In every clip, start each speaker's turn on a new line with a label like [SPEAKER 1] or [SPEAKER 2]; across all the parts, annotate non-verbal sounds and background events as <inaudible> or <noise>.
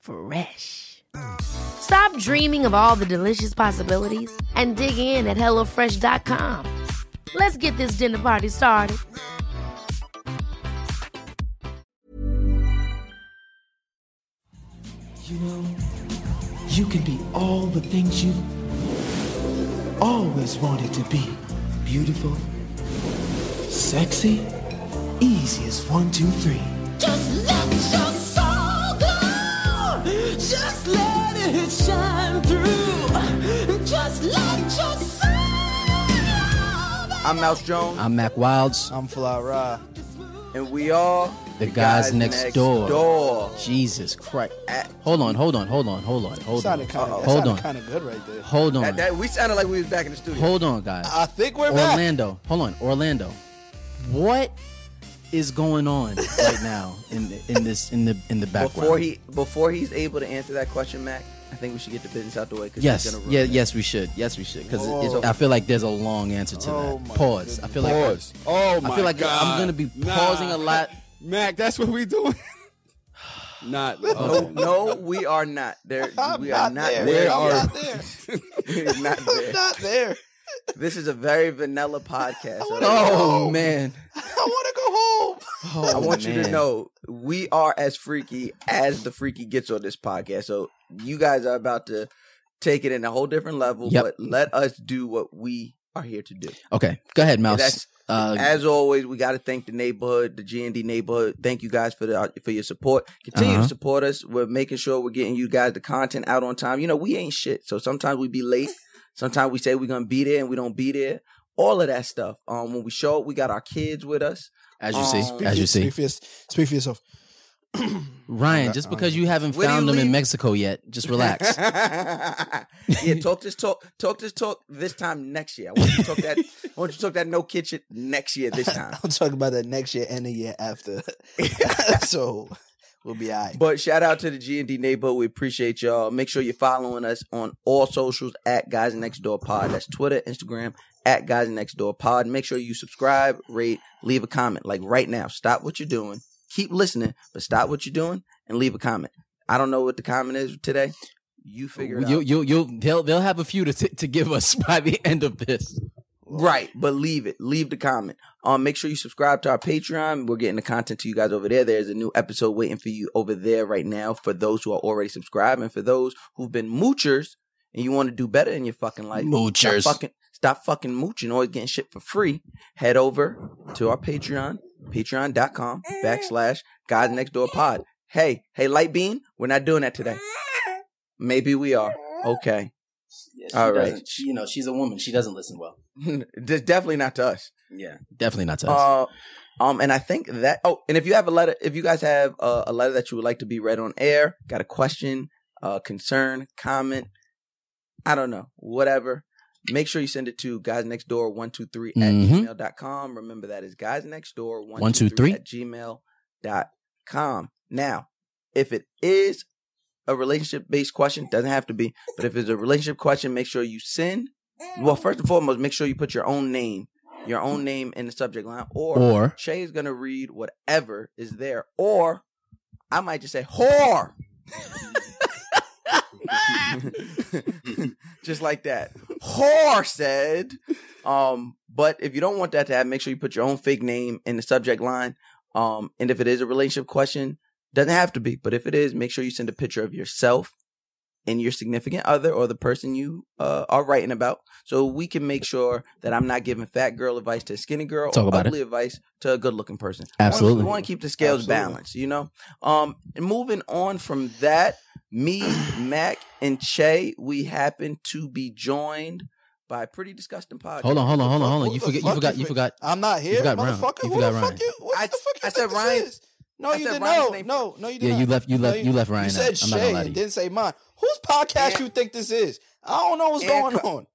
[SPEAKER 1] Fresh. Stop dreaming of all the delicious possibilities and dig in at HelloFresh.com. Let's get this dinner party started.
[SPEAKER 2] You know, you can be all the things you've always wanted to be. Beautiful, sexy, easy as one, two, three. Just let your soul go. Just let it shine through. Just let
[SPEAKER 3] <laughs>
[SPEAKER 2] your soul
[SPEAKER 4] I'm Mouse Jones.
[SPEAKER 5] I'm Mac Wilds,
[SPEAKER 4] I'm Fly Ra. And we are
[SPEAKER 5] the, guys, next, door.
[SPEAKER 4] door.
[SPEAKER 5] Jesus Christ. Hold on, hold on, hold on, hold on, hold on.
[SPEAKER 3] Sounded kind of, that
[SPEAKER 5] hold
[SPEAKER 3] sounded
[SPEAKER 5] on.
[SPEAKER 3] kind of good right there.
[SPEAKER 5] Hold on.
[SPEAKER 4] That, that- we sounded like we was back in the studio.
[SPEAKER 5] hold on, guys.
[SPEAKER 3] I think we're back.
[SPEAKER 5] Orlando. Hold on, Orlando. What is going on right now in the- in this in the in the background?
[SPEAKER 4] before he before he's able to answer that question, Mac, I think we should get the business out the way. Cause he's
[SPEAKER 5] Yes,
[SPEAKER 4] gonna ruin
[SPEAKER 5] yeah,
[SPEAKER 4] it.
[SPEAKER 5] yes, we should. Yes, we should. Because I feel like there's a long answer to
[SPEAKER 3] Oh
[SPEAKER 5] that.
[SPEAKER 3] my
[SPEAKER 5] Pause. I feel
[SPEAKER 6] Pause.
[SPEAKER 5] like
[SPEAKER 6] Oh
[SPEAKER 5] I
[SPEAKER 6] my
[SPEAKER 5] feel like
[SPEAKER 6] God.
[SPEAKER 5] I'm gonna be
[SPEAKER 6] Nah.
[SPEAKER 5] pausing
[SPEAKER 4] <laughs>
[SPEAKER 5] a lot.
[SPEAKER 6] Mac, that's what we doing. <laughs> Not.
[SPEAKER 4] No, Oh, no, we are not there.
[SPEAKER 3] I'm
[SPEAKER 4] We are
[SPEAKER 3] not
[SPEAKER 4] not
[SPEAKER 3] there.
[SPEAKER 4] there.
[SPEAKER 6] Where
[SPEAKER 3] I'm
[SPEAKER 6] are-
[SPEAKER 3] not there.
[SPEAKER 4] <laughs> We are not
[SPEAKER 3] I'm
[SPEAKER 4] there.
[SPEAKER 3] not there.
[SPEAKER 4] This is a very vanilla podcast.
[SPEAKER 5] Oh man.
[SPEAKER 3] I want to go home.
[SPEAKER 5] Oh,
[SPEAKER 4] I want you to
[SPEAKER 5] man.
[SPEAKER 4] know we are as freaky as the freaky gets on this podcast. So you guys are about to take it in a whole different level,
[SPEAKER 5] Yep.
[SPEAKER 4] but let us do what we are here to do.
[SPEAKER 5] Okay, go ahead,
[SPEAKER 4] And
[SPEAKER 5] Mouse.
[SPEAKER 4] That's
[SPEAKER 5] Uh,
[SPEAKER 4] as always, we got to thank the neighborhood, the GND neighborhood. Thank you guys for the uh, for your support. Continue
[SPEAKER 5] Uh-huh.
[SPEAKER 4] to support us. We're making sure we're getting you guys the content out on time. You know, we ain't shit. So sometimes we be late. Sometimes we say we're gonna be there and we don't be there. All of that stuff. Um, when we show up, we got our kids with us.
[SPEAKER 5] as you see,
[SPEAKER 4] Speak
[SPEAKER 5] as you see.
[SPEAKER 3] Speak for, your- speak for yourself.
[SPEAKER 5] Ryan, just because you haven't
[SPEAKER 4] Where do
[SPEAKER 5] found
[SPEAKER 4] you
[SPEAKER 5] them in
[SPEAKER 4] leave-
[SPEAKER 5] Mexico yet, just relax.
[SPEAKER 4] <laughs> yeah, talk this talk, talk this talk this time next year. I want you to talk that. I want you to talk that no kitchen next year this time.
[SPEAKER 3] I'll talk about that next year and the year after. <laughs> so we'll be all right.
[SPEAKER 4] But shout out to the G and D neighborhood. We appreciate y'all. Make sure you're following us on all socials at Guys Next Door Pod. That's Twitter, Instagram at Guys Next Door Pod. Make sure you subscribe, rate, leave a comment. Like right now, stop what you're doing. Keep listening, but stop what you're doing and leave a comment. I don't know what the comment is today. You figure it
[SPEAKER 5] you,
[SPEAKER 4] out.
[SPEAKER 5] you, you, they'll, they'll have a few to, t- to give us <laughs> by the end of this.
[SPEAKER 4] Right, but leave it. Leave the comment. Um, make sure you subscribe to our Patreon. We're getting the content to you guys over there. There's a new episode waiting for you over there right now for those who are already subscribed and for those who've been moochers and you want to do better in your fucking life.
[SPEAKER 5] Moochers.
[SPEAKER 4] Stop fucking, stop fucking mooching, always getting shit for free. Head over to our Patreon, patreon.com backslash guys next door pod. Hey, hey, Light Bean, we're not doing that today. Maybe we are. Okay. All right. doesn't- <laughs>
[SPEAKER 5] you know, she's a woman. She doesn't listen well.
[SPEAKER 4] That's definitely not to us.
[SPEAKER 5] Yeah. Definitely not to us.
[SPEAKER 4] Uh, um, and I think that. Oh, and if you have a letter, if you guys have uh, a letter that you would like to be read on air, got a question, uh, concern, comment, I don't know, whatever. Make sure you send it to guys next door one two three at
[SPEAKER 5] Mhm.
[SPEAKER 4] gmail dot com. Remember that is guys next door one
[SPEAKER 5] One,
[SPEAKER 4] two
[SPEAKER 5] two,
[SPEAKER 4] three
[SPEAKER 5] three.
[SPEAKER 4] at gmail dot com. Now, if it is a relationship based question, doesn't have to be, but if it's a relationship question, make sure you send. Well, first and foremost, make sure you put your own name, your own name in the subject line, Uh, or,
[SPEAKER 5] or,
[SPEAKER 4] Shay is gonna read whatever is there, or I might just say whore, <laughs> just like that. Whore said. Um, but if you don't want that to happen, make sure you put your own fake name in the subject line. Um, and if it is a relationship question, doesn't have to be, but if it is, make sure you send a picture of yourself in your significant other or the person you uh, are writing about, so we can make sure that I'm not giving fat girl advice to a skinny girl
[SPEAKER 5] Talk
[SPEAKER 4] or
[SPEAKER 5] about it.
[SPEAKER 4] ugly advice to a good looking person.
[SPEAKER 5] Absolutely.
[SPEAKER 4] We want to keep the scales
[SPEAKER 3] Absolutely.
[SPEAKER 4] balanced, you know? Um, and moving on from that, me, Mac, and Che, we happen to be joined by Pretty Disgusting Podcast.
[SPEAKER 5] Hold on, hold on, hold on, hold on.
[SPEAKER 3] Who
[SPEAKER 5] You
[SPEAKER 3] the
[SPEAKER 5] forgot. You
[SPEAKER 3] fuck
[SPEAKER 5] forgot.
[SPEAKER 3] you
[SPEAKER 5] You
[SPEAKER 3] fi-
[SPEAKER 5] forgot.
[SPEAKER 3] I'm not here,
[SPEAKER 5] forgot Ryan.
[SPEAKER 3] motherfucker.
[SPEAKER 5] You
[SPEAKER 3] Who
[SPEAKER 5] forgot
[SPEAKER 3] the
[SPEAKER 5] Ryan.
[SPEAKER 3] fuck you? What
[SPEAKER 4] I-
[SPEAKER 3] the fuck you
[SPEAKER 4] I said
[SPEAKER 3] think this
[SPEAKER 4] Ryan.
[SPEAKER 3] is? No,
[SPEAKER 4] I
[SPEAKER 3] you
[SPEAKER 4] said
[SPEAKER 3] did
[SPEAKER 4] Ryan's
[SPEAKER 3] not.
[SPEAKER 4] name
[SPEAKER 3] No, no, you did
[SPEAKER 5] Yeah,
[SPEAKER 3] not.
[SPEAKER 5] you left. You
[SPEAKER 3] No,
[SPEAKER 5] left. You left Ryan.
[SPEAKER 3] You said
[SPEAKER 5] out. I'm not
[SPEAKER 3] Shay
[SPEAKER 5] gonna lie to
[SPEAKER 3] and
[SPEAKER 5] you.
[SPEAKER 3] didn't say mine. Whose podcast
[SPEAKER 4] And-
[SPEAKER 3] you think this is? I don't know what's
[SPEAKER 4] And
[SPEAKER 3] going
[SPEAKER 4] cut. <laughs>
[SPEAKER 3] on.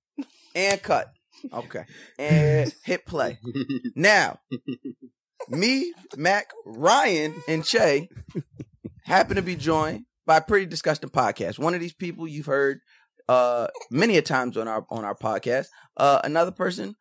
[SPEAKER 4] And cut. Okay.
[SPEAKER 5] <laughs>
[SPEAKER 4] And hit play. Now, me, Mac, Ryan, and Che happen to be joined by Pretty Disgusting Podcast. One of these people you've heard uh many a times on our on our podcast. Uh another person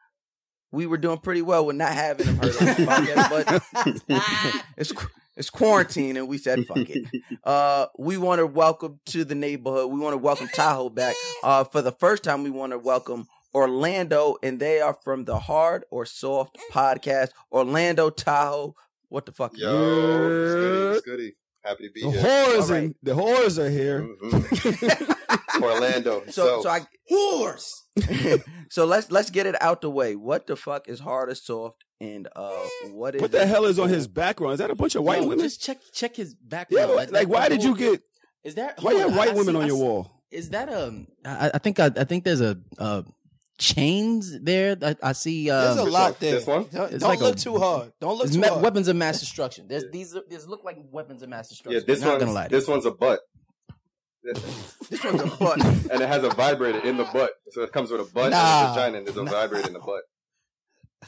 [SPEAKER 4] we were doing pretty well with not having him heard on
[SPEAKER 5] <laughs>
[SPEAKER 4] the podcast,
[SPEAKER 3] <laughs>
[SPEAKER 4] but it's qu- it's quarantine and we said fuck it. Uh we want to welcome to the neighborhood. We want to welcome Tahoe back. Uh for the first time we want to welcome Orlando, and they are from the Hard or Soft podcast. Orlando Tahoe. What the fuck?
[SPEAKER 7] Yo, it's goody, it's goody. Happy to be
[SPEAKER 6] The
[SPEAKER 7] here.
[SPEAKER 6] whores,
[SPEAKER 4] All
[SPEAKER 6] in, the whores are here.
[SPEAKER 5] <laughs>
[SPEAKER 7] Mhm. Orlando.
[SPEAKER 4] So, so I
[SPEAKER 3] Whores.
[SPEAKER 4] <laughs> so let's let's get it out the way. What the fuck is hard or soft, and uh, what is
[SPEAKER 6] What the hell is on his background? Is that a bunch of white
[SPEAKER 5] Yo,
[SPEAKER 6] women?
[SPEAKER 5] Just check check his
[SPEAKER 6] Yeah,
[SPEAKER 5] background.
[SPEAKER 6] like, like why did you get?
[SPEAKER 5] Is that
[SPEAKER 6] Why
[SPEAKER 5] hold
[SPEAKER 6] you have
[SPEAKER 5] on,
[SPEAKER 6] white
[SPEAKER 5] I
[SPEAKER 6] women
[SPEAKER 5] see-
[SPEAKER 6] on
[SPEAKER 5] I
[SPEAKER 6] your
[SPEAKER 5] see-
[SPEAKER 6] wall?
[SPEAKER 5] Is that um? I, I think I, I think there's a uh chains there. that I see.
[SPEAKER 3] There's a
[SPEAKER 5] Um,
[SPEAKER 3] lot
[SPEAKER 7] one?
[SPEAKER 3] there.
[SPEAKER 7] This one?
[SPEAKER 3] Don't,
[SPEAKER 5] It's
[SPEAKER 3] don't
[SPEAKER 5] like a-
[SPEAKER 3] look too hard. Don't look
[SPEAKER 5] it's
[SPEAKER 3] too
[SPEAKER 5] ma-
[SPEAKER 3] hard.
[SPEAKER 5] weapons of mass
[SPEAKER 7] <laughs>
[SPEAKER 5] destruction. There's
[SPEAKER 7] Yeah.
[SPEAKER 5] these. are- These look like weapons of mass destruction.
[SPEAKER 7] yeah, this
[SPEAKER 5] I'm not gonna
[SPEAKER 7] one's,
[SPEAKER 5] lie. to you.
[SPEAKER 7] this one's a butt.
[SPEAKER 4] This one's a butt.
[SPEAKER 6] <laughs>
[SPEAKER 7] And it has a vibrator in the butt. So it comes with a butt
[SPEAKER 3] Nah.
[SPEAKER 7] and a vagina and there's a vibrator in
[SPEAKER 5] <laughs>
[SPEAKER 7] the butt.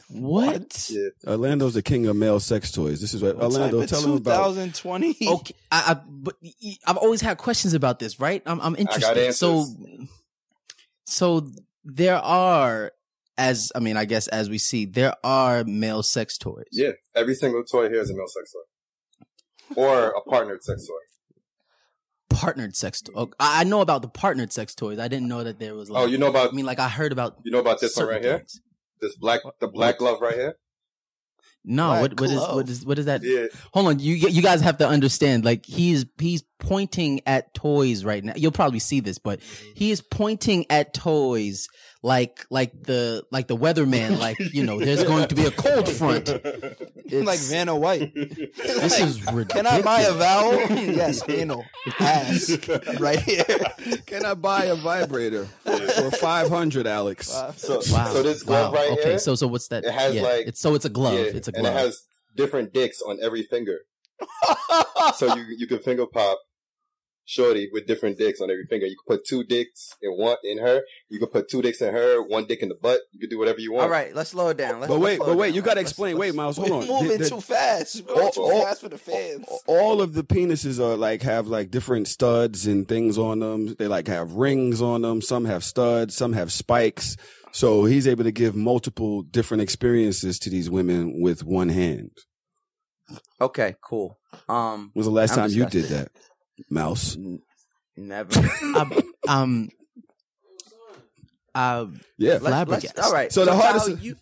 [SPEAKER 5] What?
[SPEAKER 7] Yeah.
[SPEAKER 6] Orlando's the king of male sex toys. This is what
[SPEAKER 3] What type
[SPEAKER 6] Orlando
[SPEAKER 3] of
[SPEAKER 6] tell him about.
[SPEAKER 3] 2020.
[SPEAKER 6] <laughs>
[SPEAKER 5] Okay, I, I but y- y- I've always had questions about this, right? I'm I'm interested.
[SPEAKER 7] answers.
[SPEAKER 5] so, so there are, as I mean, I guess as we see, there are male sex toys.
[SPEAKER 7] Yeah. Every single toy here is a male sex toy. Or a partnered sex toy.
[SPEAKER 5] partnered sex toys. I I know about the partnered sex toys. I didn't know that there was. Like,
[SPEAKER 7] Oh, you know
[SPEAKER 5] I
[SPEAKER 7] about
[SPEAKER 5] mean, like I heard about
[SPEAKER 7] you know about this one
[SPEAKER 5] certain
[SPEAKER 7] right here?
[SPEAKER 5] things.
[SPEAKER 7] This black the black glove right here?
[SPEAKER 5] No,
[SPEAKER 3] Black
[SPEAKER 5] what what is
[SPEAKER 3] glove.
[SPEAKER 5] what is what is that?
[SPEAKER 7] Yeah.
[SPEAKER 5] Hold on, you you guys have to understand. Like he's he's pointing at toys right now. You'll probably see this, but he is pointing at toys like like the like the weatherman. Like you know, there's going to be
[SPEAKER 3] <laughs>
[SPEAKER 5] a cold
[SPEAKER 7] <laughs>
[SPEAKER 5] front. It's-
[SPEAKER 3] like Vanna
[SPEAKER 4] <laughs>
[SPEAKER 3] White.
[SPEAKER 5] this is ridiculous.
[SPEAKER 3] Can I buy a vowel? yes, anal.
[SPEAKER 5] <laughs>
[SPEAKER 3] Ass. Right here.
[SPEAKER 6] Can I buy a vibrator <laughs> for five hundred, Alex?
[SPEAKER 7] So,
[SPEAKER 5] Wow.
[SPEAKER 7] so this glove
[SPEAKER 5] wow.
[SPEAKER 7] right
[SPEAKER 5] okay,
[SPEAKER 7] here.
[SPEAKER 5] so so what's that?
[SPEAKER 7] it has,
[SPEAKER 5] yeah,
[SPEAKER 7] like-
[SPEAKER 5] it's so it's a glove. it's a glove.
[SPEAKER 7] And it has different dicks on every finger.
[SPEAKER 4] <laughs>
[SPEAKER 7] so you you can finger pop shorty with different dicks on every finger. You can put two dicks in one in her. You can put two dicks in her, one dick in the butt. You can do whatever you want.
[SPEAKER 4] All right, let's slow it down. Let's,
[SPEAKER 6] But
[SPEAKER 4] let's
[SPEAKER 6] wait,
[SPEAKER 4] slow
[SPEAKER 6] but
[SPEAKER 4] it
[SPEAKER 6] wait,
[SPEAKER 4] down.
[SPEAKER 6] you gotta
[SPEAKER 4] Let's-
[SPEAKER 6] explain.
[SPEAKER 4] let's-
[SPEAKER 6] Wait, Miles,
[SPEAKER 3] We're
[SPEAKER 6] hold on.
[SPEAKER 3] moving
[SPEAKER 6] The- the-
[SPEAKER 3] too fast. We're going
[SPEAKER 6] all-
[SPEAKER 3] too
[SPEAKER 6] all-
[SPEAKER 3] fast for the fans.
[SPEAKER 6] all of the penises are like have like different studs and things on them. They like have rings on them. Some have studs, some have spikes. So he's able to give multiple different experiences to these women with one hand.
[SPEAKER 4] Okay, cool. Um,
[SPEAKER 6] When was the last
[SPEAKER 4] I'm
[SPEAKER 6] time you did
[SPEAKER 4] disgusted.
[SPEAKER 6] that, Mouse?
[SPEAKER 4] n-
[SPEAKER 5] <laughs>
[SPEAKER 4] never.
[SPEAKER 6] <laughs>
[SPEAKER 5] um, um, uh,
[SPEAKER 6] Yeah.
[SPEAKER 4] Let's- let's- all right.
[SPEAKER 6] So the hardest-
[SPEAKER 4] Tahoe, you,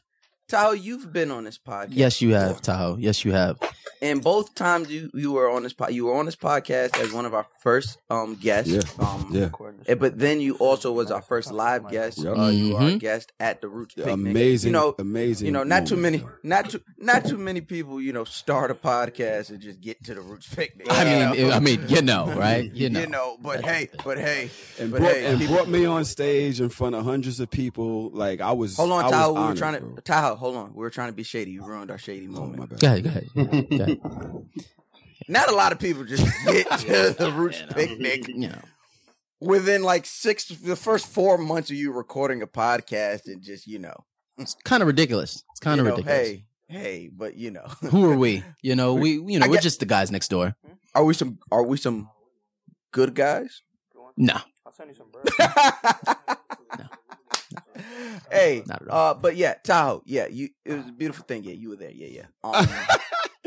[SPEAKER 4] Tahoe, you've been on this podcast.
[SPEAKER 5] yes, you have Tahoe. Yes, you have.
[SPEAKER 4] And both times you, you were on this po- you were on this podcast as one of our first um guests.
[SPEAKER 6] Yeah.
[SPEAKER 4] Um,
[SPEAKER 6] Yeah.
[SPEAKER 4] and- but then you also was our first live guest.
[SPEAKER 6] Yup.
[SPEAKER 4] Uh, you were a
[SPEAKER 5] Mhm.
[SPEAKER 4] guest at the Roots Picnic.
[SPEAKER 6] Amazing.
[SPEAKER 4] You know,
[SPEAKER 6] amazing.
[SPEAKER 4] you know, not too many,
[SPEAKER 6] moments.
[SPEAKER 4] not too, not too many people, you know, start a podcast and just get to the Roots Picnic.
[SPEAKER 5] I
[SPEAKER 4] you
[SPEAKER 5] mean,
[SPEAKER 4] know?
[SPEAKER 5] I mean, you know,
[SPEAKER 4] <laughs>
[SPEAKER 5] right? You
[SPEAKER 4] you know,
[SPEAKER 5] know.
[SPEAKER 4] but hey, but hey,
[SPEAKER 6] And
[SPEAKER 4] but
[SPEAKER 6] brought,
[SPEAKER 4] hey,
[SPEAKER 6] and
[SPEAKER 4] people-
[SPEAKER 6] brought me on stage in front of hundreds of people. Like I was.
[SPEAKER 4] hold
[SPEAKER 6] I
[SPEAKER 4] on,
[SPEAKER 6] was
[SPEAKER 4] Tahoe. We were
[SPEAKER 6] honored,
[SPEAKER 4] trying to
[SPEAKER 6] bro.
[SPEAKER 4] Tahoe. Hold on, we were trying to be shady. You ruined our shady moment.
[SPEAKER 6] my bad.
[SPEAKER 5] Go ahead, go ahead.
[SPEAKER 7] <laughs>
[SPEAKER 5] Go ahead.
[SPEAKER 4] Not a lot of people just get to the Roots Picnic
[SPEAKER 5] You know.
[SPEAKER 4] within like six, the first four months of you recording a podcast and just you know,
[SPEAKER 5] It's kind of ridiculous. It's kind
[SPEAKER 4] you
[SPEAKER 5] of
[SPEAKER 4] know,
[SPEAKER 5] ridiculous.
[SPEAKER 4] Hey, hey, but you know, <laughs>
[SPEAKER 5] Who are we? You know, we you know,
[SPEAKER 4] I
[SPEAKER 5] we're
[SPEAKER 4] get-
[SPEAKER 5] just the guys
[SPEAKER 4] <laughs>
[SPEAKER 5] next door.
[SPEAKER 4] Are we some? Are we some good guys?
[SPEAKER 5] No.
[SPEAKER 4] hey,
[SPEAKER 5] Not at all.
[SPEAKER 4] uh, but yeah, Tahoe, yeah, you. It was a beautiful thing. Yeah, you were there. Yeah, yeah. Um,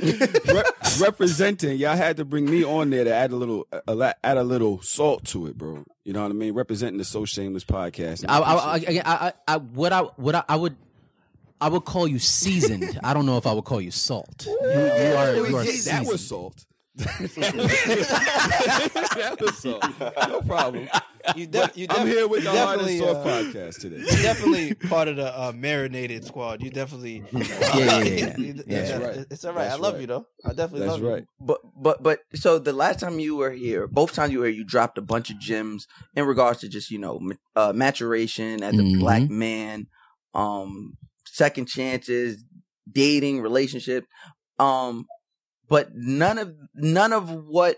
[SPEAKER 6] Re- representing y'all had to bring me on there to add a little a, lot add a little salt to it bro you know what i mean representing the so shameless podcast
[SPEAKER 5] I I, I, again, I, I, I what I what I, I would I would call you seasoned. I don't know if I would call you salt.
[SPEAKER 4] <laughs>
[SPEAKER 5] You, you are, you are
[SPEAKER 6] that
[SPEAKER 5] seasoned.
[SPEAKER 6] was <laughs> salt that was salt no problem
[SPEAKER 8] You def- you
[SPEAKER 6] I'm
[SPEAKER 8] def-
[SPEAKER 6] here with the hard and
[SPEAKER 8] definitely,
[SPEAKER 6] soft
[SPEAKER 8] uh,
[SPEAKER 6] podcast today.
[SPEAKER 8] You're
[SPEAKER 6] <laughs>
[SPEAKER 8] definitely part of the uh, marinated squad. You definitely.
[SPEAKER 5] <laughs>
[SPEAKER 8] <laughs>
[SPEAKER 5] yeah, yeah, yeah.
[SPEAKER 8] It's-
[SPEAKER 5] That's
[SPEAKER 6] right.
[SPEAKER 8] It's all right.
[SPEAKER 6] That's
[SPEAKER 8] I love
[SPEAKER 6] right.
[SPEAKER 8] you though. I definitely
[SPEAKER 6] That's
[SPEAKER 8] love you.
[SPEAKER 6] right.
[SPEAKER 4] But but but so the last time you were here, both times you were here, you dropped a bunch of gems in regards to just you know ma- uh, maturation as a
[SPEAKER 5] Mhm.
[SPEAKER 4] black man, um, second chances, dating, relationship, um, but none of none of what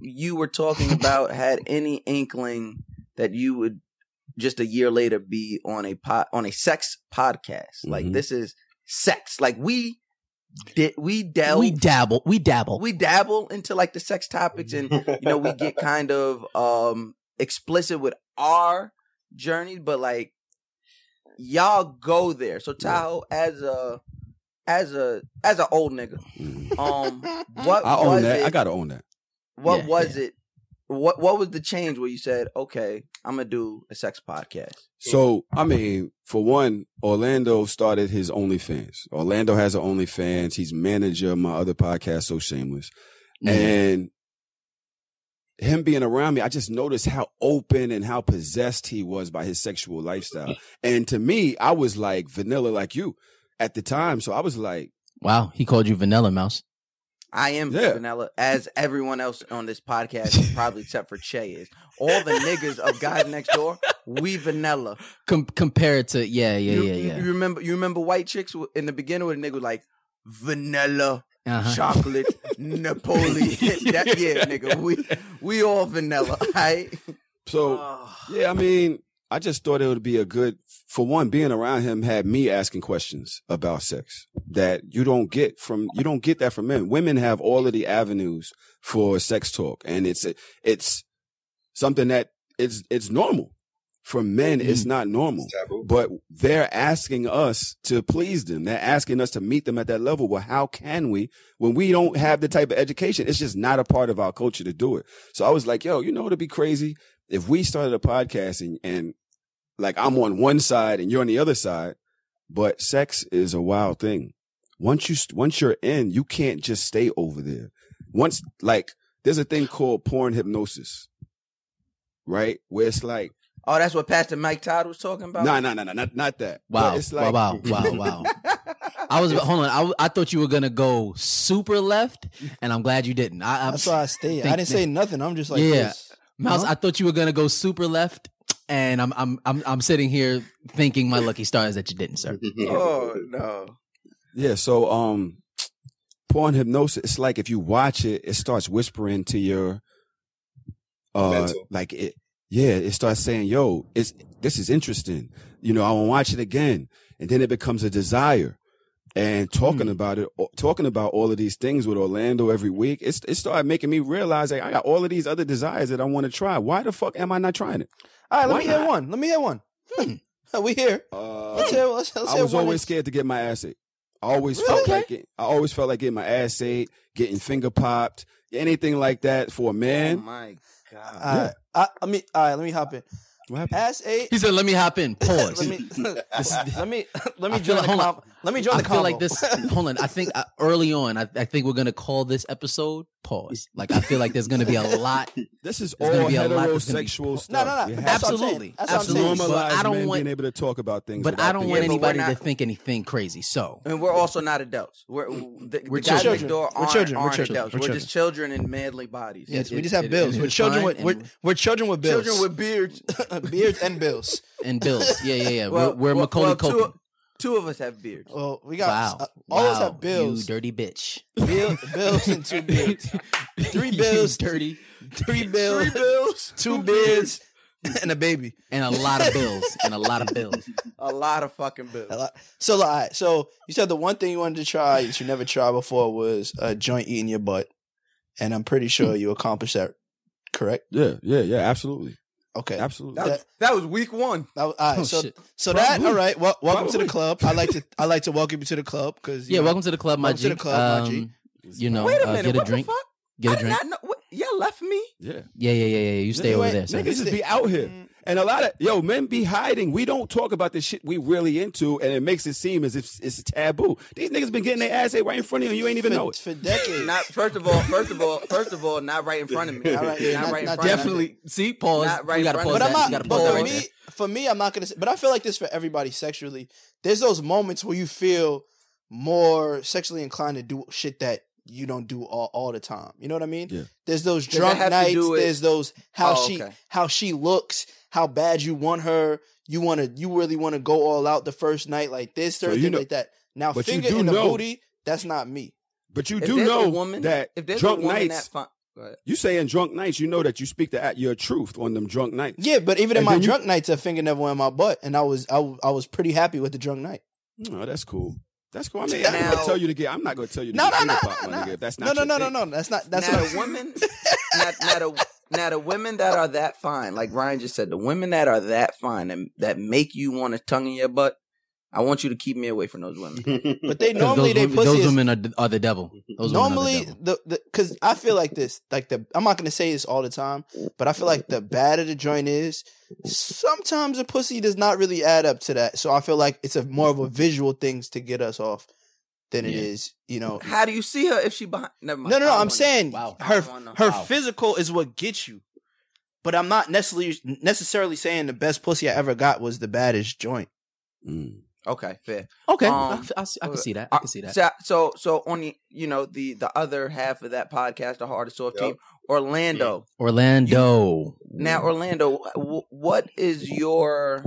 [SPEAKER 4] you were talking about had any inkling that you would just a year later be on a pod, on a sex podcast. Like
[SPEAKER 6] Mhm.
[SPEAKER 4] this is sex. Like we did we delved
[SPEAKER 5] We dabble. We dabble.
[SPEAKER 4] we dabble into like the sex topics and you know we
[SPEAKER 6] <laughs>
[SPEAKER 4] get kind of um explicit with our journey but like y'all go there so tahoe as a as a as an old nigga
[SPEAKER 8] <laughs>
[SPEAKER 6] Mhm. <laughs>
[SPEAKER 4] um what
[SPEAKER 6] I
[SPEAKER 4] was
[SPEAKER 6] own that.
[SPEAKER 4] it
[SPEAKER 6] I gotta own that.
[SPEAKER 4] what
[SPEAKER 5] Yeah,
[SPEAKER 4] was it what what was the change where you said okay i'm gonna do a sex podcast
[SPEAKER 6] So I mean, for one, Orlando started his OnlyFans. Orlando has an OnlyFans. He's manager of my other podcast, So Shameless,
[SPEAKER 5] Mm-hmm.
[SPEAKER 6] and him being around me, I just noticed how open and how possessed he was by his sexual lifestyle. And to me, I was like vanilla, like you at the time. So I was like,
[SPEAKER 5] Wow, he called you Vanilla Mouse.
[SPEAKER 4] I am
[SPEAKER 6] Yeah.
[SPEAKER 4] vanilla, as everyone else on this podcast,
[SPEAKER 6] <laughs>
[SPEAKER 4] probably except for Che is. All the niggas of guys next door, we vanilla.
[SPEAKER 5] Com- compare it to yeah, yeah,
[SPEAKER 4] you,
[SPEAKER 5] yeah,
[SPEAKER 4] you-
[SPEAKER 5] yeah.
[SPEAKER 4] You remember? You remember white chicks w- in the beginning with a nigga was like vanilla,
[SPEAKER 5] Uh-huh.
[SPEAKER 4] chocolate, Napoleon. that, yeah, nigga, we we all vanilla, <laughs> right?
[SPEAKER 6] so Yeah, I mean, I just thought it would be a good for one being around him had me asking questions about sex that you don't get from you don't get that from men. Women have all of the avenues for sex talk and it's it's something that it's it's normal. For men it's not normal.
[SPEAKER 7] It's <laughs> taboo. <laughs>
[SPEAKER 6] But they're asking us to please them. They're asking us to meet them at that level. Well, how can we when we don't have the type of education? It's just not a part of our culture to do it. So I was like, yo, you know what'd be crazy? If we started a podcast and, and like I'm on one side and you're on the other side, but sex is a wild thing. Once you, once you're in, you can't just stay over there. Once, like, there's a thing called porn hypnosis, right? Where it's like,
[SPEAKER 4] Oh, that's what Pastor Mike Todd was talking about.
[SPEAKER 6] no, no, no, no, not, not that.
[SPEAKER 5] Wow,
[SPEAKER 6] But it's
[SPEAKER 4] <laughs>
[SPEAKER 6] like,
[SPEAKER 5] wow, wow, wow, wow. I was hold on. I, w- I thought you were gonna go super left, and I'm glad you didn't. I, I'm
[SPEAKER 8] That's why I stayed. I
[SPEAKER 5] Think
[SPEAKER 8] didn't say
[SPEAKER 5] that-
[SPEAKER 8] nothing. I'm just like,
[SPEAKER 5] Yeah.
[SPEAKER 8] this.
[SPEAKER 5] Mouse.
[SPEAKER 8] Huh?
[SPEAKER 5] I thought you were gonna go super left, and I'm I'm I'm I'm sitting here thinking my lucky star is that you didn't, sir.
[SPEAKER 4] <laughs> Oh no.
[SPEAKER 6] Yeah, so um porn hypnosis, it's like if you watch it, it starts whispering to your uh
[SPEAKER 7] Mental.
[SPEAKER 6] like it yeah, it starts saying, Yo, it's this is interesting. You know, I wanna watch it again. And then it becomes a desire. And talking about it, or- talking about all of these things with Orlando every week, it's, it started making me realize like I got all of these other desires that I want to try. Why the fuck am I not trying it?
[SPEAKER 8] All right, let
[SPEAKER 6] Why
[SPEAKER 8] me hear
[SPEAKER 6] not?
[SPEAKER 8] one. Let me hear one. Hmm. <laughs> we here.
[SPEAKER 6] Uh,
[SPEAKER 8] Let's hear. Let's, let's
[SPEAKER 6] I
[SPEAKER 8] hear
[SPEAKER 6] was
[SPEAKER 8] one.
[SPEAKER 6] always scared to get my ass ate. I always felt
[SPEAKER 8] Really?
[SPEAKER 6] like it, I always felt like getting my ass ate, getting finger popped, anything like that for a
[SPEAKER 4] Oh
[SPEAKER 6] man.
[SPEAKER 4] my god.
[SPEAKER 8] All right. I, I mean, all right. Let me hop in.
[SPEAKER 6] What happened?
[SPEAKER 8] Ass eight. <laughs>
[SPEAKER 5] He said, "Let me hop in." Pause. <laughs>
[SPEAKER 8] let me <laughs> let me <laughs> let me
[SPEAKER 5] I feel
[SPEAKER 8] join
[SPEAKER 5] like-
[SPEAKER 8] the
[SPEAKER 5] hold on.
[SPEAKER 8] com- Let me join
[SPEAKER 5] I
[SPEAKER 8] the
[SPEAKER 5] feel like
[SPEAKER 8] combo. <laughs>
[SPEAKER 5] this. Hold on. I think uh, early on, I, I think we're gonna call this episode pause. Like I feel like there's gonna be a lot.
[SPEAKER 6] This is all
[SPEAKER 5] There's gonna be a lot that's gonna be-
[SPEAKER 6] heterosexual stuff.
[SPEAKER 8] No, no, no.
[SPEAKER 6] You have
[SPEAKER 8] <laughs> That's what I'm saying.
[SPEAKER 5] Absolutely,
[SPEAKER 8] That's
[SPEAKER 6] to
[SPEAKER 8] what I'm saying.
[SPEAKER 5] absolutely. But
[SPEAKER 6] normalize
[SPEAKER 5] I
[SPEAKER 6] men
[SPEAKER 5] don't want.
[SPEAKER 6] being able to talk about things.
[SPEAKER 5] But
[SPEAKER 6] without
[SPEAKER 5] I don't
[SPEAKER 6] being
[SPEAKER 5] want
[SPEAKER 4] Yeah,
[SPEAKER 6] able-
[SPEAKER 4] but we're
[SPEAKER 5] anybody to
[SPEAKER 4] not-
[SPEAKER 5] think anything crazy.
[SPEAKER 8] <laughs>
[SPEAKER 5] So
[SPEAKER 4] And we're also not adults. We're the,
[SPEAKER 5] We're
[SPEAKER 4] the guys
[SPEAKER 8] children.
[SPEAKER 4] next door
[SPEAKER 8] We're
[SPEAKER 4] aren't,
[SPEAKER 8] children. We're
[SPEAKER 4] aren't
[SPEAKER 8] children.
[SPEAKER 4] adults. We're,
[SPEAKER 8] We're
[SPEAKER 4] just children in manly bodies.
[SPEAKER 8] Yes,
[SPEAKER 5] It-
[SPEAKER 8] we just
[SPEAKER 5] it-
[SPEAKER 8] have bills.
[SPEAKER 5] it
[SPEAKER 8] We're
[SPEAKER 5] is
[SPEAKER 8] children
[SPEAKER 5] fine
[SPEAKER 8] with we're,
[SPEAKER 5] and-
[SPEAKER 8] we're children with bills.
[SPEAKER 4] Children with beards.
[SPEAKER 8] <laughs> beards and bills.
[SPEAKER 5] and bills. Yeah, yeah, yeah.
[SPEAKER 4] Well,
[SPEAKER 5] we're we're
[SPEAKER 4] well,
[SPEAKER 5] Macaulay
[SPEAKER 4] well,
[SPEAKER 5] Culkin.
[SPEAKER 4] two, two of us have beards.
[SPEAKER 8] Well, we got
[SPEAKER 5] wow.
[SPEAKER 8] uh, all of us
[SPEAKER 5] Wow.
[SPEAKER 8] have bills.
[SPEAKER 5] You dirty bitch. <laughs>
[SPEAKER 8] Bill, bills
[SPEAKER 4] <laughs>
[SPEAKER 8] and two beards. Three bills,
[SPEAKER 5] You dirty,
[SPEAKER 8] Three bills,
[SPEAKER 4] bills,
[SPEAKER 8] two beards, and a baby.
[SPEAKER 5] and a lot of bills, and a lot of bills.
[SPEAKER 4] A lot of fucking bills.
[SPEAKER 8] A lot. So, like, all right, so you said the one thing you wanted to try that you never tried before was a joint eating your butt, and I'm pretty sure you accomplished that. Correct.
[SPEAKER 6] Yeah, yeah, yeah. Absolutely,
[SPEAKER 8] Okay.
[SPEAKER 6] absolutely.
[SPEAKER 4] That was, that was week one.
[SPEAKER 8] That was- all right,
[SPEAKER 5] Oh,
[SPEAKER 8] so
[SPEAKER 5] shit.
[SPEAKER 8] so that
[SPEAKER 6] Probably.
[SPEAKER 8] all right. Well, welcome to the
[SPEAKER 6] Probably.
[SPEAKER 8] club. I like to I like to welcome you to the club because
[SPEAKER 5] Yeah, welcome to the club, my
[SPEAKER 8] Welcome
[SPEAKER 5] G.
[SPEAKER 8] to the club, my G.
[SPEAKER 5] Um, you know,
[SPEAKER 4] Wait a
[SPEAKER 5] uh,
[SPEAKER 4] minute.
[SPEAKER 5] get a
[SPEAKER 4] what
[SPEAKER 5] drink.
[SPEAKER 4] the fuck?
[SPEAKER 5] Get
[SPEAKER 4] I
[SPEAKER 5] a drink.
[SPEAKER 4] Did not know, what, y'all left me.
[SPEAKER 6] Yeah,
[SPEAKER 5] Yeah, yeah, yeah, yeah. You stay
[SPEAKER 6] You
[SPEAKER 5] over
[SPEAKER 8] ain't-
[SPEAKER 5] there. sir.
[SPEAKER 8] Mm-hmm.
[SPEAKER 6] niggas just be out here. And a lot of yo men be hiding. We don't talk about the shit we really into, and it makes it seem as if it's taboo. These niggas been getting their ass ate right in front of you, and you ain't even know it.
[SPEAKER 8] for decades.
[SPEAKER 4] Not first of all, first of all, first of all, not right in front of me.
[SPEAKER 8] Not right-
[SPEAKER 4] not
[SPEAKER 8] not-
[SPEAKER 4] right in front
[SPEAKER 8] not
[SPEAKER 4] of me.
[SPEAKER 5] Definitely. See, pause.
[SPEAKER 4] Not right
[SPEAKER 5] we
[SPEAKER 4] in
[SPEAKER 5] gotta
[SPEAKER 4] front of us.
[SPEAKER 5] pause
[SPEAKER 8] But I'm
[SPEAKER 5] that.
[SPEAKER 8] not.
[SPEAKER 5] You gotta
[SPEAKER 8] but
[SPEAKER 5] pause
[SPEAKER 8] for
[SPEAKER 5] that right
[SPEAKER 8] me,
[SPEAKER 5] there.
[SPEAKER 8] for me, I'm not gonna. Say, but I feel like this for everybody sexually. There's those moments where you feel more sexually inclined to do shit that you don't do all, all the time. You know what I mean?
[SPEAKER 6] Yeah.
[SPEAKER 8] There's those
[SPEAKER 4] Does it
[SPEAKER 8] drunk
[SPEAKER 4] have to
[SPEAKER 8] nights.
[SPEAKER 4] do with-
[SPEAKER 8] There's those how
[SPEAKER 4] Oh,
[SPEAKER 8] she
[SPEAKER 4] okay.
[SPEAKER 8] how she looks, how bad you want her. You want to. You really want to go all out the first night like this,
[SPEAKER 6] So
[SPEAKER 8] certain
[SPEAKER 6] you
[SPEAKER 8] thing
[SPEAKER 6] know-
[SPEAKER 8] like that. Now
[SPEAKER 6] but you
[SPEAKER 8] finger
[SPEAKER 6] do
[SPEAKER 8] in the
[SPEAKER 6] know-
[SPEAKER 8] booty. That's not me.
[SPEAKER 6] But you
[SPEAKER 4] If
[SPEAKER 6] do
[SPEAKER 4] there's a
[SPEAKER 6] know
[SPEAKER 4] woman-
[SPEAKER 6] that
[SPEAKER 4] if there's a
[SPEAKER 6] drunk
[SPEAKER 4] woman
[SPEAKER 6] nights.
[SPEAKER 4] that fi- Go ahead.
[SPEAKER 6] you saying drunk nights, you know that you speak the at your truth on them drunk nights.
[SPEAKER 8] Yeah, but even in
[SPEAKER 6] And
[SPEAKER 8] my
[SPEAKER 6] then you-
[SPEAKER 8] drunk nights, a finger never went in my butt, and I was I, w- I was pretty happy with the drunk night.
[SPEAKER 6] Oh, that's cool. That's cool. I mean, I'm not
[SPEAKER 4] Now-
[SPEAKER 6] gonna tell you to get. I'm not gonna tell you to
[SPEAKER 8] No,
[SPEAKER 6] get
[SPEAKER 8] no, no,
[SPEAKER 6] finger pop, my
[SPEAKER 8] no,
[SPEAKER 6] nigga.
[SPEAKER 8] no.
[SPEAKER 6] If that's
[SPEAKER 8] No,
[SPEAKER 6] not
[SPEAKER 8] no,
[SPEAKER 6] your
[SPEAKER 8] no, no,
[SPEAKER 6] thing.
[SPEAKER 8] no. That's not. That's
[SPEAKER 4] now
[SPEAKER 8] what
[SPEAKER 4] the
[SPEAKER 5] <laughs>
[SPEAKER 4] women, not not a, now the women that are that fine, like Ryan just said, the women that are that fine and that make you want a tongue in your butt. I want you to keep me away from those women.
[SPEAKER 8] But they
[SPEAKER 5] 'Cause
[SPEAKER 8] normally
[SPEAKER 5] those
[SPEAKER 8] they
[SPEAKER 5] women, those
[SPEAKER 8] pussy is
[SPEAKER 5] women are, the- are the devil. Those women
[SPEAKER 8] normally
[SPEAKER 5] are the devil.
[SPEAKER 8] the the because I feel like this like the I'm not gonna say this all the time, but I feel like the bad of the joint is sometimes a pussy does not really add up to that. So I feel like it's a more of a visual things to get us off than it
[SPEAKER 5] Yeah.
[SPEAKER 8] is you know.
[SPEAKER 4] How do you see her if she behind? Never mind.
[SPEAKER 8] No, no,
[SPEAKER 4] I
[SPEAKER 8] no.
[SPEAKER 4] don't
[SPEAKER 8] I'm
[SPEAKER 4] wanna-
[SPEAKER 8] saying
[SPEAKER 5] Wow.
[SPEAKER 8] her
[SPEAKER 4] I
[SPEAKER 6] Uh,
[SPEAKER 4] wanna-
[SPEAKER 8] her
[SPEAKER 5] Wow.
[SPEAKER 8] physical is what gets you. But I'm not necessarily necessarily saying the best pussy I ever got was the baddest joint.
[SPEAKER 6] Mm.
[SPEAKER 4] Okay, fair.
[SPEAKER 5] Okay,
[SPEAKER 4] Um,
[SPEAKER 5] I, f- I s- I can see that. I
[SPEAKER 4] Uh,
[SPEAKER 5] can see that.
[SPEAKER 4] So, so, so on the you know the the other half of that podcast, the hardest soft
[SPEAKER 7] Yep.
[SPEAKER 4] team, Orlando.
[SPEAKER 5] Orlando.
[SPEAKER 4] Now, Orlando, wh- what is your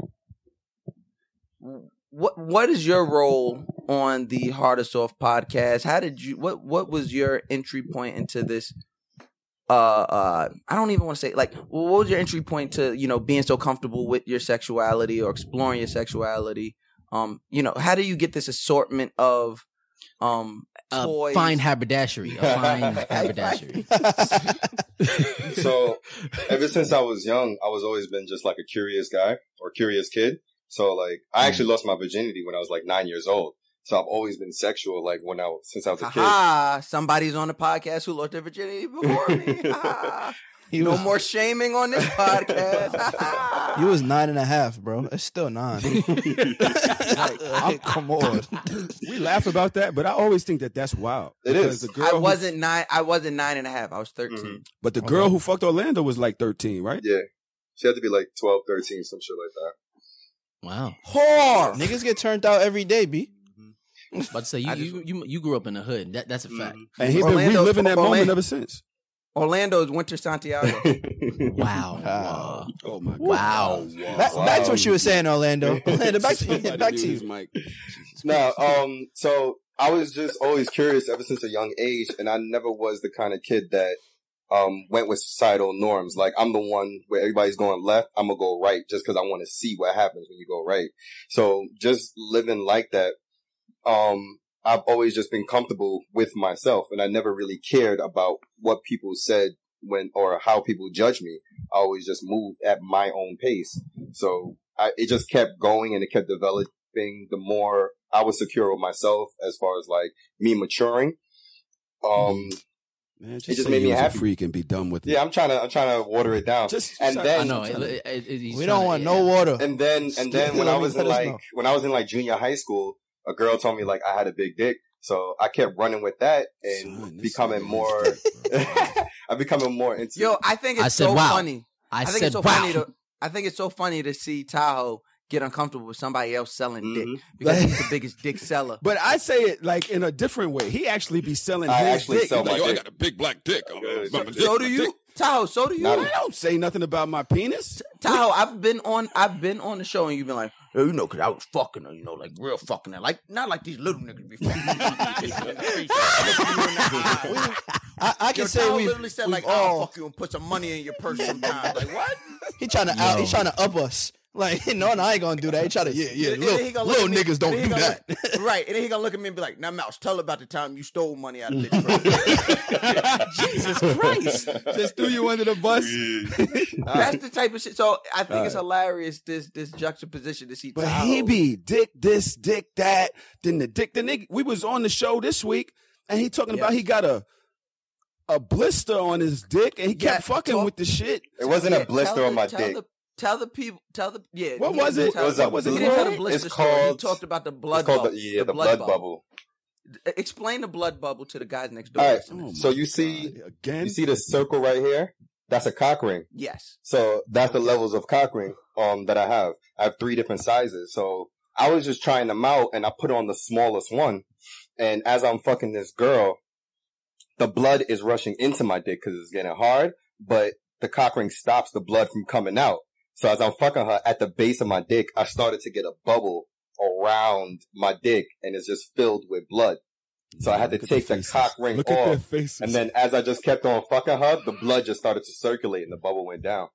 [SPEAKER 4] what what is your role on the Heart of Soft podcast? How did you what what was your entry point into this? Uh, uh, I don't even want to say like what was your entry point to you know being so comfortable with your sexuality or exploring your sexuality? Um, you know, how do you get this assortment of um
[SPEAKER 5] a
[SPEAKER 4] toys?
[SPEAKER 5] fine haberdashery. A fine haberdashery.
[SPEAKER 4] <laughs>
[SPEAKER 7] so ever since I was young, I was always been just like a curious guy or curious kid. So like
[SPEAKER 4] Mm-hmm.
[SPEAKER 7] I actually lost my virginity when I was like nine years old. So I've always been sexual like when I since I was a kid.
[SPEAKER 4] Aha! Somebody's on the podcast who lost their virginity before me. Ah.
[SPEAKER 8] <laughs>
[SPEAKER 4] no more shaming on this podcast.
[SPEAKER 8] <laughs>
[SPEAKER 4] <laughs>
[SPEAKER 8] You was nine and a half, bro. It's still nine. I'm, come on.
[SPEAKER 6] Mm. We laugh about that, but I always think that that's wild.
[SPEAKER 7] It
[SPEAKER 6] Because
[SPEAKER 7] is.
[SPEAKER 6] The girl
[SPEAKER 4] I
[SPEAKER 6] who-
[SPEAKER 4] wasn't nine. I wasn't nine and a half. I was 13
[SPEAKER 6] but the girl who fucked Orlando was like 13, right?
[SPEAKER 7] Yeah. She had to be like 12, 13, some shit like that.
[SPEAKER 5] Wow.
[SPEAKER 4] Whore.
[SPEAKER 8] Niggas get turned out every day, B.
[SPEAKER 5] About to say you,
[SPEAKER 4] I just-
[SPEAKER 5] you you you grew up in the hood. That that's a
[SPEAKER 7] Mm-hmm.
[SPEAKER 5] fact.
[SPEAKER 6] And he's
[SPEAKER 4] Orlando-
[SPEAKER 6] been reliving that moment
[SPEAKER 4] Orlando-
[SPEAKER 6] ever since.
[SPEAKER 4] Orlando's Winter Santiago.
[SPEAKER 7] <laughs>
[SPEAKER 5] Wow.
[SPEAKER 8] Wow.
[SPEAKER 6] Oh my god.
[SPEAKER 5] Wow.
[SPEAKER 8] Back, back to what you were
[SPEAKER 6] <laughs>
[SPEAKER 8] saying, Orlando. Orlando, back to
[SPEAKER 6] Somebody
[SPEAKER 8] back
[SPEAKER 6] do
[SPEAKER 8] to
[SPEAKER 6] this,
[SPEAKER 8] you.
[SPEAKER 6] Mike.
[SPEAKER 7] No, um, so I was just always curious ever since a young age, and I never was the kind of kid that um went with societal norms. Like I'm the one where everybody's going left, I'm gonna go right just because I want to see what happens when you go right. So just living like that, um, I've always just been comfortable with myself, and I never really cared about what people said when or how people judge me. I always just moved at my own pace. So I, it just kept going and it kept developing the more I was secure with myself as far as like me maturing. Um,
[SPEAKER 6] Man, just
[SPEAKER 7] It just
[SPEAKER 6] say
[SPEAKER 7] made
[SPEAKER 6] he
[SPEAKER 7] me
[SPEAKER 6] was a
[SPEAKER 7] happy.
[SPEAKER 6] freak and be done with it.
[SPEAKER 7] yeah, I'm trying to, I'm trying to water it down.
[SPEAKER 6] Mm-hmm. Just,
[SPEAKER 7] And
[SPEAKER 6] just-
[SPEAKER 7] then-
[SPEAKER 5] I know. It, it, it, it- he's
[SPEAKER 8] We
[SPEAKER 5] tryna-
[SPEAKER 8] don't want
[SPEAKER 5] yeah.
[SPEAKER 8] no water.
[SPEAKER 7] And then, and then when
[SPEAKER 8] Let
[SPEAKER 7] I
[SPEAKER 8] me
[SPEAKER 7] was
[SPEAKER 8] let
[SPEAKER 7] in
[SPEAKER 8] us
[SPEAKER 7] like,
[SPEAKER 8] know.
[SPEAKER 7] when I was in like junior high school, a girl told me like I had a big dick. So I kept running with that and
[SPEAKER 6] Son, this
[SPEAKER 7] becoming
[SPEAKER 6] nigga is
[SPEAKER 7] <laughs> more, I'm becoming more into
[SPEAKER 4] Yo, I think it's
[SPEAKER 5] I said,
[SPEAKER 4] so
[SPEAKER 5] wow.
[SPEAKER 4] funny.
[SPEAKER 5] I,
[SPEAKER 4] I, think
[SPEAKER 5] said
[SPEAKER 4] it's so funny
[SPEAKER 5] wow.
[SPEAKER 4] to. I think it's so funny to see Tahoe get uncomfortable with somebody else selling dick
[SPEAKER 7] Mhm.
[SPEAKER 4] because he's the biggest dick
[SPEAKER 6] <laughs>
[SPEAKER 4] seller.
[SPEAKER 6] <laughs> But I say it like in a different way. He actually be selling.
[SPEAKER 7] I
[SPEAKER 6] his
[SPEAKER 7] actually
[SPEAKER 6] dick.
[SPEAKER 7] sell
[SPEAKER 6] He's like,
[SPEAKER 7] my
[SPEAKER 6] "Yo, I
[SPEAKER 7] dick."
[SPEAKER 6] got a big black dick. I'm gonna
[SPEAKER 7] Yeah,
[SPEAKER 6] suck my
[SPEAKER 7] <laughs> so-
[SPEAKER 6] dick,
[SPEAKER 4] So
[SPEAKER 6] my
[SPEAKER 4] do you,
[SPEAKER 6] dick."
[SPEAKER 4] Tahoe? So do you?
[SPEAKER 7] Not
[SPEAKER 6] I don't say nothing about my
[SPEAKER 7] <laughs>
[SPEAKER 6] penis.
[SPEAKER 4] Tahoe, I've been on, I've been on the show, and you've been like, "Yo, you know, cause I was fucking her, you know, like real fucking her, like not like these little niggas be fucking. <laughs>
[SPEAKER 8] We,
[SPEAKER 4] I
[SPEAKER 8] I, I can say we.
[SPEAKER 4] literally said
[SPEAKER 8] we've
[SPEAKER 4] like,
[SPEAKER 8] all-
[SPEAKER 4] "I'll fuck you and put some money in your
[SPEAKER 8] <laughs>
[SPEAKER 4] purse sometimes." Like what?
[SPEAKER 8] He trying to out. He trying to up us. Like <laughs> no, no, I ain't gonna do that. He trying to yeah, yeah.
[SPEAKER 4] And then he
[SPEAKER 8] Little,
[SPEAKER 4] gonna look
[SPEAKER 8] little
[SPEAKER 4] at me-
[SPEAKER 8] niggas don't
[SPEAKER 4] and
[SPEAKER 8] do
[SPEAKER 4] then he
[SPEAKER 8] that. <laughs>
[SPEAKER 4] gonna look- right? And then he gonna look at me <laughs> and be like, "Now, Mouse, tell about the time you stole money out of
[SPEAKER 8] <laughs>
[SPEAKER 4] bitch." purse."
[SPEAKER 5] Jesus Christ.
[SPEAKER 6] Just threw you under the bus.
[SPEAKER 4] That's the type of shit. So I think it's hilarious this this juxtaposition to see.
[SPEAKER 6] But
[SPEAKER 4] Tahoe.
[SPEAKER 6] he be dick this, dick that. Then the dick. The nigga. We was on the show this week, and he talking about
[SPEAKER 4] Yes.
[SPEAKER 6] he got a a blister on his dick, and he
[SPEAKER 4] Yeah,
[SPEAKER 6] kept fucking
[SPEAKER 4] talk-
[SPEAKER 6] with the shit.
[SPEAKER 7] It wasn't
[SPEAKER 4] Yeah,
[SPEAKER 7] a blister
[SPEAKER 4] tell
[SPEAKER 7] on
[SPEAKER 4] the-
[SPEAKER 7] my
[SPEAKER 4] tell
[SPEAKER 7] dick.
[SPEAKER 4] the- Tell the people. Tell the yeah.
[SPEAKER 6] What
[SPEAKER 4] he
[SPEAKER 6] was
[SPEAKER 4] didn't
[SPEAKER 6] it?
[SPEAKER 4] tell
[SPEAKER 6] What was
[SPEAKER 4] the-
[SPEAKER 6] that? Was it
[SPEAKER 4] He didn't tell
[SPEAKER 6] blood?
[SPEAKER 4] the blister
[SPEAKER 7] It's
[SPEAKER 4] story. He
[SPEAKER 7] called-
[SPEAKER 4] talked about the blood
[SPEAKER 7] it's called
[SPEAKER 4] bubble.
[SPEAKER 7] the, yeah, the, blood, bubble.
[SPEAKER 4] E- Explain the blood bubble to the guys next door.
[SPEAKER 7] All right.
[SPEAKER 4] listeners.
[SPEAKER 7] So you see-
[SPEAKER 6] again,
[SPEAKER 7] You see this circle right here? That's a cock ring.
[SPEAKER 4] Yes.
[SPEAKER 7] So that's the levels of cock ring um, that I have. I have three different sizes. So I was just trying them out and I put on the smallest one. And as I'm fucking this girl, the blood is rushing into my dick because it's getting hard, but the cock ring stops the blood from coming out. So as I'm fucking her at the base of my dick, I started to get a bubble around my dick and it's just filled with blood. So I had to
[SPEAKER 6] Look at
[SPEAKER 7] take the
[SPEAKER 6] faces.
[SPEAKER 7] cock ring
[SPEAKER 6] Look at their
[SPEAKER 7] off.
[SPEAKER 6] faces.
[SPEAKER 7] And then as I just kept on fucking her, the blood just started to circulate and the bubble went down.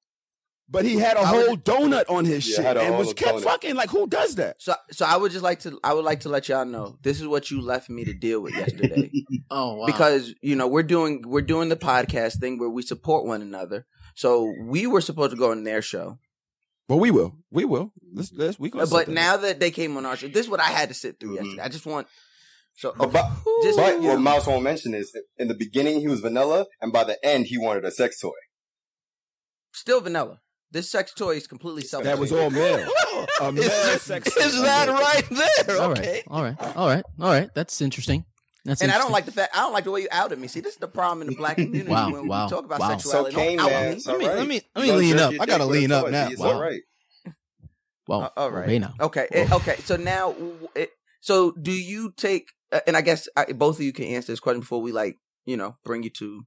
[SPEAKER 6] but he had a
[SPEAKER 4] I was-
[SPEAKER 6] whole donut on his
[SPEAKER 7] Yeah,
[SPEAKER 6] shit
[SPEAKER 7] had a
[SPEAKER 6] and
[SPEAKER 7] whole
[SPEAKER 6] was kept
[SPEAKER 7] donut.
[SPEAKER 6] fucking. Like, who does that?
[SPEAKER 4] So so I would just like to I would like to let y'all know this is what you left me to deal with yesterday.
[SPEAKER 5] <laughs>
[SPEAKER 6] <laughs>
[SPEAKER 5] Oh wow.
[SPEAKER 4] because you know we're doing we're doing the podcast thing where we support one another. So we were supposed to go on their show,
[SPEAKER 6] But we will. We will. Let's. let's we gonna
[SPEAKER 4] but
[SPEAKER 6] sit there. Mm-hmm.
[SPEAKER 4] now that they came on our show, this is what I had to sit through yesterday. I just want so
[SPEAKER 7] Oh,
[SPEAKER 4] oh,
[SPEAKER 7] But,
[SPEAKER 4] Just-
[SPEAKER 7] but what Mouse won't mention is in the beginning he was vanilla, and by the end he wanted a sex toy.
[SPEAKER 4] still vanilla. This sex toy is completely self.
[SPEAKER 6] that was all male.
[SPEAKER 4] <laughs>
[SPEAKER 6] A male sex
[SPEAKER 8] Is that right there?
[SPEAKER 5] all right,
[SPEAKER 8] Okay.
[SPEAKER 5] all right, all right, all right. That's interesting. That's
[SPEAKER 4] And I
[SPEAKER 5] interesting.
[SPEAKER 4] don't like the fact I don't like the way you outed me. See, this is the problem in the
[SPEAKER 6] <laughs>
[SPEAKER 4] black community
[SPEAKER 5] Wow,
[SPEAKER 4] when
[SPEAKER 5] wow,
[SPEAKER 4] we talk about
[SPEAKER 5] wow.
[SPEAKER 7] So
[SPEAKER 4] sexuality.
[SPEAKER 7] Kane
[SPEAKER 4] don't out
[SPEAKER 7] man,
[SPEAKER 4] me.
[SPEAKER 7] it's
[SPEAKER 8] Let me,
[SPEAKER 7] alright.
[SPEAKER 8] let me let
[SPEAKER 7] Don't
[SPEAKER 8] me lean
[SPEAKER 7] jerk
[SPEAKER 8] up.
[SPEAKER 7] your
[SPEAKER 8] I
[SPEAKER 7] dick
[SPEAKER 8] gotta
[SPEAKER 7] with a
[SPEAKER 8] lean up
[SPEAKER 7] toy,
[SPEAKER 8] now.
[SPEAKER 7] It's
[SPEAKER 5] Wow.
[SPEAKER 7] alright.
[SPEAKER 5] Well,
[SPEAKER 4] Uh, all right.
[SPEAKER 5] Reina.
[SPEAKER 4] Okay. eh, Okay. So now, w- it, so do you take? Uh, and I guess I, both of you can answer this question before we like, you know, bring you to,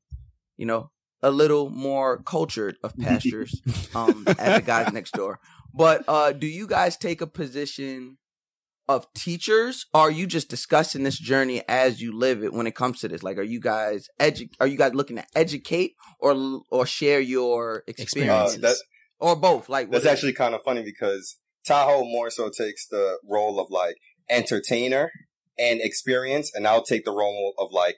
[SPEAKER 4] you know, a little more cultured of pastures um, at the guys next door. But uh, do you guys take a position of teachers? Or are you just discussing this journey as you live it when it comes to this? Like, are you guys edu- Are you guys looking to educate or l- or share your
[SPEAKER 7] Uh,
[SPEAKER 4] experience
[SPEAKER 7] that,
[SPEAKER 4] or both? Like,
[SPEAKER 7] that's
[SPEAKER 4] what-
[SPEAKER 7] actually kind of funny because Tahoe more so takes the role of like entertainer and experience, and I'll take the role of like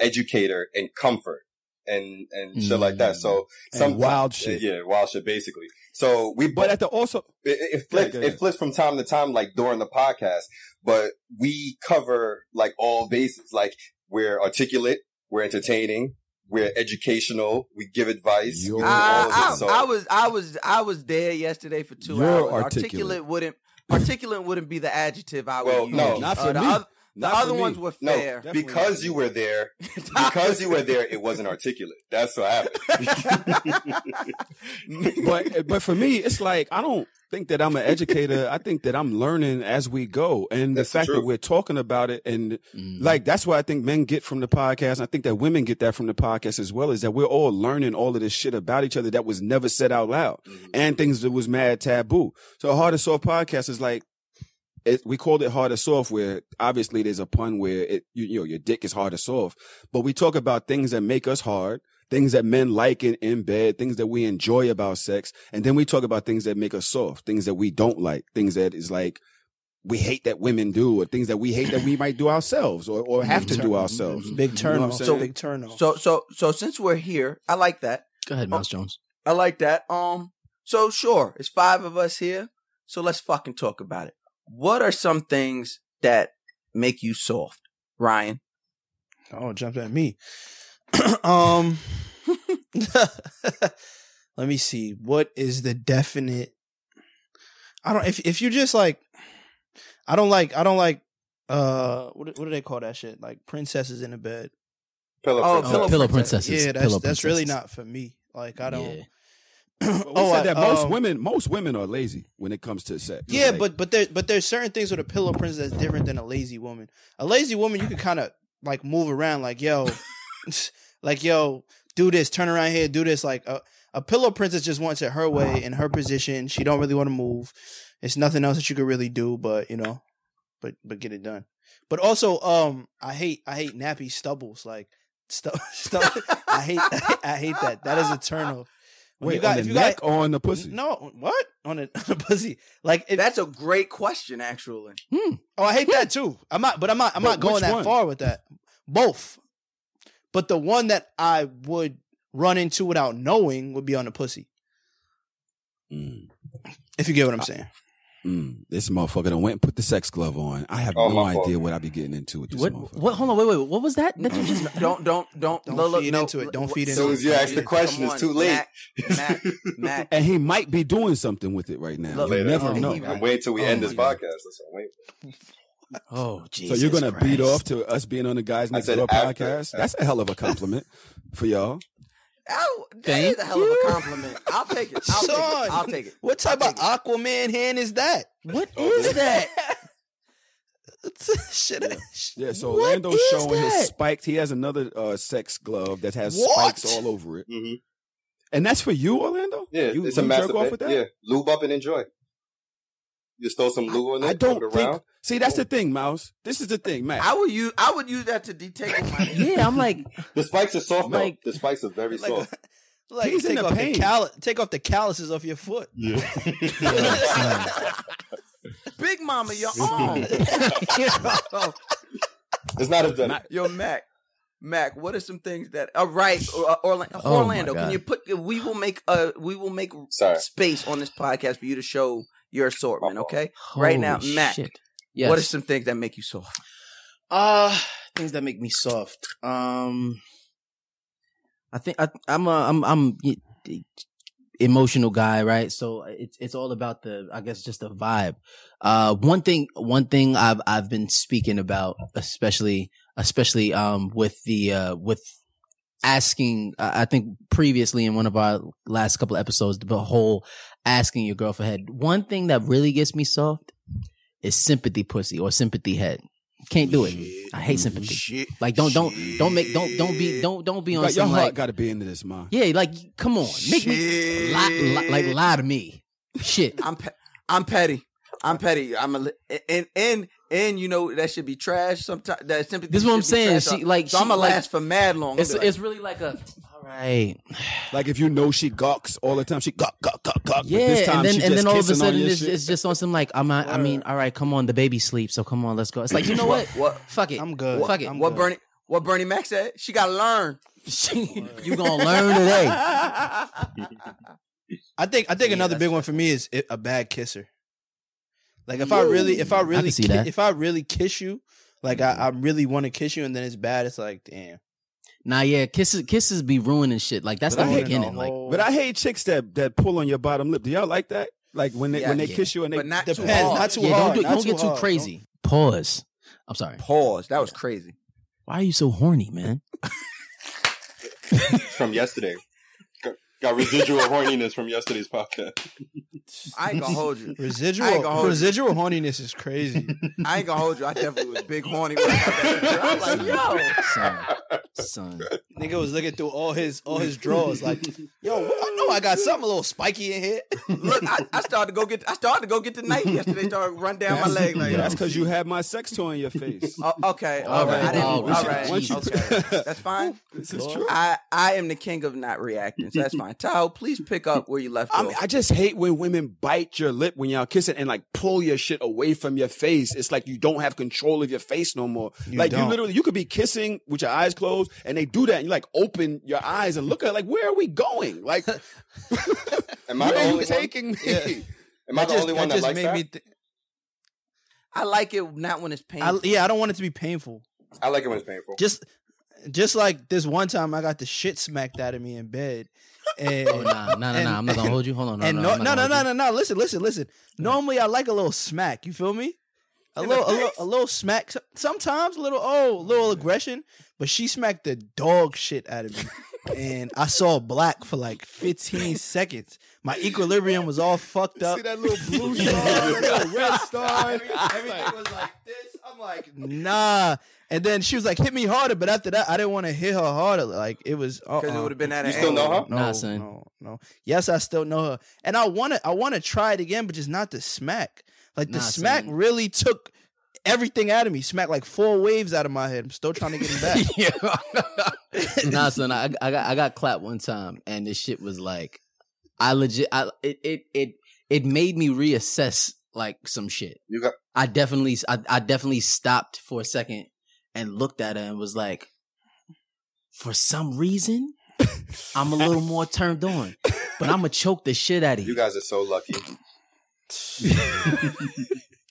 [SPEAKER 7] educator and comfort and and shit like that.
[SPEAKER 8] Mm.
[SPEAKER 7] So
[SPEAKER 6] And
[SPEAKER 7] some
[SPEAKER 6] wild shit.
[SPEAKER 7] yeah, wild shit, basically. So we
[SPEAKER 6] But at the also,
[SPEAKER 7] it, it- it flips
[SPEAKER 6] Yeah, yeah, yeah.
[SPEAKER 7] it flips from time to time like during the podcast but we cover like all bases like we're articulate we're entertaining we're educational we give advice we
[SPEAKER 6] You're-
[SPEAKER 7] do all of
[SPEAKER 4] I,
[SPEAKER 7] it. So-
[SPEAKER 4] I, I was I was I was there yesterday for 2
[SPEAKER 6] You're
[SPEAKER 4] hours.
[SPEAKER 6] articulate.
[SPEAKER 4] Articulate wouldn't articulate wouldn't be the adjective I would
[SPEAKER 7] Well,
[SPEAKER 4] use.
[SPEAKER 7] no,
[SPEAKER 6] not
[SPEAKER 4] Uh,
[SPEAKER 6] for
[SPEAKER 4] the
[SPEAKER 6] me.
[SPEAKER 4] oth- the
[SPEAKER 6] Not for
[SPEAKER 4] other
[SPEAKER 6] me.
[SPEAKER 4] ones were
[SPEAKER 7] no
[SPEAKER 4] fair.
[SPEAKER 6] Definitely
[SPEAKER 7] because
[SPEAKER 6] not.
[SPEAKER 7] you were
[SPEAKER 6] <laughs>
[SPEAKER 7] there because you were there it wasn't articulate that's what
[SPEAKER 6] <laughs>
[SPEAKER 7] happened
[SPEAKER 6] but but for me, it's like I don't think that I'm an educator. I think that I'm learning as we go, and
[SPEAKER 7] That's
[SPEAKER 6] the
[SPEAKER 7] the
[SPEAKER 6] fact that
[SPEAKER 7] truth.
[SPEAKER 6] we're talking about it, and
[SPEAKER 5] Mm.
[SPEAKER 6] like that's what I think men get from the podcast. And I think that women get that from the podcast as well. Is that we're all learning all of this shit about each other that was never said out loud, and things that was mad taboo. So hard and soft podcast is like. It, we called it hard or soft where obviously there's a pun where it, you, you know, your dick is hard or soft, but we talk about things that make us hard things that men like in, in bed, things that we enjoy about sex. And then we talk about things that make us soft, things that we don't like, things that is like we hate that women do, or things that we hate that we might do ourselves or, or have
[SPEAKER 8] Mm-hmm.
[SPEAKER 6] to do ourselves.
[SPEAKER 5] Mm-hmm.
[SPEAKER 3] Big
[SPEAKER 6] You know what I'm
[SPEAKER 4] So-
[SPEAKER 6] saying?
[SPEAKER 3] big turn off.
[SPEAKER 4] So so so since we're here, I like that.
[SPEAKER 5] Go ahead, Mouse Jones.
[SPEAKER 4] I like that. Um so sure, it's five of us here. So let's fucking talk about it. What are some things that make you soft, Ryan?
[SPEAKER 8] Oh, jumped at me. <clears throat> um, <laughs> let me see. What is the definite? I don't. If if you just like, I don't like. I don't like. Uh, what do- what do they call that shit? Like princesses in a bed.
[SPEAKER 7] Pillow
[SPEAKER 4] Oh,
[SPEAKER 7] princess.
[SPEAKER 5] Oh, Pillow
[SPEAKER 4] princesses.
[SPEAKER 5] Princesses.
[SPEAKER 8] Yeah, that's
[SPEAKER 5] Pillow
[SPEAKER 8] that's really
[SPEAKER 5] Princesses.
[SPEAKER 8] not for me. Like I don't. <clears throat>
[SPEAKER 5] Yeah.
[SPEAKER 6] But we said
[SPEAKER 8] I-
[SPEAKER 6] that most
[SPEAKER 8] um,
[SPEAKER 6] women, most women are lazy when it comes to sex.
[SPEAKER 8] Yeah,
[SPEAKER 6] Like,
[SPEAKER 8] but but there but there's certain things with a pillow princess that's different than a lazy woman. A lazy woman you can kind of like move around
[SPEAKER 6] <laughs>
[SPEAKER 8] like yo, <laughs> like yo, do this, turn around here, do this. Like a a pillow princess just wants it her way in her position. She don't really want to move. It's nothing else that you could really do, but you know, but but get it done. But also, um, I hate I hate nappy stubbles like. Stu- <laughs> stu- I hate I hate that. That
[SPEAKER 6] <laughs>
[SPEAKER 8] is eternal. When
[SPEAKER 6] wait,
[SPEAKER 8] you got
[SPEAKER 6] on
[SPEAKER 8] if
[SPEAKER 6] the
[SPEAKER 8] you
[SPEAKER 6] neck
[SPEAKER 8] got
[SPEAKER 6] or on the pussy?
[SPEAKER 8] no what on a, <laughs> on a pussy like if,
[SPEAKER 4] That's a great question
[SPEAKER 8] <laughs>
[SPEAKER 4] actually.
[SPEAKER 8] Oh, I hate that too. I'm not, but I'm not. I'm
[SPEAKER 6] But
[SPEAKER 8] not going
[SPEAKER 6] which
[SPEAKER 8] that
[SPEAKER 6] one?
[SPEAKER 8] far with that. Both, but the one that I would run into without knowing would be on the pussy.
[SPEAKER 6] Mm.
[SPEAKER 8] If you get what I'm saying.
[SPEAKER 6] Mm, this motherfucker done went and put the sex glove on. I have
[SPEAKER 7] Oh,
[SPEAKER 6] no
[SPEAKER 7] my fault.
[SPEAKER 6] idea what I be getting into with this
[SPEAKER 5] What?
[SPEAKER 6] motherfucker.
[SPEAKER 5] What? Hold on. Wait. Wait. What was that? That you
[SPEAKER 6] <laughs>
[SPEAKER 5] just.
[SPEAKER 4] Don't don't don't
[SPEAKER 8] Don't
[SPEAKER 4] Lil-
[SPEAKER 8] feed
[SPEAKER 4] no,
[SPEAKER 8] into it. Don't
[SPEAKER 4] what-
[SPEAKER 8] feed
[SPEAKER 7] As soon
[SPEAKER 8] into
[SPEAKER 7] as you ask the
[SPEAKER 4] Come
[SPEAKER 7] question,
[SPEAKER 4] on,
[SPEAKER 7] it's too late.
[SPEAKER 4] Mac, Mac,
[SPEAKER 7] <laughs>
[SPEAKER 4] Mac.
[SPEAKER 6] And he might be doing something with it right now.
[SPEAKER 4] Look,
[SPEAKER 6] you
[SPEAKER 7] Later.
[SPEAKER 6] never
[SPEAKER 4] Oh,
[SPEAKER 6] know.
[SPEAKER 4] he
[SPEAKER 7] I'm waiting till we
[SPEAKER 5] Oh
[SPEAKER 7] end
[SPEAKER 5] my
[SPEAKER 7] this
[SPEAKER 5] God.
[SPEAKER 7] podcast. That's what I'm waiting.
[SPEAKER 5] Oh,
[SPEAKER 6] So
[SPEAKER 5] Jesus.
[SPEAKER 6] you're gonna
[SPEAKER 5] Christ.
[SPEAKER 6] beat off to us being on the guys
[SPEAKER 7] I
[SPEAKER 6] next
[SPEAKER 7] said
[SPEAKER 6] door
[SPEAKER 7] after.
[SPEAKER 6] podcast? That's a hell of a compliment for y'all.
[SPEAKER 4] Ow, that
[SPEAKER 5] Thank
[SPEAKER 4] is a Oh, hell of a compliment. I'll take it. I'll take
[SPEAKER 8] Sean.
[SPEAKER 4] it. I'll take it.
[SPEAKER 8] What type of Aquaman hand is that?
[SPEAKER 5] What
[SPEAKER 7] Oh,
[SPEAKER 5] is
[SPEAKER 6] <laughs>
[SPEAKER 5] that?
[SPEAKER 8] <laughs> Shit.
[SPEAKER 6] Yeah. So
[SPEAKER 5] What
[SPEAKER 6] Orlando's
[SPEAKER 5] is
[SPEAKER 6] showing
[SPEAKER 5] that?
[SPEAKER 6] his spiked. He has another uh, sex glove that has
[SPEAKER 8] What?
[SPEAKER 6] spikes all over it,
[SPEAKER 7] Mm-hmm.
[SPEAKER 6] and that's for you, Orlando.
[SPEAKER 7] Yeah,
[SPEAKER 6] you,
[SPEAKER 7] it's
[SPEAKER 6] you jerk
[SPEAKER 7] a massive.
[SPEAKER 6] off with that.
[SPEAKER 7] Yeah, lube up and enjoy. You just throw some lube on it.
[SPEAKER 6] I don't
[SPEAKER 7] walk
[SPEAKER 6] think.
[SPEAKER 7] around.
[SPEAKER 6] See, that's the thing, Mouse. This is the thing, Matt.
[SPEAKER 4] I would use I would use that to detangle
[SPEAKER 5] <laughs>
[SPEAKER 4] my
[SPEAKER 5] yeah. I'm like.
[SPEAKER 7] The spikes are soft. though.
[SPEAKER 5] Like-
[SPEAKER 7] the spikes are very
[SPEAKER 4] <laughs>
[SPEAKER 8] Like,
[SPEAKER 7] soft.
[SPEAKER 8] like
[SPEAKER 6] He's in
[SPEAKER 8] take
[SPEAKER 6] the
[SPEAKER 8] off
[SPEAKER 6] pain.
[SPEAKER 8] the call- take off the calluses off your foot.
[SPEAKER 4] Big Mama, your arm.
[SPEAKER 5] <laughs>
[SPEAKER 4] <laughs> yo,
[SPEAKER 7] It's not as done.
[SPEAKER 6] Not-
[SPEAKER 4] yo, Mac. Mac, what are some things that? All right, uh, Orlando,
[SPEAKER 5] Oh, my
[SPEAKER 4] Orlando can
[SPEAKER 5] God.
[SPEAKER 4] you put? uh, We will make a we will make <laughs>
[SPEAKER 7] Sorry.
[SPEAKER 4] space on this podcast for you to show your assortment.
[SPEAKER 7] My fault.
[SPEAKER 4] Okay, right now,
[SPEAKER 5] Holy
[SPEAKER 4] Mac.
[SPEAKER 5] shit. Yes.
[SPEAKER 4] What are some things that make you soft?
[SPEAKER 5] Uh things that make me soft. Um I think I I'm a, I'm I'm y- y- emotional guy, right? So it's it's all about the I guess just the vibe. Uh one thing one thing I've I've been speaking about especially especially um with the uh with asking I I think previously in one of our last couple of episodes the whole asking your girl for head. One thing that really gets me soft is sympathy pussy or sympathy head. Can't do it. I hate sympathy.
[SPEAKER 4] Shit.
[SPEAKER 5] Like don't don't don't make don't don't be don't don't be
[SPEAKER 6] You
[SPEAKER 5] on
[SPEAKER 6] got- your
[SPEAKER 5] some
[SPEAKER 6] heart
[SPEAKER 5] like
[SPEAKER 6] got to be into this, man.
[SPEAKER 5] yeah like come on make me lie, li- like lie to me shit
[SPEAKER 4] I'm pe- I'm petty. I'm petty. I'm a li- and and and you know that should be trash. Sometimes that simply
[SPEAKER 5] This is what I'm
[SPEAKER 4] should be
[SPEAKER 5] saying.
[SPEAKER 4] trash.
[SPEAKER 5] She, like,
[SPEAKER 4] so
[SPEAKER 5] she,
[SPEAKER 4] I'm gonna
[SPEAKER 5] like-
[SPEAKER 4] last for mad long.
[SPEAKER 5] it's
[SPEAKER 4] I'll be like,
[SPEAKER 5] it's really like a all right
[SPEAKER 6] Like if you know she gawks all the time, she gawk gawk gawk gawk. but
[SPEAKER 5] yeah
[SPEAKER 6] this time
[SPEAKER 5] and then
[SPEAKER 6] she
[SPEAKER 5] and
[SPEAKER 6] just
[SPEAKER 5] then all of a
[SPEAKER 6] kissing on
[SPEAKER 5] sudden
[SPEAKER 6] your
[SPEAKER 5] it's,
[SPEAKER 6] shit.
[SPEAKER 5] it's just on some like I'm not, I mean all right come on the baby sleeps so come on let's go it's like you
[SPEAKER 4] <laughs>
[SPEAKER 5] know what
[SPEAKER 4] what what
[SPEAKER 5] fuck it <laughs>
[SPEAKER 8] I'm good.
[SPEAKER 5] fuck it
[SPEAKER 8] I'm
[SPEAKER 4] what
[SPEAKER 8] good.
[SPEAKER 4] Bernie what Bernie Mac said. She gotta learn. <laughs>
[SPEAKER 5] you gonna learn today
[SPEAKER 8] I think I think
[SPEAKER 5] Yeah,
[SPEAKER 8] another
[SPEAKER 5] that's
[SPEAKER 8] big one for me is i- a bad kisser. Like if I really if I really
[SPEAKER 5] see
[SPEAKER 8] ki-
[SPEAKER 5] that.
[SPEAKER 8] if I really kiss you, like I, I really want to kiss you and then it's bad, it's like damn.
[SPEAKER 5] nah yeah kisses kisses be ruining shit like that's
[SPEAKER 6] But I
[SPEAKER 5] the
[SPEAKER 6] hate
[SPEAKER 5] beginning like
[SPEAKER 6] But I hate chicks that that pull on your bottom lip. Do y'all like that? Like <laughs> when they
[SPEAKER 4] Yeah,
[SPEAKER 6] when they
[SPEAKER 5] yeah.
[SPEAKER 6] kiss you and they
[SPEAKER 4] But
[SPEAKER 6] <laughs>
[SPEAKER 4] not too
[SPEAKER 8] Depends,
[SPEAKER 4] hard.
[SPEAKER 8] not too
[SPEAKER 5] yeah
[SPEAKER 8] hard.
[SPEAKER 5] don't do
[SPEAKER 8] not
[SPEAKER 5] don't get too
[SPEAKER 8] hard.
[SPEAKER 5] crazy pause I'm sorry
[SPEAKER 4] Pause. That was crazy.
[SPEAKER 5] why are you so horny man
[SPEAKER 7] It's from yesterday. Got- Got residual horniness from yesterday's podcast.
[SPEAKER 4] I ain't gonna hold you. I ain't gonna
[SPEAKER 8] Residual
[SPEAKER 4] hold you.
[SPEAKER 8] residual horniness is crazy.
[SPEAKER 4] I ain't gonna hold you. I definitely was big horny. When I got that picture. I'm like, yo,
[SPEAKER 5] son son
[SPEAKER 8] Nigga was looking through all his all his drawers like, yo, what- I know I got something a little spiky in here.
[SPEAKER 4] look, I, I started to go get. I started to go get the knife yesterday. Started to run down my leg like.
[SPEAKER 6] Yeah, that's
[SPEAKER 4] yo,
[SPEAKER 6] because you had my sex toy in your <laughs> face.
[SPEAKER 4] Oh, okay.
[SPEAKER 5] All
[SPEAKER 4] All right.
[SPEAKER 5] right,
[SPEAKER 4] I didn't,
[SPEAKER 5] all
[SPEAKER 4] all
[SPEAKER 5] right.
[SPEAKER 4] right.
[SPEAKER 5] Once you-
[SPEAKER 4] Okay. That's fine.
[SPEAKER 6] this is true.
[SPEAKER 4] I, I am the king of not reacting, so that's fine. Tao, please pick up where you left
[SPEAKER 6] I,
[SPEAKER 4] off.
[SPEAKER 6] mean, I just hate when women bite your lip when y'all kissing and like pull your shit away from your face. It's like you don't have control of your face no more.
[SPEAKER 8] You
[SPEAKER 6] like you
[SPEAKER 8] don't.
[SPEAKER 6] literally, you could be kissing with your eyes closed, and they do that, and you like open your eyes and look at it, like where are we going? <laughs> Like
[SPEAKER 8] <laughs>
[SPEAKER 7] Am I
[SPEAKER 6] where are
[SPEAKER 7] the only
[SPEAKER 6] you
[SPEAKER 7] one?
[SPEAKER 6] taking me?
[SPEAKER 8] Yeah.
[SPEAKER 7] Am I the only one that likes
[SPEAKER 8] made
[SPEAKER 7] that?
[SPEAKER 8] me th-
[SPEAKER 4] I like it not when it's painful.
[SPEAKER 8] I, yeah, I don't want it to be painful.
[SPEAKER 7] I like it when it's painful.
[SPEAKER 8] Just just like this one time I got the shit smacked out of me in bed. And
[SPEAKER 5] Oh, nah, nah, nah, nah. I'm not gonna hold you. Hold on, no,
[SPEAKER 8] and
[SPEAKER 5] no,
[SPEAKER 8] no,
[SPEAKER 5] I'm not
[SPEAKER 8] no, no,
[SPEAKER 5] gonna
[SPEAKER 8] no,
[SPEAKER 5] hold
[SPEAKER 8] no, no. Listen, listen, listen. Normally, I like a little smack. You feel me? A
[SPEAKER 4] In
[SPEAKER 8] little,
[SPEAKER 4] the
[SPEAKER 8] a little,
[SPEAKER 4] face?
[SPEAKER 8] a little smack. So- Sometimes a little, oh, a little aggression. But she smacked the dog shit out of me, and I saw black for like 15 seconds. My equilibrium was all fucked up.
[SPEAKER 6] See that little blue star, that little
[SPEAKER 8] <laughs>
[SPEAKER 6] red star.
[SPEAKER 8] Everything was like this. I'm like, nah. And then she was like, hit me harder. But after that, I didn't want to hit her harder. Like it was.
[SPEAKER 4] because it
[SPEAKER 8] uh-uh.
[SPEAKER 4] would have been at
[SPEAKER 7] You
[SPEAKER 4] an
[SPEAKER 7] still know
[SPEAKER 4] angle.
[SPEAKER 7] her?
[SPEAKER 8] No,
[SPEAKER 5] Nah, son. <laughs>
[SPEAKER 8] no, no. Yes, I still know her, and I want to. I want to try it again, but just not the smack. Like the
[SPEAKER 5] Nah,
[SPEAKER 8] smack
[SPEAKER 5] son.
[SPEAKER 8] really took everything out of me. Smack like four waves out of my head. I'm still trying
[SPEAKER 5] <laughs>
[SPEAKER 8] to get it back.
[SPEAKER 5] you. Yeah. nah, son. I, I got I got clapped one time, and this shit was like, I legit. I it it it it made me reassess like some shit.
[SPEAKER 7] You got-
[SPEAKER 5] I definitely I, I definitely stopped for a second and looked at her and was like, for some reason, I'm a little more turned on, but I'm gonna choke the shit out of you.
[SPEAKER 7] You guys are so lucky.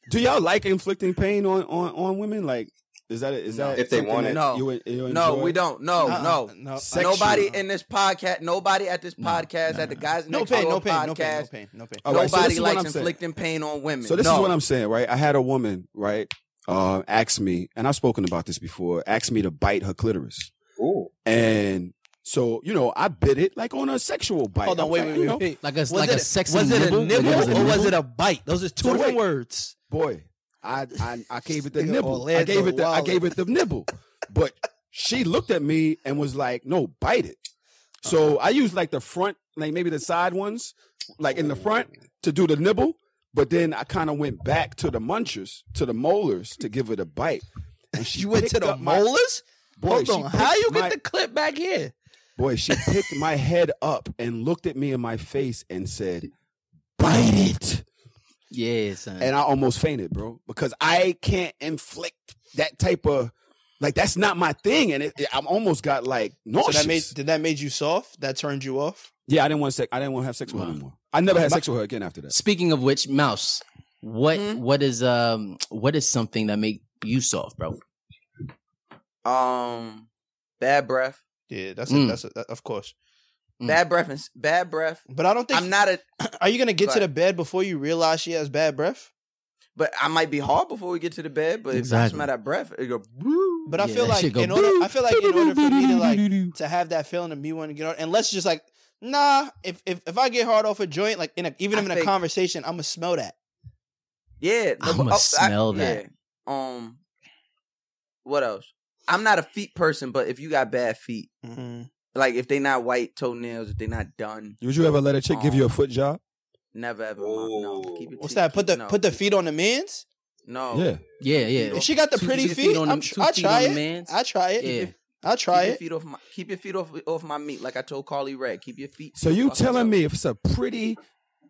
[SPEAKER 6] Do y'all like inflicting pain on on, on women? Like, is that is that
[SPEAKER 7] If they
[SPEAKER 6] something
[SPEAKER 7] want
[SPEAKER 6] that
[SPEAKER 7] it.
[SPEAKER 4] No.
[SPEAKER 6] you, would- you
[SPEAKER 4] No,
[SPEAKER 6] enjoy?
[SPEAKER 4] we don't. No,
[SPEAKER 8] Uh-uh.
[SPEAKER 4] no.
[SPEAKER 8] no.
[SPEAKER 6] Sex-
[SPEAKER 4] Nobody
[SPEAKER 8] Sexual.
[SPEAKER 4] in this podcast, nobody at this podcast, at the guys
[SPEAKER 8] No
[SPEAKER 4] next
[SPEAKER 8] pain,
[SPEAKER 4] door
[SPEAKER 8] no pain,
[SPEAKER 4] podcast,
[SPEAKER 8] no pain, no pain, no pain.
[SPEAKER 6] All right, so
[SPEAKER 4] nobody
[SPEAKER 6] this is what
[SPEAKER 4] likes
[SPEAKER 6] I'm saying.
[SPEAKER 4] inflicting pain on women.
[SPEAKER 6] So this
[SPEAKER 4] No.
[SPEAKER 6] is what I'm saying, right? I had a woman, right, uh, ask me, and I've spoken about this before, asked me to bite her clitoris,
[SPEAKER 7] Ooh.
[SPEAKER 6] and so you know, I bit it like on a sexual bite.
[SPEAKER 8] Hold
[SPEAKER 6] I
[SPEAKER 8] on,
[SPEAKER 6] was
[SPEAKER 8] wait,
[SPEAKER 6] like,
[SPEAKER 8] wait,
[SPEAKER 6] you
[SPEAKER 8] wait.
[SPEAKER 6] know,
[SPEAKER 8] wait.
[SPEAKER 5] Like a
[SPEAKER 8] Was
[SPEAKER 5] like
[SPEAKER 8] it
[SPEAKER 5] a sexy
[SPEAKER 8] was it
[SPEAKER 5] nibble?
[SPEAKER 8] a nibble
[SPEAKER 5] Like,
[SPEAKER 8] or was
[SPEAKER 5] nibble?
[SPEAKER 8] it a bite? Those are two
[SPEAKER 6] So
[SPEAKER 8] different
[SPEAKER 6] wait.
[SPEAKER 8] words.
[SPEAKER 6] boy, I, I I gave it the
[SPEAKER 8] <laughs> Nigga,
[SPEAKER 6] nibble. I
[SPEAKER 8] Orlando
[SPEAKER 6] gave it the I
[SPEAKER 8] Wallace.
[SPEAKER 6] gave it the nibble, but she looked at me and was like, "No, bite it." So
[SPEAKER 8] Uh-huh.
[SPEAKER 6] I used like the front, like maybe the side ones, like in the front
[SPEAKER 8] Oh.
[SPEAKER 6] to do the nibble, but then I kind of went back to the munchers, to the molars to give it a bite. And she
[SPEAKER 8] You went to
[SPEAKER 6] picked
[SPEAKER 8] the
[SPEAKER 6] up my-
[SPEAKER 8] molars?
[SPEAKER 6] Boy,
[SPEAKER 8] Hold
[SPEAKER 6] she
[SPEAKER 8] on. How
[SPEAKER 6] picked
[SPEAKER 8] you
[SPEAKER 6] my-
[SPEAKER 8] get the clip back here?
[SPEAKER 6] Boy, she picked my head up and looked at me in my face and said, "Bite it."
[SPEAKER 5] Yeah, son.
[SPEAKER 6] And I almost fainted, bro, because I can't inflict that type of like that's not my thing, and it, it- I'm almost got like
[SPEAKER 8] So
[SPEAKER 6] nauseous.
[SPEAKER 8] that made did that made you soft? That turned you off?
[SPEAKER 6] yeah, I didn't want to. Sex, I didn't want to have sex with her anymore. I
[SPEAKER 8] Uh,
[SPEAKER 6] never had sex with her again after that.
[SPEAKER 5] Speaking of which, Mouse, what
[SPEAKER 4] Hmm?
[SPEAKER 5] what is um what is something that make you soft, bro?
[SPEAKER 4] um bad breath.
[SPEAKER 8] Yeah, that's
[SPEAKER 5] Mm.
[SPEAKER 8] a, that's a, that- of course.
[SPEAKER 5] Mm.
[SPEAKER 4] Bad breath and s- bad breath.
[SPEAKER 8] But I don't think
[SPEAKER 4] I'm not a
[SPEAKER 8] are you gonna get
[SPEAKER 4] Go
[SPEAKER 8] to the
[SPEAKER 4] ahead.
[SPEAKER 8] bed before you realize she has bad breath?
[SPEAKER 4] but I might be hard before we get to the bed, but if I
[SPEAKER 5] Exactly.
[SPEAKER 4] smell that breath, it go "Boo."
[SPEAKER 8] But I
[SPEAKER 5] Yeah,
[SPEAKER 8] feel
[SPEAKER 5] that
[SPEAKER 8] like
[SPEAKER 5] shit go
[SPEAKER 8] in order, I feel like in order for me to like
[SPEAKER 5] doo-doo-doo-doo-doo-doo.
[SPEAKER 8] to have that feeling of me wanting to get on, and let's just like nah, if if, if I get hard off a joint, like in a, even
[SPEAKER 4] I
[SPEAKER 8] in a
[SPEAKER 4] think-
[SPEAKER 8] conversation, I'ma smell that.
[SPEAKER 4] Yeah, the-
[SPEAKER 5] I'ma smell that.
[SPEAKER 4] yeah. Um, what else? I'm not a feet person, but if you got bad feet, Mm-hmm. like if they not white toenails, if they not done,
[SPEAKER 6] Would you ever let a chick give
[SPEAKER 8] Oh.
[SPEAKER 6] you a foot job?
[SPEAKER 4] never ever. mind. No,
[SPEAKER 7] Ooh.
[SPEAKER 4] keep it
[SPEAKER 8] What's
[SPEAKER 4] to-
[SPEAKER 8] that? Put the
[SPEAKER 4] no.
[SPEAKER 8] put the feet on the man's.
[SPEAKER 4] No,
[SPEAKER 6] Yeah,
[SPEAKER 5] Yeah, yeah.
[SPEAKER 8] If she got the
[SPEAKER 5] Two-
[SPEAKER 8] pretty
[SPEAKER 5] two
[SPEAKER 8] feet,
[SPEAKER 5] on
[SPEAKER 8] I'm
[SPEAKER 5] the-
[SPEAKER 8] tr-
[SPEAKER 5] two
[SPEAKER 8] I
[SPEAKER 5] feet
[SPEAKER 8] try
[SPEAKER 5] on the
[SPEAKER 8] it.
[SPEAKER 5] man's.
[SPEAKER 8] I try it.
[SPEAKER 5] Yeah.
[SPEAKER 8] I try
[SPEAKER 4] keep your
[SPEAKER 8] it.
[SPEAKER 4] feet off my keep your feet off off my meat, like I told Carly Red. Keep your feet.
[SPEAKER 6] So you telling me if it's a pretty,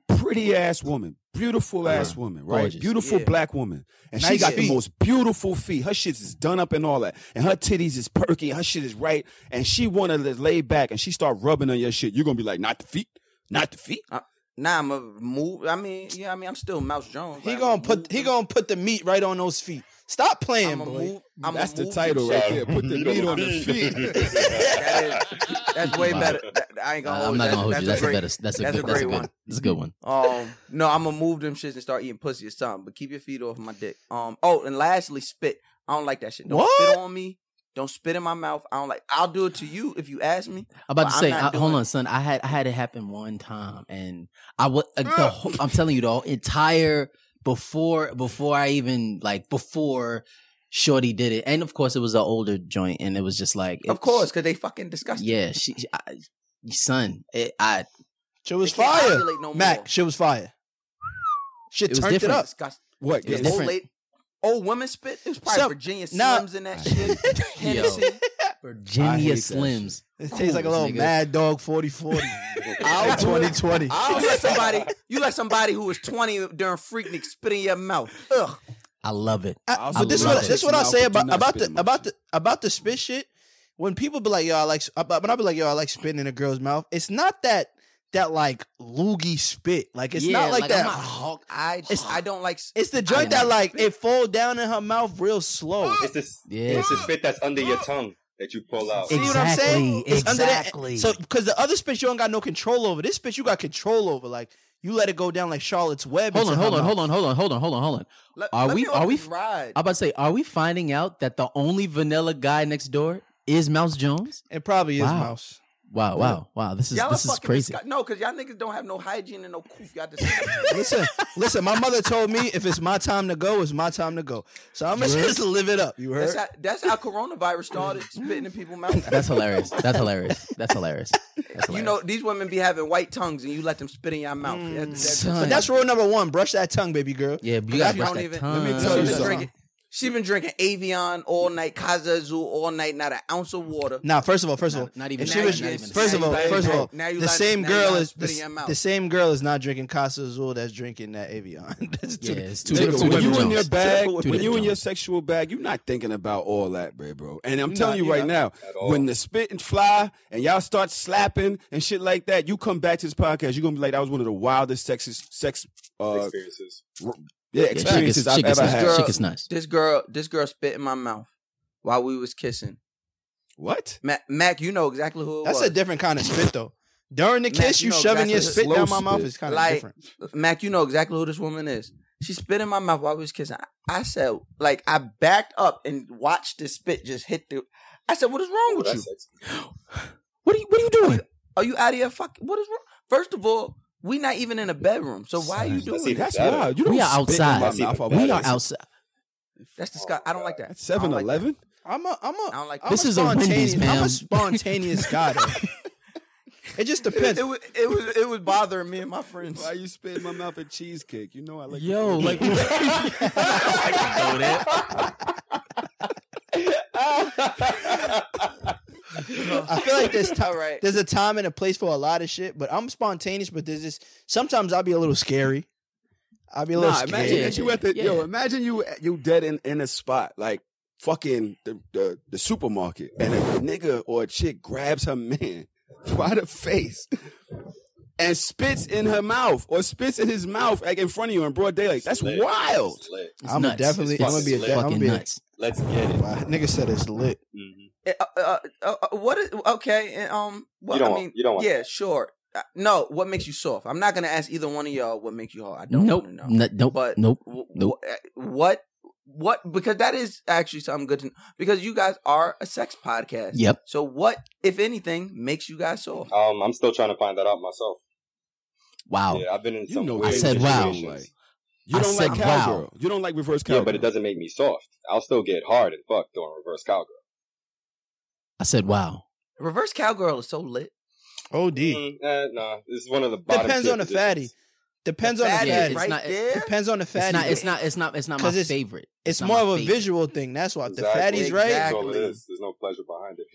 [SPEAKER 6] pretty ass woman, beautiful ass woman, right?
[SPEAKER 5] Gorgeous.
[SPEAKER 6] Beautiful
[SPEAKER 4] Yeah.
[SPEAKER 6] black woman, and she
[SPEAKER 8] Nice
[SPEAKER 6] got
[SPEAKER 8] feet.
[SPEAKER 6] the most beautiful feet. Her shit is done up and all that, and her titties is perky. Her shit is right, and she wanna just lay back and she start rubbing on your shit. You're gonna be like, not the feet, not the feet.
[SPEAKER 4] Nah, I'm a move. I mean, yeah, I mean, I'm still Mouse Jones.
[SPEAKER 8] He
[SPEAKER 4] like,
[SPEAKER 8] gonna
[SPEAKER 4] I'ma
[SPEAKER 8] put
[SPEAKER 4] move-
[SPEAKER 8] he gonna put the meat right on those feet. Stop playing,
[SPEAKER 4] I'ma
[SPEAKER 8] boy.
[SPEAKER 4] move- I'ma
[SPEAKER 6] That's the
[SPEAKER 4] move
[SPEAKER 6] title
[SPEAKER 4] you.
[SPEAKER 6] right there. Put
[SPEAKER 4] <laughs>
[SPEAKER 6] the meat on the feet.
[SPEAKER 4] that is, that's way better. That- I ain't gonna.
[SPEAKER 5] Uh,
[SPEAKER 4] hold
[SPEAKER 5] I'm
[SPEAKER 4] you.
[SPEAKER 5] not gonna hold
[SPEAKER 4] that's,
[SPEAKER 5] you. That's a
[SPEAKER 4] great-
[SPEAKER 5] better. That's a
[SPEAKER 4] that's
[SPEAKER 5] good.
[SPEAKER 4] a
[SPEAKER 5] That's a
[SPEAKER 4] great
[SPEAKER 5] good.
[SPEAKER 4] one.
[SPEAKER 5] That's a good one.
[SPEAKER 4] Um, no, I'm gonna move them shits and start eating pussy or something. But keep your feet off my dick. Um. Oh, and lastly, spit. I don't like that shit. Don't spit
[SPEAKER 8] What?
[SPEAKER 4] on me. Don't spit in my mouth. I don't like. I'll do it to you if you ask me.
[SPEAKER 5] I'm about
[SPEAKER 4] But
[SPEAKER 5] to
[SPEAKER 4] I'm
[SPEAKER 5] say,
[SPEAKER 4] not
[SPEAKER 5] I, hold
[SPEAKER 4] doing-
[SPEAKER 5] on, son. I had I had it happen one time, and I was the
[SPEAKER 8] Mm.
[SPEAKER 5] whole, I'm telling you, the whole entire before before I even like before Shorty did it, and of course it was an older joint, and it was just like,
[SPEAKER 4] Of
[SPEAKER 5] it-
[SPEAKER 4] course, because they fucking disgusting.
[SPEAKER 5] yeah, she, she- I, son, it, I,
[SPEAKER 8] Shit was
[SPEAKER 4] They can't
[SPEAKER 8] fire.
[SPEAKER 4] ovulate no more.
[SPEAKER 8] Mac, shit was fire. Shit
[SPEAKER 5] It was
[SPEAKER 8] turned
[SPEAKER 5] different.
[SPEAKER 8] it up.
[SPEAKER 4] Disgusting.
[SPEAKER 6] What?
[SPEAKER 5] It was
[SPEAKER 6] Yes.
[SPEAKER 5] different.
[SPEAKER 4] Old lady, old women spit. It was probably
[SPEAKER 8] Some-
[SPEAKER 4] Virginia
[SPEAKER 8] nah.
[SPEAKER 4] Slims in that shit.
[SPEAKER 5] <laughs> yo,
[SPEAKER 4] Hennessy.
[SPEAKER 5] Virginia
[SPEAKER 6] that shit.
[SPEAKER 5] Slims.
[SPEAKER 8] It tastes like a
[SPEAKER 5] Cool,
[SPEAKER 8] little
[SPEAKER 5] nigga.
[SPEAKER 8] mad dog 4040.
[SPEAKER 4] <laughs> I'll do it.
[SPEAKER 8] 2020.
[SPEAKER 4] I don't let somebody. You let somebody who was 20 during Freaknik spit in your mouth. Ugh.
[SPEAKER 5] I love it.
[SPEAKER 8] I-
[SPEAKER 6] Also
[SPEAKER 8] but this is
[SPEAKER 5] do
[SPEAKER 8] what
[SPEAKER 5] not
[SPEAKER 8] this is
[SPEAKER 6] spit
[SPEAKER 8] what I
[SPEAKER 6] in my
[SPEAKER 8] say
[SPEAKER 6] mouth, but do
[SPEAKER 8] about
[SPEAKER 6] not
[SPEAKER 8] about
[SPEAKER 6] spit
[SPEAKER 8] the
[SPEAKER 6] in my
[SPEAKER 8] about
[SPEAKER 6] mouth.
[SPEAKER 8] the about the spit shit. When people be like, "Yo, I like," but when I be like, "Yo, I like spitting in a girl's mouth," it's not that that like loogie spit. Like it's
[SPEAKER 5] Yeah,
[SPEAKER 8] not like,
[SPEAKER 5] like, I'm
[SPEAKER 8] that.
[SPEAKER 5] not-
[SPEAKER 4] I just. I don't like.
[SPEAKER 8] it's the joint
[SPEAKER 5] I
[SPEAKER 8] that
[SPEAKER 5] like
[SPEAKER 8] like it fall down in her mouth real slow.
[SPEAKER 7] Oh, It's this.
[SPEAKER 5] Yeah.
[SPEAKER 7] It's the spit that's under your tongue that you pull out.
[SPEAKER 8] See what I'm saying?
[SPEAKER 5] Exactly,
[SPEAKER 8] under
[SPEAKER 5] exactly.
[SPEAKER 8] that. So because the other spit you don't got no control over. This spit you got control over. Like you let it go down like Charlotte's Web.
[SPEAKER 5] Hold
[SPEAKER 8] into
[SPEAKER 5] on,
[SPEAKER 8] her
[SPEAKER 5] hold on,
[SPEAKER 8] mouth.
[SPEAKER 5] hold on, hold on, hold on, hold on, hold on.
[SPEAKER 4] Let,
[SPEAKER 5] Are
[SPEAKER 4] let
[SPEAKER 5] we-
[SPEAKER 4] me let
[SPEAKER 5] are we-
[SPEAKER 4] this Ride.
[SPEAKER 5] I'm about to say, are we finding out that the only vanilla guy next door is Mouse Jones?
[SPEAKER 8] It probably is
[SPEAKER 5] Wow.
[SPEAKER 8] mouse.
[SPEAKER 5] Wow, wow, wow! This is
[SPEAKER 4] Y'all
[SPEAKER 5] this
[SPEAKER 4] are
[SPEAKER 5] is
[SPEAKER 4] fucking
[SPEAKER 5] crazy.
[SPEAKER 4] disgu- no, because y'all niggas don't have no hygiene and no coof. Y'all just.
[SPEAKER 5] <laughs>
[SPEAKER 8] Listen, listen. My mother told me if it's my time to go, it's my time to go. So I'm gonna just live it up. You
[SPEAKER 4] that's,
[SPEAKER 8] heard?
[SPEAKER 4] how, that's how coronavirus started, spitting in people's mouths.
[SPEAKER 5] That's hilarious. That's hilarious. That's hilarious. That's hilarious.
[SPEAKER 4] You know, these women be having white tongues and you let them spit in your mouth. That- that-
[SPEAKER 5] Son.
[SPEAKER 8] But that's rule number one. Brush that tongue, baby girl.
[SPEAKER 5] yeah, but you
[SPEAKER 4] That
[SPEAKER 5] gotta brush
[SPEAKER 4] don't
[SPEAKER 5] that
[SPEAKER 4] even-
[SPEAKER 5] tongue.
[SPEAKER 6] Let me
[SPEAKER 4] so
[SPEAKER 6] tell you
[SPEAKER 4] just
[SPEAKER 6] something.
[SPEAKER 4] drink it. She been drinking Avion all night, Kazazu all night, not an ounce of water.
[SPEAKER 8] Now, first of all, first of all,
[SPEAKER 5] Not, not even.
[SPEAKER 8] if
[SPEAKER 5] She
[SPEAKER 8] she
[SPEAKER 4] now
[SPEAKER 8] was-
[SPEAKER 5] not even
[SPEAKER 8] first of all,
[SPEAKER 4] now you
[SPEAKER 8] first of
[SPEAKER 4] lying-
[SPEAKER 8] all,
[SPEAKER 4] now you
[SPEAKER 8] the
[SPEAKER 4] lying-
[SPEAKER 8] same
[SPEAKER 4] now you
[SPEAKER 8] girl
[SPEAKER 4] lying,
[SPEAKER 8] is
[SPEAKER 4] spit in
[SPEAKER 8] the,
[SPEAKER 4] your mouth.
[SPEAKER 8] the same girl is not drinking Casa Azul that's drinking that Avion. <laughs> That's
[SPEAKER 5] yeah,
[SPEAKER 8] two-
[SPEAKER 5] it's two
[SPEAKER 6] Nigga,
[SPEAKER 5] different.
[SPEAKER 6] when
[SPEAKER 5] two
[SPEAKER 6] you in
[SPEAKER 5] different
[SPEAKER 6] your
[SPEAKER 5] jokes.
[SPEAKER 6] bag,
[SPEAKER 5] Two
[SPEAKER 6] when
[SPEAKER 5] different
[SPEAKER 6] you in your
[SPEAKER 5] jokes.
[SPEAKER 6] sexual bag, you're not thinking about all that, bro, bro. And I'm
[SPEAKER 8] You
[SPEAKER 6] telling
[SPEAKER 8] not-
[SPEAKER 6] you
[SPEAKER 8] you
[SPEAKER 6] right now,
[SPEAKER 7] At all.
[SPEAKER 6] when the spit and fly and y'all start slapping and shit like that, you come back to this podcast, you're gonna be like, that was one of the wildest sexes, sex, uh,
[SPEAKER 7] experiences.
[SPEAKER 6] yeah,
[SPEAKER 5] Yeah, chick is-
[SPEAKER 6] experiences
[SPEAKER 5] chick
[SPEAKER 6] I've
[SPEAKER 5] is
[SPEAKER 6] ever
[SPEAKER 5] nice.
[SPEAKER 6] had.
[SPEAKER 4] Girl-
[SPEAKER 5] Chick is nice.
[SPEAKER 4] This girl, this girl spit in my mouth while we was kissing.
[SPEAKER 6] What?
[SPEAKER 4] Mac, Mac you know exactly who it
[SPEAKER 8] That's
[SPEAKER 4] was.
[SPEAKER 8] a different kind of spit though. During the
[SPEAKER 4] Mac,
[SPEAKER 8] kiss,
[SPEAKER 4] you
[SPEAKER 8] you,
[SPEAKER 4] know
[SPEAKER 8] shoving your
[SPEAKER 4] exactly
[SPEAKER 8] spit
[SPEAKER 6] what-
[SPEAKER 8] down
[SPEAKER 6] slow
[SPEAKER 8] my mouth
[SPEAKER 6] spit.
[SPEAKER 8] is kind of
[SPEAKER 4] Like-
[SPEAKER 8] different.
[SPEAKER 4] Mac, you know exactly who this woman is. She spit in my mouth while we was kissing. I, I said, like, I backed up and watched this spit just hit the. I said, what is wrong
[SPEAKER 7] Oh,
[SPEAKER 4] with you?
[SPEAKER 7] that's sexy.
[SPEAKER 5] What are you? What are you doing?
[SPEAKER 4] Are you out of your fucking? What is wrong? First of all, we not even in a bedroom, so why are you doing
[SPEAKER 5] Son.
[SPEAKER 7] That's even
[SPEAKER 4] that?
[SPEAKER 6] That's
[SPEAKER 7] better.
[SPEAKER 6] wild. You don't
[SPEAKER 5] We are
[SPEAKER 6] spit in my
[SPEAKER 5] outside.
[SPEAKER 7] That's even
[SPEAKER 6] mouth while
[SPEAKER 5] We
[SPEAKER 7] better.
[SPEAKER 5] are Oh outside.
[SPEAKER 4] That's
[SPEAKER 8] Oh,
[SPEAKER 4] disgusting. I don't like that.
[SPEAKER 6] That's 7 Eleven?
[SPEAKER 8] I'm a I'm
[SPEAKER 4] I
[SPEAKER 8] a
[SPEAKER 4] don't like
[SPEAKER 8] I'm
[SPEAKER 4] that.
[SPEAKER 5] This
[SPEAKER 8] a
[SPEAKER 5] is a Wendy's,
[SPEAKER 8] spontaneous- I'm
[SPEAKER 5] ma'am.
[SPEAKER 8] a spontaneous
[SPEAKER 5] <laughs>
[SPEAKER 8] guy. though. it just
[SPEAKER 4] It, <laughs>
[SPEAKER 8] depends.
[SPEAKER 4] it, was, it was it was bothering me and my friends.
[SPEAKER 6] Why you spit in my mouth at cheesecake? You know I like
[SPEAKER 5] Yo, like
[SPEAKER 4] <laughs>
[SPEAKER 8] <laughs> I feel like there's
[SPEAKER 4] <laughs>
[SPEAKER 8] ti-
[SPEAKER 4] All right.
[SPEAKER 8] there's a time and a place for a lot of shit, but I'm spontaneous. But there's just sometimes I'll be a little scary. I'll be a little
[SPEAKER 6] Nah,
[SPEAKER 8] scary.
[SPEAKER 6] imagine that you at the
[SPEAKER 5] Yeah.
[SPEAKER 6] yo. Imagine you you dead in in a spot like fucking the the, the supermarket, and a nigga or a chick grabs her man <laughs> by the face and spits in her mouth or spits in his mouth like in front of you in broad daylight. That's
[SPEAKER 7] Lit.
[SPEAKER 6] wild.
[SPEAKER 7] It's lit.
[SPEAKER 8] I'm
[SPEAKER 5] nuts.
[SPEAKER 8] definitely
[SPEAKER 7] It's
[SPEAKER 8] I'm gonna be a
[SPEAKER 7] fucking
[SPEAKER 8] de- I'm gonna
[SPEAKER 5] fucking
[SPEAKER 8] be a,
[SPEAKER 5] nuts.
[SPEAKER 8] <laughs>
[SPEAKER 7] Let's get it.
[SPEAKER 8] Wow, nigga said it's lit.
[SPEAKER 7] Mhm.
[SPEAKER 4] Uh, uh, uh, uh, what is okay? And, um, well,
[SPEAKER 7] You don't
[SPEAKER 4] I
[SPEAKER 7] want-
[SPEAKER 4] mean,
[SPEAKER 7] you don't want
[SPEAKER 4] yeah, sure. Uh, no, what makes you soft? I'm not gonna ask either one of y'all what makes you hard. I don't
[SPEAKER 5] nope,
[SPEAKER 4] wanna know.
[SPEAKER 5] no, nope,
[SPEAKER 4] But
[SPEAKER 5] nope.
[SPEAKER 4] w-
[SPEAKER 5] Nope.
[SPEAKER 4] w- what what because that is actually something good to know because you guys are a sex podcast.
[SPEAKER 5] Yep.
[SPEAKER 4] So what if anything makes you guys soft?
[SPEAKER 7] Um, I'm still trying to find that out myself.
[SPEAKER 5] Wow.
[SPEAKER 7] Yeah, I've been in
[SPEAKER 6] You
[SPEAKER 7] some
[SPEAKER 6] know
[SPEAKER 7] weird
[SPEAKER 5] I said wow.
[SPEAKER 7] situations.
[SPEAKER 6] You
[SPEAKER 5] I
[SPEAKER 6] don't like
[SPEAKER 5] said wow.
[SPEAKER 6] cowgirl. You don't like reverse
[SPEAKER 7] Yeah,
[SPEAKER 6] cowgirl.
[SPEAKER 7] but it doesn't make me soft. I'll still get hard and fuck doing reverse cowgirl.
[SPEAKER 5] I said wow.
[SPEAKER 4] Reverse cowgirl is so lit.
[SPEAKER 8] Od
[SPEAKER 7] Mm, eh, nah, this is one of the bottom.
[SPEAKER 8] depends
[SPEAKER 7] tier
[SPEAKER 8] on the
[SPEAKER 7] positions.
[SPEAKER 8] fatty. Depends on the
[SPEAKER 4] Fatty
[SPEAKER 5] Yeah,
[SPEAKER 8] fatty.
[SPEAKER 5] it's
[SPEAKER 4] right
[SPEAKER 5] not-
[SPEAKER 4] there.
[SPEAKER 8] Depends on the fatty.
[SPEAKER 5] It's not. It's not. It's not. It's not my
[SPEAKER 8] 'Cause it's-
[SPEAKER 5] favorite.
[SPEAKER 8] It's
[SPEAKER 5] not
[SPEAKER 8] more
[SPEAKER 5] my
[SPEAKER 8] of a
[SPEAKER 5] favorite.
[SPEAKER 8] visual thing. That's why. If the
[SPEAKER 7] Exactly.
[SPEAKER 8] fatty's
[SPEAKER 4] right-
[SPEAKER 7] That's all it
[SPEAKER 4] Exactly.
[SPEAKER 7] is. There's no pleasure behind it.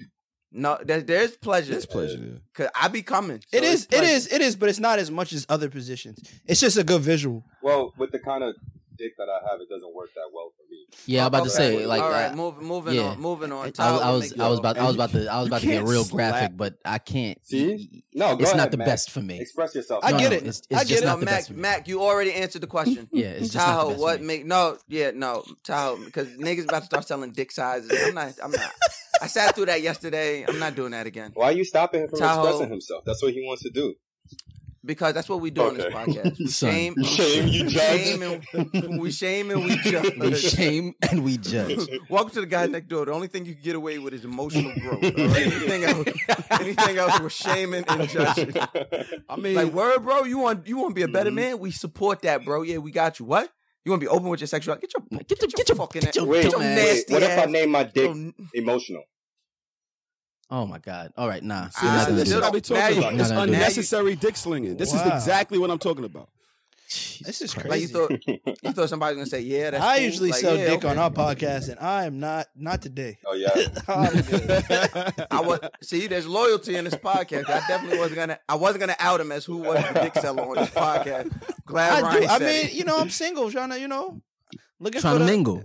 [SPEAKER 4] No, there, there's pleasure.
[SPEAKER 6] It's pleasure.
[SPEAKER 4] Cause I be coming. so
[SPEAKER 8] right, it
[SPEAKER 4] it's
[SPEAKER 8] is. It
[SPEAKER 4] pleasure.
[SPEAKER 8] is. It is. But it's not as much as other positions. It's just a good visual.
[SPEAKER 7] Well, with the kind of dick that I have, it doesn't work that well for me.
[SPEAKER 5] Yeah, I'm about to
[SPEAKER 4] Okay.
[SPEAKER 5] say like.
[SPEAKER 4] All right,
[SPEAKER 5] uh,
[SPEAKER 4] move, moving
[SPEAKER 5] yeah.
[SPEAKER 4] on, moving on.
[SPEAKER 5] I,
[SPEAKER 4] Tyler,
[SPEAKER 5] was- I
[SPEAKER 4] what
[SPEAKER 5] was
[SPEAKER 4] make
[SPEAKER 5] I was
[SPEAKER 4] you-
[SPEAKER 5] about I was about to I was
[SPEAKER 6] You
[SPEAKER 5] about to get
[SPEAKER 6] can't
[SPEAKER 5] real
[SPEAKER 6] slap.
[SPEAKER 5] graphic, but I can't.
[SPEAKER 7] See? No, go
[SPEAKER 5] it's
[SPEAKER 7] ahead,
[SPEAKER 5] not the
[SPEAKER 7] Mac.
[SPEAKER 5] best for me.
[SPEAKER 7] Express yourself.
[SPEAKER 8] I
[SPEAKER 5] No,
[SPEAKER 8] get
[SPEAKER 5] no,
[SPEAKER 8] it.
[SPEAKER 5] It's, it's
[SPEAKER 8] I
[SPEAKER 5] just
[SPEAKER 8] get it.
[SPEAKER 5] not
[SPEAKER 4] no,
[SPEAKER 5] the best
[SPEAKER 4] Mac,
[SPEAKER 5] for me.
[SPEAKER 4] Mac, you already answered the question.
[SPEAKER 5] <laughs> Yeah, it's just not the
[SPEAKER 4] Tahoe,
[SPEAKER 5] best
[SPEAKER 4] what
[SPEAKER 5] for me.
[SPEAKER 4] make no? Yeah, no, Tahoe, because niggas about to start selling dick sizes. I'm not. I'm not. I sat through that yesterday. I'm not doing that again
[SPEAKER 7] Why are you stopping him from
[SPEAKER 4] Tahoe.
[SPEAKER 7] expressing himself? That's what he wants to do.
[SPEAKER 4] because that's what we do on this
[SPEAKER 7] Okay.
[SPEAKER 4] podcast. We
[SPEAKER 5] <laughs> Son.
[SPEAKER 4] shame,
[SPEAKER 7] Shame, you
[SPEAKER 4] we
[SPEAKER 7] judge.
[SPEAKER 4] shame, and we shame and
[SPEAKER 5] <laughs>
[SPEAKER 4] we judge.
[SPEAKER 5] We shame <laughs> and we judge.
[SPEAKER 4] <laughs> Welcome to the guy next door. The only thing you can get away with is emotional growth. all right?
[SPEAKER 5] <laughs>
[SPEAKER 4] anything, else, anything else, we're shaming and judging.
[SPEAKER 6] I mean,
[SPEAKER 4] Like, word, bro, you want you want to be a
[SPEAKER 5] Mm-hmm.
[SPEAKER 4] better man? We support that, bro. Yeah, we got you. What? You want to be open with your sexuality? Get your
[SPEAKER 8] <laughs>
[SPEAKER 4] get your, get your fucking
[SPEAKER 5] get your
[SPEAKER 4] ass-
[SPEAKER 7] wait,
[SPEAKER 5] dumb
[SPEAKER 4] your
[SPEAKER 5] ass.
[SPEAKER 7] wait,
[SPEAKER 4] nasty
[SPEAKER 7] what if I
[SPEAKER 4] ass.
[SPEAKER 7] name my dick
[SPEAKER 4] your-
[SPEAKER 7] emotional?
[SPEAKER 5] Oh my god. All right, nah.
[SPEAKER 6] See,
[SPEAKER 5] We're
[SPEAKER 4] Ah,
[SPEAKER 5] not
[SPEAKER 6] this
[SPEAKER 5] gonna
[SPEAKER 6] is the
[SPEAKER 5] do
[SPEAKER 6] shit
[SPEAKER 5] that.
[SPEAKER 6] I be talking about.
[SPEAKER 5] Nah,
[SPEAKER 6] It's
[SPEAKER 5] nah, dude.
[SPEAKER 6] unnecessary dick slinging. This is
[SPEAKER 8] Wow.
[SPEAKER 6] exactly what I'm talking about.
[SPEAKER 8] This is
[SPEAKER 5] Christ.
[SPEAKER 8] crazy.
[SPEAKER 4] Like you
[SPEAKER 7] <laughs>
[SPEAKER 4] thought you thought somebody was gonna say, yeah, that's
[SPEAKER 8] I
[SPEAKER 4] cool.
[SPEAKER 8] usually
[SPEAKER 4] Like,
[SPEAKER 8] sell
[SPEAKER 4] yeah,
[SPEAKER 8] dick on
[SPEAKER 4] okay.
[SPEAKER 8] our podcast, and I am not not today.
[SPEAKER 7] Oh yeah.
[SPEAKER 4] <laughs> I was see, there's loyalty in this podcast. I definitely wasn't gonna I wasn't gonna out him as who was the dick seller on
[SPEAKER 5] <laughs>
[SPEAKER 4] this podcast. Glad
[SPEAKER 8] I
[SPEAKER 4] Ryan
[SPEAKER 8] do. I
[SPEAKER 4] said
[SPEAKER 8] mean,
[SPEAKER 4] it. <laughs>
[SPEAKER 8] you know, I'm single, trying to, you know, looking
[SPEAKER 5] Trying
[SPEAKER 8] for
[SPEAKER 5] to
[SPEAKER 8] the-
[SPEAKER 5] mingle.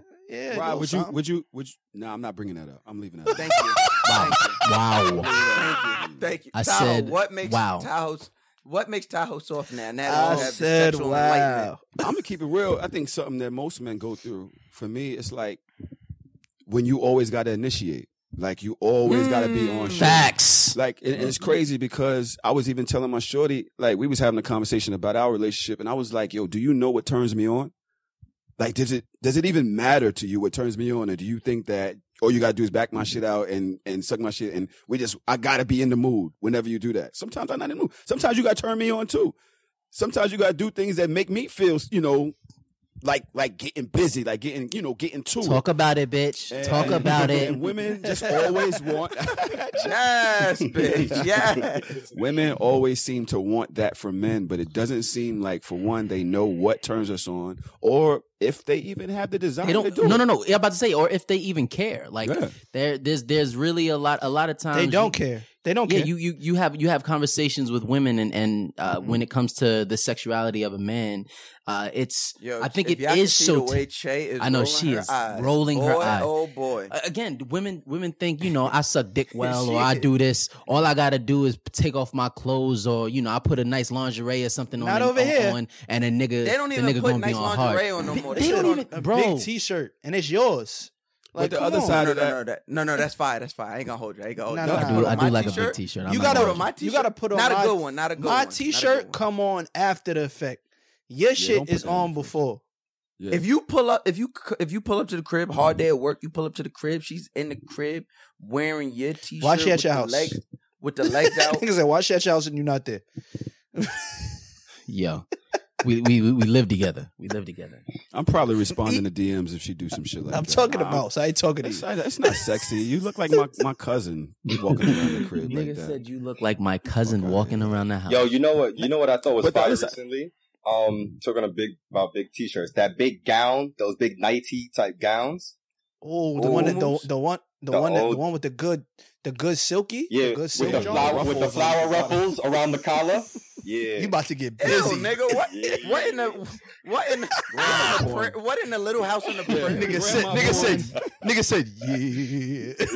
[SPEAKER 6] Rob,
[SPEAKER 8] Yeah. little
[SPEAKER 6] would you?
[SPEAKER 8] something.
[SPEAKER 6] Would you? Would you? Nah, I'm not bringing that up. I'm leaving that. Up.
[SPEAKER 4] Thank you.
[SPEAKER 5] <laughs> Wow. Wow.
[SPEAKER 4] Thank
[SPEAKER 8] <laughs>
[SPEAKER 4] you. Thank you.
[SPEAKER 5] I
[SPEAKER 4] Tahoe,
[SPEAKER 5] said,
[SPEAKER 4] what makes
[SPEAKER 5] wow.
[SPEAKER 4] Tahoe what makes Tahoe soft now? Now that
[SPEAKER 8] I
[SPEAKER 4] you have the
[SPEAKER 8] said,
[SPEAKER 4] sexual enlightenment.
[SPEAKER 8] wow.
[SPEAKER 6] I'm gonna keep it real. I think something that most men go through. For me, it's like when you always got to initiate. Like you always got to be on shit.
[SPEAKER 5] Facts.
[SPEAKER 6] Like and, and it's
[SPEAKER 5] Mm-hmm.
[SPEAKER 6] crazy because I was even telling my shorty, like we was having a conversation about our relationship, and I was like, "Yo, do you know what turns me on? Like, does it does it even matter to you what turns me on, or do you think that all you gotta do is back my shit out and and suck my shit, and we just I gotta be in the mood whenever you do that. Sometimes I'm not in the mood. Sometimes you gotta turn me on too. Sometimes you gotta do things that make me feel, you know, like like getting busy, like getting you know getting to
[SPEAKER 5] Talk
[SPEAKER 6] it.
[SPEAKER 5] about it, bitch.
[SPEAKER 6] And-
[SPEAKER 5] Talk about it.
[SPEAKER 6] <laughs> And women just always
[SPEAKER 5] <laughs>
[SPEAKER 6] want. <laughs>
[SPEAKER 4] Yes, <laughs> bitch. Yes.
[SPEAKER 6] Women always seem to want that from men, but it doesn't seem like for one they know what turns us on, or if they even have the desire
[SPEAKER 5] They
[SPEAKER 6] to
[SPEAKER 5] don't.
[SPEAKER 6] do
[SPEAKER 5] No,
[SPEAKER 6] it.
[SPEAKER 5] no, no. Yeah, I'm about to say, or if they even care. Like
[SPEAKER 6] Yeah.
[SPEAKER 5] there, there's, there's really a lot, a lot of times
[SPEAKER 8] They don't
[SPEAKER 5] you-
[SPEAKER 8] care. They don't
[SPEAKER 5] yeah,
[SPEAKER 8] care.
[SPEAKER 5] you, you you have you have conversations with women, and and uh, when it comes to the sexuality of a man, uh, it's
[SPEAKER 4] Yo,
[SPEAKER 5] I think
[SPEAKER 4] if
[SPEAKER 5] it
[SPEAKER 4] y'all can
[SPEAKER 5] is
[SPEAKER 4] see
[SPEAKER 5] so
[SPEAKER 4] The
[SPEAKER 5] t-
[SPEAKER 4] way Che is
[SPEAKER 5] I know
[SPEAKER 4] rolling
[SPEAKER 5] she
[SPEAKER 4] her
[SPEAKER 5] is
[SPEAKER 4] eyes.
[SPEAKER 5] rolling her
[SPEAKER 4] Boy,
[SPEAKER 5] eyes.
[SPEAKER 4] Oh boy,
[SPEAKER 5] A- again women women think you know i suck dick
[SPEAKER 4] <laughs>
[SPEAKER 5] well or i do this all i gotta do is take off my clothes or you know i put a nice lingerie or something
[SPEAKER 8] Not
[SPEAKER 5] on,
[SPEAKER 8] over
[SPEAKER 5] on,
[SPEAKER 8] here.
[SPEAKER 5] on, and a nigga
[SPEAKER 4] they don't
[SPEAKER 5] the
[SPEAKER 4] even
[SPEAKER 5] nigga
[SPEAKER 4] put
[SPEAKER 5] gonna
[SPEAKER 4] nice
[SPEAKER 5] be on
[SPEAKER 4] lingerie
[SPEAKER 5] hard.
[SPEAKER 4] on no more.
[SPEAKER 5] they
[SPEAKER 4] shit
[SPEAKER 5] don't
[SPEAKER 4] on-
[SPEAKER 5] even
[SPEAKER 8] a
[SPEAKER 5] bro
[SPEAKER 8] big T-shirt, and it's yours. Like
[SPEAKER 6] the
[SPEAKER 8] come
[SPEAKER 6] other
[SPEAKER 8] on.
[SPEAKER 6] side-
[SPEAKER 4] No, no,
[SPEAKER 6] of
[SPEAKER 4] no, no, that- no, no, that's fire. That's fire. I ain't gonna hold you. I ain't gonna hold
[SPEAKER 8] Nah,
[SPEAKER 4] you.
[SPEAKER 8] nah,
[SPEAKER 4] You
[SPEAKER 8] nah.
[SPEAKER 4] gotta put on
[SPEAKER 5] I do- I do
[SPEAKER 4] my
[SPEAKER 5] like a big
[SPEAKER 4] t-shirt.
[SPEAKER 5] t-shirt. I'm
[SPEAKER 4] You
[SPEAKER 5] not
[SPEAKER 4] gotta
[SPEAKER 5] gonna
[SPEAKER 4] put on
[SPEAKER 5] hold
[SPEAKER 4] my
[SPEAKER 5] you.
[SPEAKER 4] t-shirt.
[SPEAKER 8] You gotta put on
[SPEAKER 4] not
[SPEAKER 8] my-
[SPEAKER 4] a good one. Not a good one.
[SPEAKER 8] My
[SPEAKER 4] not a good
[SPEAKER 8] T-shirt
[SPEAKER 4] one.
[SPEAKER 8] come on after the effect. Your
[SPEAKER 6] don't
[SPEAKER 8] shit
[SPEAKER 6] put
[SPEAKER 8] is
[SPEAKER 6] that in
[SPEAKER 8] on
[SPEAKER 6] the
[SPEAKER 8] before.
[SPEAKER 6] Yeah.
[SPEAKER 4] If you pull up, if you c- if you pull up to the crib, hard day at work, you pull up to the crib. She's in the crib wearing your t-shirt.
[SPEAKER 8] Why she at
[SPEAKER 4] with
[SPEAKER 8] your
[SPEAKER 4] the
[SPEAKER 8] house?
[SPEAKER 4] Legs, with the
[SPEAKER 8] <laughs>
[SPEAKER 4] legs out.
[SPEAKER 8] Niggas said, "Why shut your house and you not there?"
[SPEAKER 5] yo we, we we we live together we live together
[SPEAKER 6] I'm probably responding to DMs if she do some shit like
[SPEAKER 8] I'm
[SPEAKER 6] that.
[SPEAKER 8] talking to
[SPEAKER 6] Nah,
[SPEAKER 8] Mouse. I ain't talking to
[SPEAKER 6] It's,
[SPEAKER 8] you.
[SPEAKER 6] it's not sexy. You look like my, my cousin walking around the
[SPEAKER 5] <laughs> <laughs>
[SPEAKER 6] crib
[SPEAKER 5] nigga
[SPEAKER 6] like that.
[SPEAKER 5] said you look like my cousin
[SPEAKER 6] Okay.
[SPEAKER 5] walking around the house
[SPEAKER 7] Yo, you know what? You know what I thought was
[SPEAKER 6] But the
[SPEAKER 7] fire
[SPEAKER 6] other side-
[SPEAKER 7] recently. Um, talking about big about big t-shirts, that big gown, those big nighty type gowns.
[SPEAKER 8] Oh, the one that the,
[SPEAKER 7] Almost.
[SPEAKER 8] the one the,
[SPEAKER 7] The
[SPEAKER 8] one that, the
[SPEAKER 7] old-
[SPEAKER 8] one with the good the good silky
[SPEAKER 7] Yeah,
[SPEAKER 8] the good
[SPEAKER 7] with
[SPEAKER 8] silk
[SPEAKER 7] the
[SPEAKER 8] joint?
[SPEAKER 7] flower with the flower ruffles around the collar. Yeah,
[SPEAKER 8] You about to get
[SPEAKER 4] Ew,
[SPEAKER 8] busy?
[SPEAKER 4] nigga, what?
[SPEAKER 7] Yeah.
[SPEAKER 4] What in the? What
[SPEAKER 8] <laughs>
[SPEAKER 4] in? The,
[SPEAKER 6] Grandma
[SPEAKER 4] what, in the
[SPEAKER 6] porn.
[SPEAKER 4] pra- what in the little house in the
[SPEAKER 8] nigga
[SPEAKER 4] prairie?
[SPEAKER 8] said,
[SPEAKER 6] Grandma
[SPEAKER 8] nigga said, nigga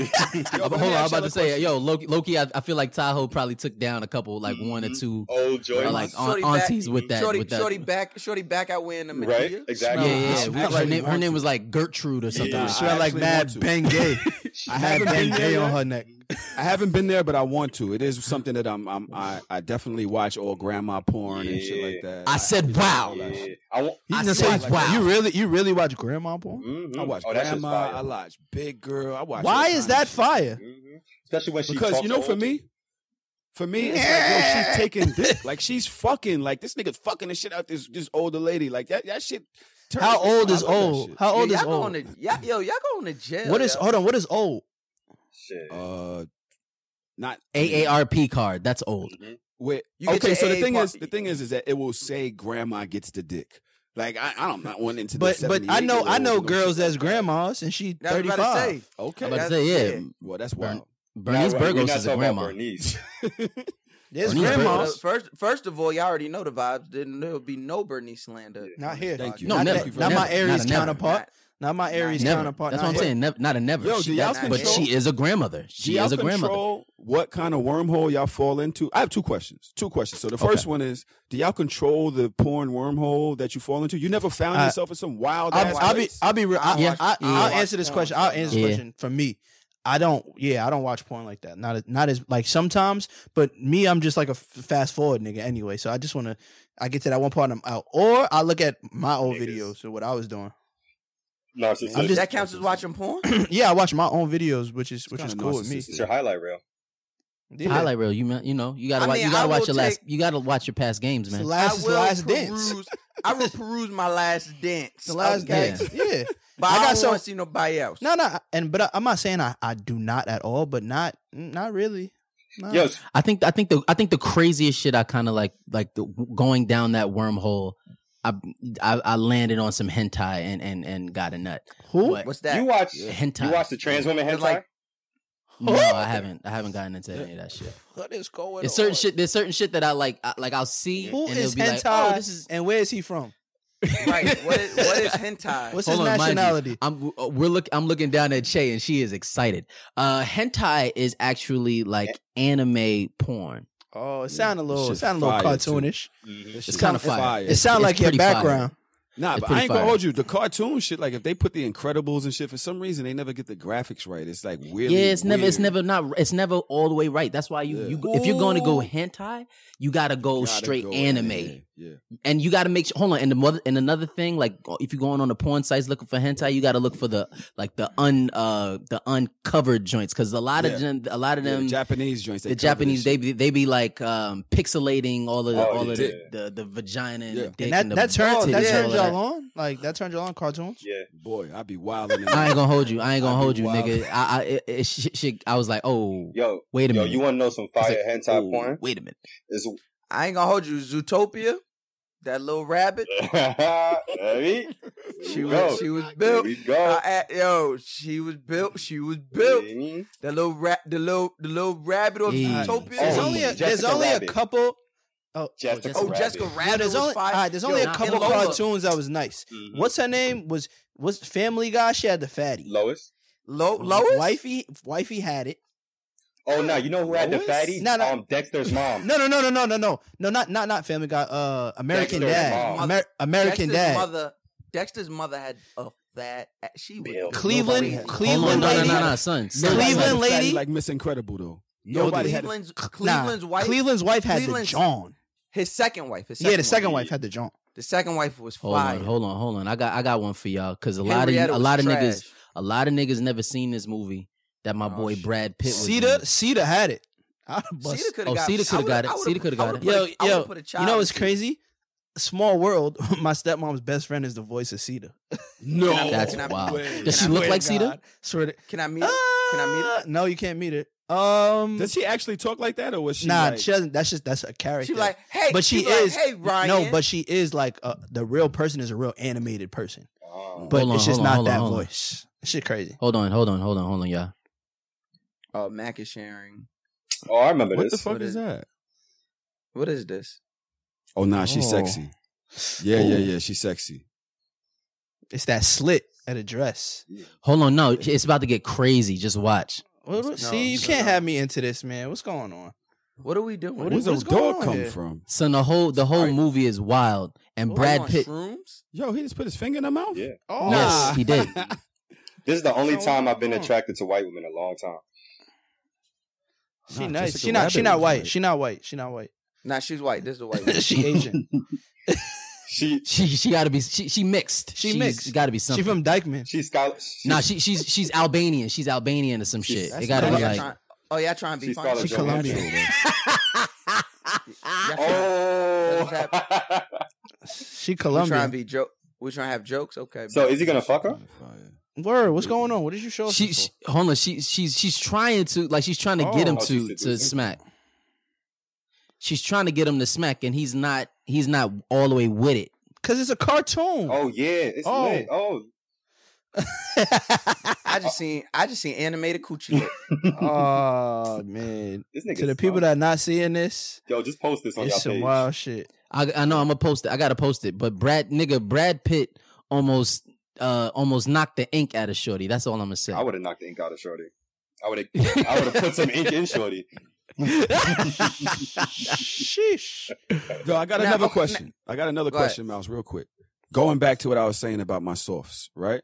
[SPEAKER 8] said, yeah.
[SPEAKER 6] Yo,
[SPEAKER 5] but
[SPEAKER 6] let
[SPEAKER 5] hold
[SPEAKER 6] me
[SPEAKER 5] on, I'm
[SPEAKER 6] ask
[SPEAKER 5] about
[SPEAKER 6] y'all a
[SPEAKER 5] to say, yo, Loki. Loki I, I feel like Tahoe probably took down a couple, like one or two,
[SPEAKER 7] old
[SPEAKER 5] uh,
[SPEAKER 7] Jordan.
[SPEAKER 5] like
[SPEAKER 4] Shorty
[SPEAKER 5] aunt,
[SPEAKER 4] back-
[SPEAKER 5] aunties with that.
[SPEAKER 4] Shorty,
[SPEAKER 5] with that.
[SPEAKER 4] shorty back, shorty back out wearing the Madea.
[SPEAKER 7] right?
[SPEAKER 5] yeah,
[SPEAKER 7] Exactly.
[SPEAKER 5] yeah.
[SPEAKER 6] I
[SPEAKER 5] we- her,
[SPEAKER 6] actually
[SPEAKER 5] name, her
[SPEAKER 6] want
[SPEAKER 5] name
[SPEAKER 6] to.
[SPEAKER 5] was like Gertrude or something.
[SPEAKER 7] Yeah,
[SPEAKER 5] like that.
[SPEAKER 8] She had like
[SPEAKER 6] actually
[SPEAKER 8] mad
[SPEAKER 6] want to.
[SPEAKER 8] <laughs> Bengay,
[SPEAKER 6] I
[SPEAKER 8] mad
[SPEAKER 6] haven't been there
[SPEAKER 8] Bengay on
[SPEAKER 6] yet.
[SPEAKER 8] her neck.
[SPEAKER 6] I haven't been there, but I want to. It is something that I'm, I'm I, I definitely watch all grandma porn and shit like that.
[SPEAKER 5] I said, wow.
[SPEAKER 7] Yeah. I want.
[SPEAKER 5] I
[SPEAKER 8] You just
[SPEAKER 5] said,
[SPEAKER 8] watch-
[SPEAKER 5] wow.
[SPEAKER 8] You really, you really watch grandma porn?
[SPEAKER 7] mhm.
[SPEAKER 6] I watch
[SPEAKER 7] oh, that shit's
[SPEAKER 6] grandma. I
[SPEAKER 7] fire.
[SPEAKER 6] watch big girl. Mm, I watch.
[SPEAKER 8] Why
[SPEAKER 6] all
[SPEAKER 8] is
[SPEAKER 6] kinds of
[SPEAKER 8] that
[SPEAKER 6] shit.
[SPEAKER 8] fire?
[SPEAKER 7] Mhm. Especially when she
[SPEAKER 6] Because
[SPEAKER 7] talks
[SPEAKER 6] you know, for
[SPEAKER 7] old-
[SPEAKER 6] me, for me, it's like yo, she's taking dick.
[SPEAKER 8] <laughs>
[SPEAKER 6] Like she's fucking. Like this nigga's fucking the shit out this this older lady. Like that that shit. turns
[SPEAKER 8] How
[SPEAKER 6] me on.
[SPEAKER 8] old
[SPEAKER 6] I
[SPEAKER 8] is
[SPEAKER 6] love that
[SPEAKER 8] old?
[SPEAKER 6] shit.
[SPEAKER 8] How old
[SPEAKER 4] yo,
[SPEAKER 8] is
[SPEAKER 4] y'all going
[SPEAKER 8] old?
[SPEAKER 4] to y'all, yo, y'all going to jail.
[SPEAKER 8] What is
[SPEAKER 4] yo.
[SPEAKER 8] hold on? What is old?
[SPEAKER 7] shit.
[SPEAKER 6] Uh, not
[SPEAKER 5] AARP card. That's old.
[SPEAKER 6] Wait,
[SPEAKER 4] You get
[SPEAKER 6] okay,
[SPEAKER 4] your
[SPEAKER 6] so the
[SPEAKER 4] AA
[SPEAKER 6] thing
[SPEAKER 4] part-
[SPEAKER 6] is, the thing is, is that it will say grandma gets the dick. Like I, I'm not one into
[SPEAKER 8] But
[SPEAKER 6] the
[SPEAKER 8] but I know I
[SPEAKER 6] 78
[SPEAKER 8] know
[SPEAKER 6] year olds and
[SPEAKER 8] girls
[SPEAKER 6] shit like
[SPEAKER 8] that's
[SPEAKER 6] that.
[SPEAKER 8] grandmas and she
[SPEAKER 4] That's
[SPEAKER 8] thirty
[SPEAKER 4] what I was about to
[SPEAKER 8] five.
[SPEAKER 4] say.
[SPEAKER 5] I'm
[SPEAKER 6] Okay,
[SPEAKER 5] about to
[SPEAKER 4] That's-
[SPEAKER 5] say, yeah.
[SPEAKER 4] yeah.
[SPEAKER 6] well that's
[SPEAKER 5] Burn-
[SPEAKER 6] wild.
[SPEAKER 5] Bernice
[SPEAKER 7] Nah, right, we're
[SPEAKER 5] Burgos
[SPEAKER 7] not
[SPEAKER 5] is a
[SPEAKER 7] talking about
[SPEAKER 5] grandma.
[SPEAKER 7] Bernice.
[SPEAKER 8] There's
[SPEAKER 5] Bernice Bergos.
[SPEAKER 8] grandmas.
[SPEAKER 4] uh, First, first of all, y'all already know the vibes. Then there will be no Bernie slander.
[SPEAKER 8] Not here.
[SPEAKER 6] Thank you.
[SPEAKER 5] No,
[SPEAKER 8] not
[SPEAKER 5] never.
[SPEAKER 8] that- not my
[SPEAKER 5] Never. Not
[SPEAKER 8] Aries
[SPEAKER 5] a never.
[SPEAKER 8] counterpart. Not, my Aries
[SPEAKER 4] Never.
[SPEAKER 8] counterpart.
[SPEAKER 5] That's
[SPEAKER 8] not
[SPEAKER 5] what I'm
[SPEAKER 8] here.
[SPEAKER 5] saying. Never, not a never.
[SPEAKER 6] Yo, do
[SPEAKER 5] she,
[SPEAKER 6] y'all
[SPEAKER 5] that's- but
[SPEAKER 4] control-
[SPEAKER 5] she is a grandmother.
[SPEAKER 6] Do
[SPEAKER 5] She
[SPEAKER 6] y'all
[SPEAKER 5] is a grandmother.
[SPEAKER 6] control what kind of wormhole y'all fall into? I have two questions. Two questions. So the first one is, do y'all control the porn wormhole that you fall into? You never found
[SPEAKER 8] I-
[SPEAKER 6] yourself in some wild ass
[SPEAKER 8] I'll, I'll be
[SPEAKER 6] place?
[SPEAKER 8] I'll be real. I,
[SPEAKER 5] Yeah.
[SPEAKER 8] I,
[SPEAKER 5] Yeah.
[SPEAKER 8] will answer this question. I'll answer this
[SPEAKER 5] Yeah.
[SPEAKER 8] question for me. I don't. Yeah, I don't watch porn like that. Not as, not as like sometimes, but me, I'm just like a f- fast forward nigga anyway. So I just want to. I get to that one part, and I'm out. Or I look at my old
[SPEAKER 7] Niggas.
[SPEAKER 8] videos and what I was doing. <clears throat>
[SPEAKER 7] Narcissist.
[SPEAKER 8] I'm just-
[SPEAKER 4] that counts as watching porn.
[SPEAKER 8] yeah, I watch my own videos, which is which
[SPEAKER 6] kinda
[SPEAKER 8] is cool with me.
[SPEAKER 6] narcissistic.
[SPEAKER 7] It's your highlight reel.
[SPEAKER 8] Yeah.
[SPEAKER 5] Highlight reel. You ma- you know you gotta
[SPEAKER 4] I
[SPEAKER 5] watch.
[SPEAKER 4] mean,
[SPEAKER 5] you gotta
[SPEAKER 4] I
[SPEAKER 5] watch
[SPEAKER 4] will
[SPEAKER 5] your last.
[SPEAKER 4] take-
[SPEAKER 5] You gotta watch your past games,
[SPEAKER 8] It's
[SPEAKER 5] man.
[SPEAKER 8] the last, it's the last dance.
[SPEAKER 4] I will peruse my last dance.
[SPEAKER 8] The last
[SPEAKER 4] okay?
[SPEAKER 8] dance. Yeah.
[SPEAKER 4] But
[SPEAKER 8] I
[SPEAKER 4] I,
[SPEAKER 8] got
[SPEAKER 4] don't
[SPEAKER 8] some-
[SPEAKER 4] want to see nobody else.
[SPEAKER 8] No, no, and but I, I'm not saying I, I do not at all, but not not really. No.
[SPEAKER 7] Yo,
[SPEAKER 5] I think I think the I think the craziest shit I kind of like like the, going down that wormhole. I, I I landed on some hentai and and and got a nut.
[SPEAKER 8] who?
[SPEAKER 5] But-
[SPEAKER 4] What's that?
[SPEAKER 7] you watch
[SPEAKER 5] hentai.
[SPEAKER 7] you watch the trans women hentai?
[SPEAKER 4] It's like-
[SPEAKER 5] No, I haven't. I haven't gotten into any of that shit.
[SPEAKER 8] What is going
[SPEAKER 5] It's certain shit. There's certain shit that I like. I, like I'll see
[SPEAKER 8] Who
[SPEAKER 5] and
[SPEAKER 8] is
[SPEAKER 5] it'll be
[SPEAKER 8] hentai?
[SPEAKER 5] like, oh, this is.
[SPEAKER 8] and where is he from? <laughs>
[SPEAKER 4] right. What is, what is hentai?
[SPEAKER 8] What's
[SPEAKER 5] Hold
[SPEAKER 8] his
[SPEAKER 5] on, mind you,
[SPEAKER 8] nationality?
[SPEAKER 5] I'm uh, we're look. I'm looking down at Che and she is excited. Uh, hentai is actually like anime porn.
[SPEAKER 8] Oh, it sound a little, it
[SPEAKER 6] shit's
[SPEAKER 8] sound a little
[SPEAKER 6] fire, too.
[SPEAKER 8] cartoonish.
[SPEAKER 6] This
[SPEAKER 5] It's
[SPEAKER 6] shit
[SPEAKER 5] kind of
[SPEAKER 6] is
[SPEAKER 5] fire.
[SPEAKER 8] It sound
[SPEAKER 5] It's
[SPEAKER 8] like your
[SPEAKER 5] pretty fire.
[SPEAKER 8] background.
[SPEAKER 6] Nah,
[SPEAKER 5] It's
[SPEAKER 6] but I
[SPEAKER 5] pretty
[SPEAKER 6] ain't gonna
[SPEAKER 5] fire.
[SPEAKER 6] hold you. The cartoon shit, like if they put the Incredibles and shit, for some reason they never get the graphics right. It's like weird.
[SPEAKER 5] yeah, it's never, it's never not, it's never all the way right. That's why you,
[SPEAKER 6] Yeah.
[SPEAKER 5] you if you're going to go
[SPEAKER 6] Ooh.
[SPEAKER 5] hentai, you gotta go straight anime,
[SPEAKER 6] Yeah,
[SPEAKER 5] and you gotta make sure. Hold on, and the mother, and another thing, like oh, if you're going on the porn sites looking for hentai, you gotta look for the like the un, uh, the uncovered joints because a lot
[SPEAKER 6] Yeah.
[SPEAKER 5] of them, a lot of
[SPEAKER 6] Yeah,
[SPEAKER 5] them,
[SPEAKER 6] the Japanese joints. They
[SPEAKER 5] the
[SPEAKER 6] cover
[SPEAKER 5] Japanese
[SPEAKER 6] this
[SPEAKER 5] they
[SPEAKER 6] shit.
[SPEAKER 5] be, they be like um pixelating all of
[SPEAKER 7] Oh,
[SPEAKER 5] all of
[SPEAKER 7] yeah.
[SPEAKER 5] the, the the vagina and
[SPEAKER 6] Yeah.
[SPEAKER 5] the
[SPEAKER 6] And
[SPEAKER 5] dick
[SPEAKER 8] And
[SPEAKER 5] and,
[SPEAKER 8] that
[SPEAKER 5] the
[SPEAKER 8] that turns
[SPEAKER 5] titties
[SPEAKER 8] that
[SPEAKER 5] and
[SPEAKER 8] turns
[SPEAKER 5] all of
[SPEAKER 8] y'all on, like that turns y'all on cartoons.
[SPEAKER 7] yeah.
[SPEAKER 6] boy, I be wilding.
[SPEAKER 5] <laughs> I ain't gonna hold you. I ain't gonna
[SPEAKER 6] I'd be
[SPEAKER 5] hold you,
[SPEAKER 6] wild.
[SPEAKER 5] nigga. I I it, it, shit, shit, I was like, oh,
[SPEAKER 7] Yo,
[SPEAKER 5] wait a
[SPEAKER 7] yo,
[SPEAKER 5] minute.
[SPEAKER 7] you want to know some
[SPEAKER 5] I was
[SPEAKER 7] fire
[SPEAKER 5] like,
[SPEAKER 7] hentai
[SPEAKER 5] oh,
[SPEAKER 7] porn?
[SPEAKER 5] Wait a minute.
[SPEAKER 7] Is
[SPEAKER 4] I ain't gonna hold you. Zootopia. That little rabbit.
[SPEAKER 7] <laughs> Ready?
[SPEAKER 4] She was she was built.
[SPEAKER 7] we go.
[SPEAKER 4] I, I- yo, she was built. She was built.
[SPEAKER 7] Mhm.
[SPEAKER 4] That little rat, the little, the little rabbit on
[SPEAKER 5] Yeah.
[SPEAKER 4] Zootopia.
[SPEAKER 8] There's
[SPEAKER 7] Oh,
[SPEAKER 8] only a, there's
[SPEAKER 7] Jessica
[SPEAKER 8] only
[SPEAKER 7] Rabbit.
[SPEAKER 8] a couple. Oh,
[SPEAKER 7] Jessica
[SPEAKER 4] oh,
[SPEAKER 7] Rabbit.
[SPEAKER 4] Jessica Rabbit.
[SPEAKER 8] Yeah, there's
[SPEAKER 4] was
[SPEAKER 8] only
[SPEAKER 4] fire.
[SPEAKER 8] alright, there's only
[SPEAKER 4] Yo,
[SPEAKER 8] a couple
[SPEAKER 4] Lola.
[SPEAKER 8] cartoons that was nice.
[SPEAKER 7] Mhm.
[SPEAKER 8] What's her name? Was was Family Guy? She had the fatty.
[SPEAKER 7] Lois?
[SPEAKER 4] Lo- Lois.
[SPEAKER 8] Wifey, wifey had it.
[SPEAKER 7] Oh no, you know who had the
[SPEAKER 8] Lois?
[SPEAKER 7] fatty?
[SPEAKER 8] No, no.
[SPEAKER 7] Um, Dexter's mom.
[SPEAKER 8] No, no, no, no, no, no, no, no, not not not Family Guy. Uh, American
[SPEAKER 7] Dexter's
[SPEAKER 8] Dad.
[SPEAKER 7] mom.
[SPEAKER 8] Amer- American
[SPEAKER 4] Dexter's
[SPEAKER 8] Dad.
[SPEAKER 4] Mother, Dexter's mother had a fat. She
[SPEAKER 7] Bill.
[SPEAKER 4] was
[SPEAKER 8] Cleveland,
[SPEAKER 4] Nobody had-
[SPEAKER 5] Hold on,
[SPEAKER 8] Cleveland
[SPEAKER 5] no, no,
[SPEAKER 8] lady.
[SPEAKER 5] no, no, son. son,
[SPEAKER 8] Cleveland
[SPEAKER 5] son.
[SPEAKER 6] Fatty
[SPEAKER 8] lady?
[SPEAKER 6] like Miss Incredible though.
[SPEAKER 4] Nobody
[SPEAKER 6] Nobody had.
[SPEAKER 4] Cleveland's
[SPEAKER 8] Nah,
[SPEAKER 4] Cleveland's wife.
[SPEAKER 8] Cleveland's wife had
[SPEAKER 4] Cleveland's-
[SPEAKER 8] the John.
[SPEAKER 4] His second wife. His second
[SPEAKER 8] Yeah, the second
[SPEAKER 4] wife.
[SPEAKER 8] wife had the John.
[SPEAKER 4] The second wife was
[SPEAKER 5] Hold
[SPEAKER 4] fire.
[SPEAKER 5] on, hold on, hold on. I got I got one for y'all because a lot of you,
[SPEAKER 4] Henrietta
[SPEAKER 5] a
[SPEAKER 4] was
[SPEAKER 5] lot of
[SPEAKER 4] trash.
[SPEAKER 5] niggas, a lot of niggas never seen this movie that my
[SPEAKER 4] Oh,
[SPEAKER 5] boy
[SPEAKER 4] shit.
[SPEAKER 5] Brad Pitt was.
[SPEAKER 8] Cedar,
[SPEAKER 5] in.
[SPEAKER 8] Cedar had it. I'd have bust-
[SPEAKER 4] Cedar could
[SPEAKER 5] Oh,
[SPEAKER 4] have got.
[SPEAKER 5] Cedar coulda
[SPEAKER 4] I would've-
[SPEAKER 5] got it.
[SPEAKER 4] I would've-
[SPEAKER 5] Cedar coulda
[SPEAKER 4] I
[SPEAKER 5] got
[SPEAKER 4] would've
[SPEAKER 5] it.
[SPEAKER 8] Yo,
[SPEAKER 4] put a- I
[SPEAKER 8] yo,
[SPEAKER 4] would've put a
[SPEAKER 8] You
[SPEAKER 4] child
[SPEAKER 8] know what's
[SPEAKER 4] in.
[SPEAKER 8] crazy? Small world. <laughs> My stepmom's best friend is the voice of Cedar.
[SPEAKER 6] No,
[SPEAKER 5] That's
[SPEAKER 4] Can I-
[SPEAKER 5] wild.
[SPEAKER 6] Wait.
[SPEAKER 5] Does she
[SPEAKER 4] Can I-
[SPEAKER 5] look like Cedar?
[SPEAKER 8] Swear to.
[SPEAKER 4] Can <gasps> I meet? her? Can I meet her?
[SPEAKER 8] Ah, No, you can't meet her. Um,
[SPEAKER 6] Does she actually talk like that, or was she?
[SPEAKER 8] nah,
[SPEAKER 6] like,
[SPEAKER 8] she doesn't. That's just that's a character.
[SPEAKER 4] She like, hey,
[SPEAKER 8] but she
[SPEAKER 4] she like,
[SPEAKER 8] is
[SPEAKER 4] hey, Ryan.
[SPEAKER 8] no, but she is like uh, the real person is a real animated person,
[SPEAKER 7] Oh.
[SPEAKER 8] but
[SPEAKER 5] Hold on,
[SPEAKER 8] it's just
[SPEAKER 5] hold on,
[SPEAKER 8] not
[SPEAKER 5] hold on,
[SPEAKER 8] that
[SPEAKER 5] hold on.
[SPEAKER 8] voice. Shit, crazy.
[SPEAKER 5] Hold on, hold on, hold on, hold on, y'all.
[SPEAKER 4] oh, Mac is sharing.
[SPEAKER 7] oh, I remember
[SPEAKER 6] what the
[SPEAKER 7] this.
[SPEAKER 6] fuck
[SPEAKER 4] What
[SPEAKER 6] is
[SPEAKER 4] is-
[SPEAKER 6] that?
[SPEAKER 4] What is this?
[SPEAKER 6] Oh nah, she's
[SPEAKER 8] Oh.
[SPEAKER 6] sexy. Yeah, yeah, yeah, she's sexy.
[SPEAKER 8] It's that slit at a dress.
[SPEAKER 5] Hold on, no, it's about to get crazy. Just watch.
[SPEAKER 8] What-
[SPEAKER 4] No,
[SPEAKER 8] see, you
[SPEAKER 4] no,
[SPEAKER 8] can't
[SPEAKER 4] no.
[SPEAKER 8] have me into this, man. What's going on?
[SPEAKER 4] What are we doing?
[SPEAKER 8] What
[SPEAKER 6] Where's
[SPEAKER 8] is-
[SPEAKER 6] the
[SPEAKER 8] what's going
[SPEAKER 6] dog
[SPEAKER 8] on
[SPEAKER 6] come
[SPEAKER 8] here?
[SPEAKER 6] from?
[SPEAKER 5] Son, the whole the whole
[SPEAKER 4] Sorry.
[SPEAKER 5] movie is wild, and
[SPEAKER 4] What are we
[SPEAKER 5] Brad
[SPEAKER 4] on,
[SPEAKER 5] Pitt.
[SPEAKER 4] Shrooms?
[SPEAKER 6] Yo, he just put his finger in her mouth.
[SPEAKER 7] Yeah.
[SPEAKER 5] <laughs>
[SPEAKER 8] Oh,
[SPEAKER 5] Yes, he did.
[SPEAKER 7] This is the only
[SPEAKER 8] So
[SPEAKER 7] time I've been
[SPEAKER 8] long.
[SPEAKER 7] attracted to white women in a long time.
[SPEAKER 8] she
[SPEAKER 6] Nah,
[SPEAKER 8] nice.
[SPEAKER 6] Jessica
[SPEAKER 8] She not. She
[SPEAKER 6] Rabbit
[SPEAKER 8] not
[SPEAKER 6] was
[SPEAKER 8] white.
[SPEAKER 6] white.
[SPEAKER 8] She not white. She not white.
[SPEAKER 4] Nah, she's white. This is a
[SPEAKER 5] <laughs>
[SPEAKER 4] white.
[SPEAKER 8] she Asian.
[SPEAKER 7] She
[SPEAKER 5] She she got to be she she mixed.
[SPEAKER 8] She
[SPEAKER 5] She's
[SPEAKER 8] mixed.
[SPEAKER 5] Got to be something.
[SPEAKER 8] she from Dykeman.
[SPEAKER 7] she's scholar. She, <laughs>
[SPEAKER 5] nah, she she's she's Albanian. She's Albanian or some
[SPEAKER 7] She's-
[SPEAKER 5] shit. It
[SPEAKER 7] that's
[SPEAKER 5] got to
[SPEAKER 4] oh,
[SPEAKER 5] be
[SPEAKER 7] not-
[SPEAKER 4] y'all
[SPEAKER 5] like.
[SPEAKER 4] trying, oh, y'all trying to be
[SPEAKER 7] She's
[SPEAKER 4] funny.
[SPEAKER 7] Scarlett
[SPEAKER 8] She
[SPEAKER 7] Johansson.
[SPEAKER 4] <laughs>
[SPEAKER 8] colonial.
[SPEAKER 4] Y'all trying-
[SPEAKER 7] Oh.
[SPEAKER 8] She
[SPEAKER 4] we trying
[SPEAKER 8] Colombian.
[SPEAKER 4] to be joke. We trying to have jokes. Okay.
[SPEAKER 7] <laughs> so is he gonna fuck her?
[SPEAKER 8] Word. What's going on? What did you show us?
[SPEAKER 5] She,
[SPEAKER 8] this
[SPEAKER 5] she hold on. She she's she's trying to like she's trying to get
[SPEAKER 8] Oh.
[SPEAKER 5] him
[SPEAKER 7] Oh, she's
[SPEAKER 5] to to
[SPEAKER 7] seducing.
[SPEAKER 5] smack. She's trying to get him to smack, and he's not he's not all the way with it. <laughs>
[SPEAKER 8] for? Cause it's a cartoon.
[SPEAKER 7] Oh yeah, it's
[SPEAKER 8] Oh.
[SPEAKER 7] lit. Oh,
[SPEAKER 4] I just seen. I just seen animated coochie.
[SPEAKER 7] <laughs>
[SPEAKER 4] Lick.
[SPEAKER 8] oh man.
[SPEAKER 7] this nigga.
[SPEAKER 8] to the people that are not seeing this,
[SPEAKER 7] yo, just post this on
[SPEAKER 8] it's
[SPEAKER 7] y'all
[SPEAKER 8] some
[SPEAKER 7] page.
[SPEAKER 8] wild shit.
[SPEAKER 5] I I know I'm gonna post it. I gotta post it. But Brad nigga Brad Pitt almost uh almost knocked the ink out of Shorty. That's all I'm gonna say.
[SPEAKER 7] I would have knocked the ink out of Shorty. I would have. I would have
[SPEAKER 5] <laughs>
[SPEAKER 7] put some ink in Shorty.
[SPEAKER 8] <laughs>
[SPEAKER 4] <laughs>
[SPEAKER 8] Sheesh.
[SPEAKER 6] Yo, I got
[SPEAKER 4] Now-
[SPEAKER 6] another question. I got another
[SPEAKER 4] Go ahead.
[SPEAKER 6] question, Mouse, real quick. Going back to what I was saying about my softs, right?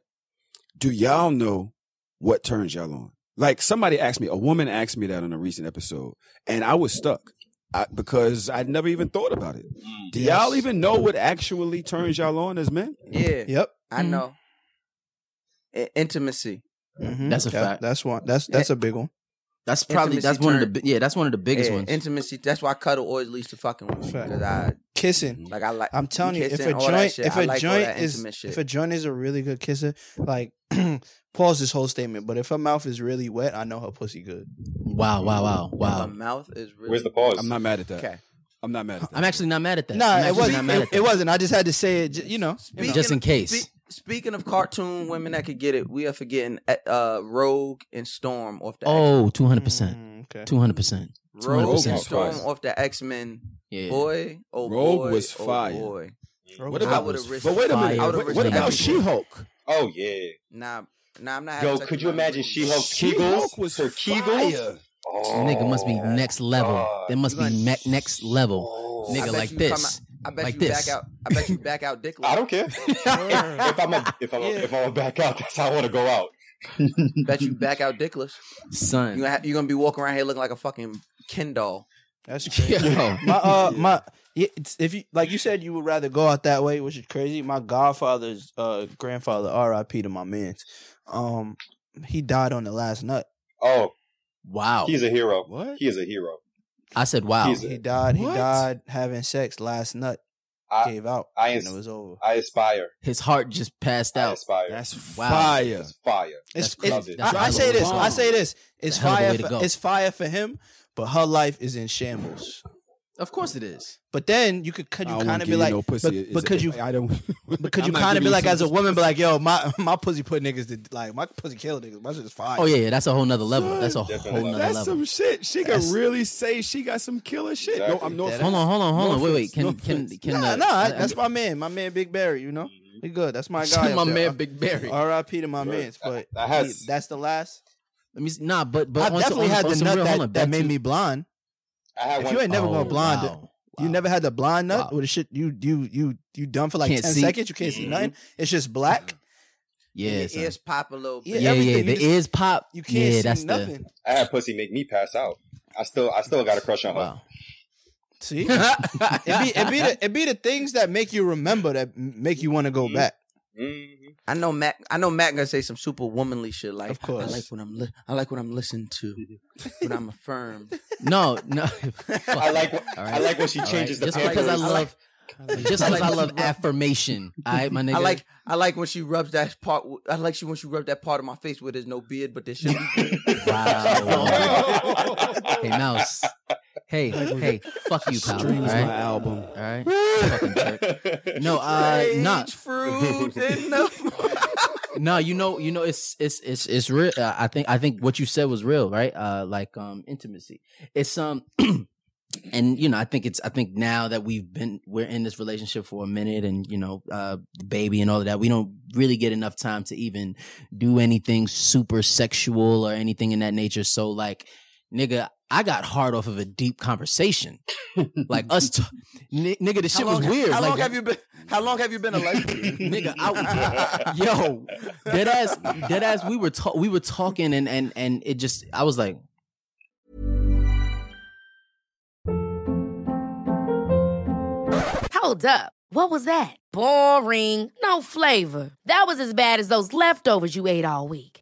[SPEAKER 6] Do y'all know what turns y'all on? Like somebody asked me, a woman asked me that on a recent episode, and I was stuck I, because I'd never even thought about it.
[SPEAKER 8] Mm.
[SPEAKER 6] Do y'all even know what actually turns y'all on as men?
[SPEAKER 4] Yeah,
[SPEAKER 8] Yep.
[SPEAKER 5] Mm-hmm.
[SPEAKER 4] I know. I- intimacy.
[SPEAKER 8] Mhm.
[SPEAKER 5] That's a
[SPEAKER 8] Yep,
[SPEAKER 5] fact.
[SPEAKER 8] That's one. That's that's a big one.
[SPEAKER 5] That's probably
[SPEAKER 4] Intimacy
[SPEAKER 5] that's one of the
[SPEAKER 4] turn-
[SPEAKER 5] bi- yeah that's one of the biggest
[SPEAKER 4] Yeah,
[SPEAKER 5] ones.
[SPEAKER 4] Intimacy. That's why cuddle always leads to fucking women.
[SPEAKER 8] Fact.
[SPEAKER 4] Because I
[SPEAKER 8] Kissing.
[SPEAKER 4] like. I like.
[SPEAKER 8] I'm telling you, if
[SPEAKER 4] kissing,
[SPEAKER 8] a
[SPEAKER 4] all that
[SPEAKER 8] joint,
[SPEAKER 4] shit.
[SPEAKER 8] if
[SPEAKER 4] I
[SPEAKER 8] a
[SPEAKER 4] like all
[SPEAKER 8] joint
[SPEAKER 4] that
[SPEAKER 8] is,
[SPEAKER 4] intimate shit.
[SPEAKER 8] if a joint is a really good kisser, like <clears throat> pause this whole statement. But if her mouth is really wet, I know her pussy good.
[SPEAKER 5] wow wow wow
[SPEAKER 4] My
[SPEAKER 5] wow.
[SPEAKER 4] mouth is really.
[SPEAKER 7] Where's the pause?
[SPEAKER 6] I'm not mad at that.
[SPEAKER 4] Okay.
[SPEAKER 6] I'm not mad at that.
[SPEAKER 5] I'm actually not mad at that.
[SPEAKER 8] Nah,
[SPEAKER 5] I'm
[SPEAKER 8] it
[SPEAKER 5] actually
[SPEAKER 8] wasn't.
[SPEAKER 5] mad
[SPEAKER 8] It,
[SPEAKER 5] at
[SPEAKER 8] it
[SPEAKER 5] that.
[SPEAKER 8] wasn't. I just had to say it. ju- You know. you know.
[SPEAKER 4] Speaking
[SPEAKER 5] Just in
[SPEAKER 4] of-
[SPEAKER 5] case.
[SPEAKER 4] spe- speaking of cartoon women that could get it, we are forgetting uh, Rogue and Storm off the
[SPEAKER 5] Oh, 200 percent,
[SPEAKER 8] Mm, okay.
[SPEAKER 5] two hundred percent.
[SPEAKER 4] X- Rogue
[SPEAKER 5] 200%.
[SPEAKER 4] and Storm
[SPEAKER 6] Fire.
[SPEAKER 4] off the X Men.
[SPEAKER 5] Yeah.
[SPEAKER 4] Boy, oh
[SPEAKER 6] Rogue
[SPEAKER 4] boy,
[SPEAKER 6] was
[SPEAKER 4] oh
[SPEAKER 6] fire.
[SPEAKER 4] boy.
[SPEAKER 6] What
[SPEAKER 4] I
[SPEAKER 6] about-
[SPEAKER 4] would've risked
[SPEAKER 6] but wait a minute.
[SPEAKER 4] fire
[SPEAKER 6] What,
[SPEAKER 4] for
[SPEAKER 6] what about
[SPEAKER 4] everyone.
[SPEAKER 6] She Hulk?
[SPEAKER 7] oh yeah.
[SPEAKER 4] Nah, nah, I'm not. having
[SPEAKER 7] Yo,
[SPEAKER 4] sex
[SPEAKER 7] could
[SPEAKER 4] with
[SPEAKER 7] you
[SPEAKER 4] my
[SPEAKER 7] imagine
[SPEAKER 4] room.
[SPEAKER 7] She-Hulk
[SPEAKER 6] She-Hulk
[SPEAKER 7] Kegels?
[SPEAKER 6] was
[SPEAKER 7] Her Kegels?
[SPEAKER 6] fire.
[SPEAKER 7] Oh,
[SPEAKER 5] Nigga must be next level.
[SPEAKER 7] God.
[SPEAKER 5] There must
[SPEAKER 4] You
[SPEAKER 5] be
[SPEAKER 4] gonna-
[SPEAKER 5] me- next level.
[SPEAKER 7] Oh.
[SPEAKER 4] I
[SPEAKER 5] Nigga
[SPEAKER 4] bet
[SPEAKER 5] like
[SPEAKER 4] you come
[SPEAKER 5] this.
[SPEAKER 4] I bet
[SPEAKER 5] Like
[SPEAKER 4] you
[SPEAKER 5] this.
[SPEAKER 4] back out. I bet you back out, Dick.
[SPEAKER 7] I don't care.
[SPEAKER 8] <laughs>
[SPEAKER 7] if I'm a, if I'm a, if I'm a back out, that's how I want to go out.
[SPEAKER 4] Bet you back out dickless.
[SPEAKER 5] Son.
[SPEAKER 4] You're
[SPEAKER 5] <laughs>
[SPEAKER 4] gonna, have, you gonna be walking around here looking like a fucking Ken doll.
[SPEAKER 8] That's <laughs> crazy.
[SPEAKER 5] Yo.
[SPEAKER 8] my uh my yeah, it's, if you like you said you would rather go out that way, which is crazy. My godfather's uh grandfather, R.I.P. to my man's, um, he died on the last nut.
[SPEAKER 7] Oh,
[SPEAKER 5] Wow.
[SPEAKER 7] he's a hero.
[SPEAKER 6] What?
[SPEAKER 7] He is a hero.
[SPEAKER 5] I said wow.
[SPEAKER 7] He's a-
[SPEAKER 8] He died. He
[SPEAKER 6] What?
[SPEAKER 8] died having sex last nut.
[SPEAKER 7] I-
[SPEAKER 8] gave out.
[SPEAKER 7] I
[SPEAKER 8] and
[SPEAKER 7] ins-
[SPEAKER 8] it was over.
[SPEAKER 7] I aspire.
[SPEAKER 5] His heart just passed
[SPEAKER 7] I
[SPEAKER 5] out.
[SPEAKER 7] aspire.
[SPEAKER 6] That's
[SPEAKER 5] Wow.
[SPEAKER 6] fire.
[SPEAKER 7] It's fire.
[SPEAKER 8] It's,
[SPEAKER 5] that's
[SPEAKER 8] it's,
[SPEAKER 7] crazy.
[SPEAKER 8] I, I
[SPEAKER 5] That's
[SPEAKER 8] say
[SPEAKER 5] a
[SPEAKER 8] this. I
[SPEAKER 5] bomb.
[SPEAKER 8] say this. It's
[SPEAKER 5] a hell of a
[SPEAKER 8] fire.
[SPEAKER 5] way to
[SPEAKER 8] For,
[SPEAKER 5] go.
[SPEAKER 8] it's fire for him, but her life is in shambles.
[SPEAKER 5] Of course it is.
[SPEAKER 8] But then you could, could
[SPEAKER 6] I
[SPEAKER 8] you
[SPEAKER 6] don't wanna
[SPEAKER 8] kind
[SPEAKER 6] give
[SPEAKER 8] of be
[SPEAKER 6] you
[SPEAKER 8] like,
[SPEAKER 6] no pussy.
[SPEAKER 8] but-
[SPEAKER 6] Is
[SPEAKER 8] but
[SPEAKER 6] it-
[SPEAKER 8] could you-
[SPEAKER 6] I don't.
[SPEAKER 8] but could
[SPEAKER 6] I'm
[SPEAKER 8] you
[SPEAKER 6] not
[SPEAKER 8] kind
[SPEAKER 6] giving
[SPEAKER 8] of be
[SPEAKER 6] you
[SPEAKER 8] like,
[SPEAKER 6] some-
[SPEAKER 8] as a woman, be like, yo, my my pussy put niggas to like my pussy kill niggas. My shit is fire.
[SPEAKER 5] Oh yeah, yeah that's a whole nother level. that's a
[SPEAKER 7] Definitely.
[SPEAKER 5] whole nother
[SPEAKER 6] That's
[SPEAKER 5] level.
[SPEAKER 6] some shit. She could really say she got some killer shit. No,
[SPEAKER 7] Exactly.
[SPEAKER 6] I'm no.
[SPEAKER 8] That
[SPEAKER 5] Hold on, hold on, hold
[SPEAKER 6] No
[SPEAKER 5] on. Wait, wait. Can
[SPEAKER 6] offense, no
[SPEAKER 5] can
[SPEAKER 8] <laughs>
[SPEAKER 5] can?
[SPEAKER 6] offense.
[SPEAKER 8] Nah,
[SPEAKER 5] uh,
[SPEAKER 8] nah,
[SPEAKER 5] I- Mm-hmm.
[SPEAKER 8] that's my man, my man, Big Barry. You know, he good.
[SPEAKER 5] <laughs>
[SPEAKER 8] That's my guy.
[SPEAKER 5] my
[SPEAKER 8] up there.
[SPEAKER 5] man Big Barry.
[SPEAKER 8] R.I.P. to my man's, but
[SPEAKER 7] I has-
[SPEAKER 8] that's the last.
[SPEAKER 5] Let me see. Nah, but but
[SPEAKER 8] I
[SPEAKER 5] on some-
[SPEAKER 8] definitely
[SPEAKER 5] on,
[SPEAKER 8] had
[SPEAKER 5] on
[SPEAKER 8] the
[SPEAKER 5] some
[SPEAKER 8] nut
[SPEAKER 5] real- hold
[SPEAKER 8] that,
[SPEAKER 5] on,
[SPEAKER 8] that
[SPEAKER 5] back
[SPEAKER 8] made
[SPEAKER 5] to-
[SPEAKER 8] me blonde.
[SPEAKER 7] I had
[SPEAKER 8] If
[SPEAKER 7] one.
[SPEAKER 8] you ain't never
[SPEAKER 5] Oh,
[SPEAKER 8] going blonde,
[SPEAKER 5] wow.
[SPEAKER 8] you never had the blonde nut
[SPEAKER 5] Wow.
[SPEAKER 8] where the shit you you you you dumb for like
[SPEAKER 5] Can't
[SPEAKER 8] ten
[SPEAKER 5] see. Mm-hmm.
[SPEAKER 8] seconds. You can't see nothing. It's just black.
[SPEAKER 5] Yeah,
[SPEAKER 4] the
[SPEAKER 5] son.
[SPEAKER 4] ears pop a little bit.
[SPEAKER 8] E
[SPEAKER 5] yeah,
[SPEAKER 8] Yeah,
[SPEAKER 5] yeah.
[SPEAKER 8] everything, you
[SPEAKER 5] The
[SPEAKER 8] just-
[SPEAKER 5] ears pop.
[SPEAKER 8] You can't
[SPEAKER 5] yeah,
[SPEAKER 8] see
[SPEAKER 5] that's
[SPEAKER 8] nothing.
[SPEAKER 7] I had pussy make me pass out. I still, I still got a crush
[SPEAKER 5] the
[SPEAKER 7] on
[SPEAKER 4] <laughs>
[SPEAKER 7] her.
[SPEAKER 5] wow.
[SPEAKER 8] See,
[SPEAKER 5] <laughs>
[SPEAKER 8] <laughs> it be <laughs> it be <laughs> the it be the things that make you remember that m- make you want to go
[SPEAKER 7] Mhm.
[SPEAKER 8] back.
[SPEAKER 7] Mhm.
[SPEAKER 4] I know Mac. I know Mac gonna say some super womanly shit. Like,
[SPEAKER 8] Of course.
[SPEAKER 4] I like what I'm. Li- I like what I'm listened to. when I'm
[SPEAKER 5] <laughs>
[SPEAKER 4] affirmed.
[SPEAKER 5] No, no. Fuck.
[SPEAKER 7] I like, what-
[SPEAKER 5] All
[SPEAKER 7] I
[SPEAKER 5] right.
[SPEAKER 7] like when she
[SPEAKER 5] All
[SPEAKER 7] changes
[SPEAKER 5] right.
[SPEAKER 7] the
[SPEAKER 5] just because I
[SPEAKER 7] pampers.
[SPEAKER 5] love. Just
[SPEAKER 4] I
[SPEAKER 5] because
[SPEAKER 4] like
[SPEAKER 5] I
[SPEAKER 4] when
[SPEAKER 5] love
[SPEAKER 4] she rub-
[SPEAKER 5] affirmation, all right, my nigga.
[SPEAKER 4] I like I like when she rubs that part. w- I like she when she rubs that part of my face where there's no beard, but there should be. beard.
[SPEAKER 7] <laughs>
[SPEAKER 5] Wow. hey, mouse. Hey, hey, fuck you, pal. All
[SPEAKER 6] Dreams my
[SPEAKER 5] right,
[SPEAKER 6] album.
[SPEAKER 5] all right. Fucking jerk. No, <laughs> uh, not
[SPEAKER 4] Strange fruit in
[SPEAKER 5] <laughs>
[SPEAKER 4] the-
[SPEAKER 5] no, you know, you know, it's it's it's it's real. Uh, I think I think what you said was real, right? Uh, like um, intimacy. It's um, <clears throat> and you know, I think it's I think now that we've been we're in this relationship for a minute, and you know, uh, baby and all of that, we don't really get enough time to even do anything super sexual or anything in that nature. So like, nigga. I got hard off of a
[SPEAKER 4] <laughs>
[SPEAKER 5] deep conversation, like us, t- ni- nigga. The shit was weird.
[SPEAKER 4] How
[SPEAKER 5] like,
[SPEAKER 4] long have you been? How long have you been a lesbian,
[SPEAKER 5] <laughs> nigga,
[SPEAKER 4] <laughs>
[SPEAKER 5] I, yo, dead ass, dead ass. We were ta- we were talking, and and and it just, I was like,
[SPEAKER 1] Hold up. What was that? Boring. No flavor. That was as bad as those leftovers you ate all week.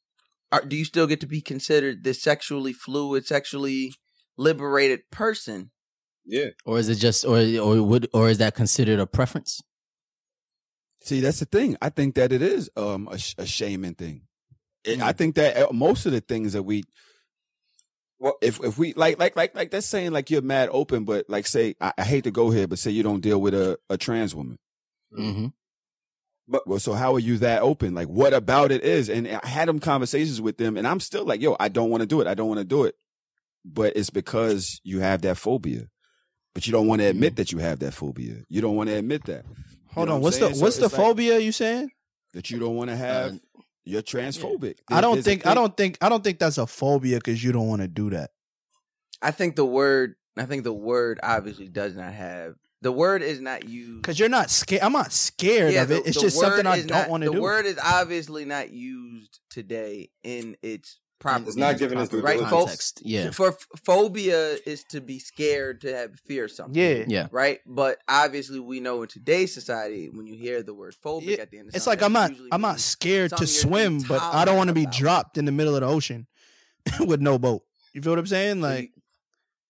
[SPEAKER 4] are, do you still get to be considered this sexually fluid sexually liberated person
[SPEAKER 7] yeah.
[SPEAKER 5] Or is it just or or would or is that considered a preference?
[SPEAKER 6] See, that's the thing. I think that it is um a, sh- a shaming thing. It,
[SPEAKER 4] Mm.
[SPEAKER 6] I think that uh, most of the things that we, well, if if we like like like like that's saying like you're mad open, but like say I, I hate to go here, but say you don't deal with a a trans woman.
[SPEAKER 5] Mm-hmm.
[SPEAKER 6] Well, so how are you that open? Like, what about it is? And I had them conversations with them, and I'm still like, yo, I don't want to do it. I don't want to do it. But it's because you have that phobia, but you don't want to admit that you have that phobia. You don't want to admit that.
[SPEAKER 8] Mm-hmm. Hold
[SPEAKER 6] know
[SPEAKER 8] on.
[SPEAKER 6] what
[SPEAKER 8] What's
[SPEAKER 6] I'm
[SPEAKER 8] the
[SPEAKER 6] saying? So
[SPEAKER 8] what's the
[SPEAKER 6] it's like-
[SPEAKER 8] phobia you saying?
[SPEAKER 6] that you don't want to have. you're transphobic.
[SPEAKER 8] I don't
[SPEAKER 6] There's a
[SPEAKER 8] think
[SPEAKER 6] thing-
[SPEAKER 8] I don't think I don't think that's a phobia because you don't want to do that.
[SPEAKER 4] i think the word i think the word obviously does not have the word is not used
[SPEAKER 8] Cause you're not scared. I'm not scared of
[SPEAKER 4] the-
[SPEAKER 8] it. It's
[SPEAKER 4] the
[SPEAKER 8] just
[SPEAKER 4] word
[SPEAKER 8] something I
[SPEAKER 4] is
[SPEAKER 8] don't
[SPEAKER 4] not-
[SPEAKER 8] want to
[SPEAKER 4] The
[SPEAKER 8] do.
[SPEAKER 4] word is obviously not used today in its proper.
[SPEAKER 7] It's not given its due
[SPEAKER 4] right
[SPEAKER 7] diligence.
[SPEAKER 4] folks.
[SPEAKER 5] Context. Yeah.
[SPEAKER 4] For phobia is to be scared to have fear of something.
[SPEAKER 8] yeah.
[SPEAKER 5] Yeah.
[SPEAKER 4] Right, but obviously we know in today's society when you hear the word phobic
[SPEAKER 8] Yeah,
[SPEAKER 4] at the end, of
[SPEAKER 8] It's
[SPEAKER 4] something,
[SPEAKER 8] like I'm
[SPEAKER 4] that
[SPEAKER 8] not
[SPEAKER 4] usually
[SPEAKER 8] I'm not
[SPEAKER 4] means
[SPEAKER 8] scared to
[SPEAKER 4] something you're
[SPEAKER 8] swim, but I don't want to be
[SPEAKER 4] intolerant about.
[SPEAKER 8] dropped in the middle of the ocean <laughs> with no boat. You feel what I'm saying?
[SPEAKER 4] So you-
[SPEAKER 8] Like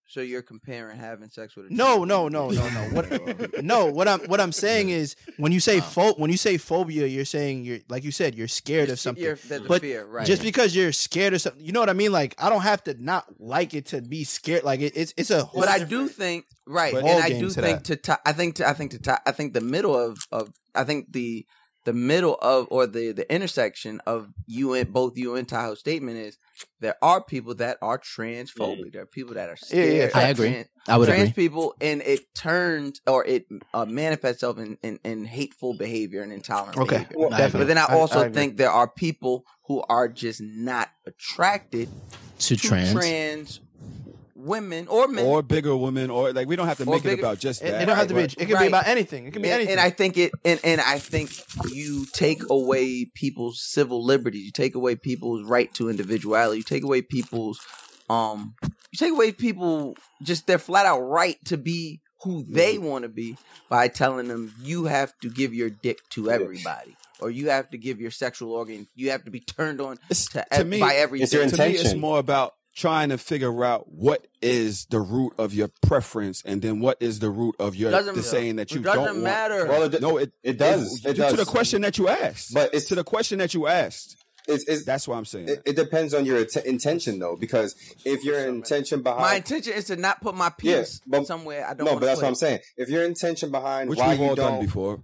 [SPEAKER 4] so you're comparing having sex with a
[SPEAKER 8] no,
[SPEAKER 4] trans
[SPEAKER 8] no,
[SPEAKER 4] woman.
[SPEAKER 8] no, no, no. What <laughs> no, what I'm what I'm saying is when you say pho- when you say phobia, you're saying you're like you said, you're scared
[SPEAKER 4] Uh-huh. You're-
[SPEAKER 8] of something.
[SPEAKER 4] you're- there's a
[SPEAKER 8] But
[SPEAKER 4] fear, right?
[SPEAKER 8] Just because you're scared of something, you know what I mean? Like I don't have to not like it to be scared. Like it, it's it's a whole
[SPEAKER 4] but I do think right,
[SPEAKER 8] But-
[SPEAKER 4] and
[SPEAKER 8] Ball
[SPEAKER 4] I
[SPEAKER 8] game
[SPEAKER 4] do
[SPEAKER 8] to
[SPEAKER 4] think to ti- I think to, I think to ti- I think the middle of of I think the the middle of or the the intersection of you and both you and Tahoe's statement is there are people that are transphobic. There are people that are
[SPEAKER 8] Yeah, yeah,
[SPEAKER 4] scared. of
[SPEAKER 5] I agree.
[SPEAKER 4] trans-
[SPEAKER 5] I would
[SPEAKER 4] trans
[SPEAKER 5] agree.
[SPEAKER 4] people, and it turns or it uh, manifests itself in, in in hateful behavior and intolerant.
[SPEAKER 8] Okay.
[SPEAKER 4] behavior.
[SPEAKER 7] Well,
[SPEAKER 4] But then I
[SPEAKER 8] I- I
[SPEAKER 4] also
[SPEAKER 8] agree.
[SPEAKER 4] think there are people who are just not attracted
[SPEAKER 5] to
[SPEAKER 4] to
[SPEAKER 5] trans.
[SPEAKER 4] trans women or men
[SPEAKER 6] or bigger women, or like we don't have to
[SPEAKER 4] Or
[SPEAKER 6] make it
[SPEAKER 4] bigger-
[SPEAKER 6] about just
[SPEAKER 8] It,
[SPEAKER 6] that.
[SPEAKER 8] it don't have to be. It
[SPEAKER 6] Right.
[SPEAKER 8] can be
[SPEAKER 4] Right.
[SPEAKER 8] about anything. It can be
[SPEAKER 4] and,
[SPEAKER 8] anything.
[SPEAKER 4] and I think it and, and I think you take away people's civil liberties. You take away people's right to individuality. You take away people's um you take away people just their flat out right to be who they
[SPEAKER 7] Mm-hmm.
[SPEAKER 4] want to be by telling them you have to give your dick to everybody. Or you have to give your sexual organ. You have to be turned on to, ev- by everything.
[SPEAKER 6] To me, it's more about trying to figure out what is the root of your preference, and then what is the root of your
[SPEAKER 4] Doesn't-
[SPEAKER 6] the saying that you
[SPEAKER 4] it doesn't
[SPEAKER 6] don't want.
[SPEAKER 4] matter.
[SPEAKER 7] Well, it-
[SPEAKER 6] no, it
[SPEAKER 7] it does.
[SPEAKER 6] to-
[SPEAKER 7] It does.
[SPEAKER 6] to the question that you asked.
[SPEAKER 7] But it's
[SPEAKER 6] to the question that you asked.
[SPEAKER 7] It's, it's,
[SPEAKER 6] That's why I'm saying.
[SPEAKER 7] it, it depends on your int- intention, though, because if your intention behind
[SPEAKER 4] My intention is to not put my
[SPEAKER 7] Yeah,
[SPEAKER 4] piece somewhere I don't.
[SPEAKER 7] no,
[SPEAKER 4] wanna
[SPEAKER 7] but that's
[SPEAKER 4] put
[SPEAKER 7] what I'm
[SPEAKER 4] it.
[SPEAKER 7] saying. If your intention behind
[SPEAKER 6] Which
[SPEAKER 7] why
[SPEAKER 6] we've
[SPEAKER 7] you
[SPEAKER 6] all
[SPEAKER 7] don't,
[SPEAKER 6] done
[SPEAKER 7] <laughs>
[SPEAKER 6] before.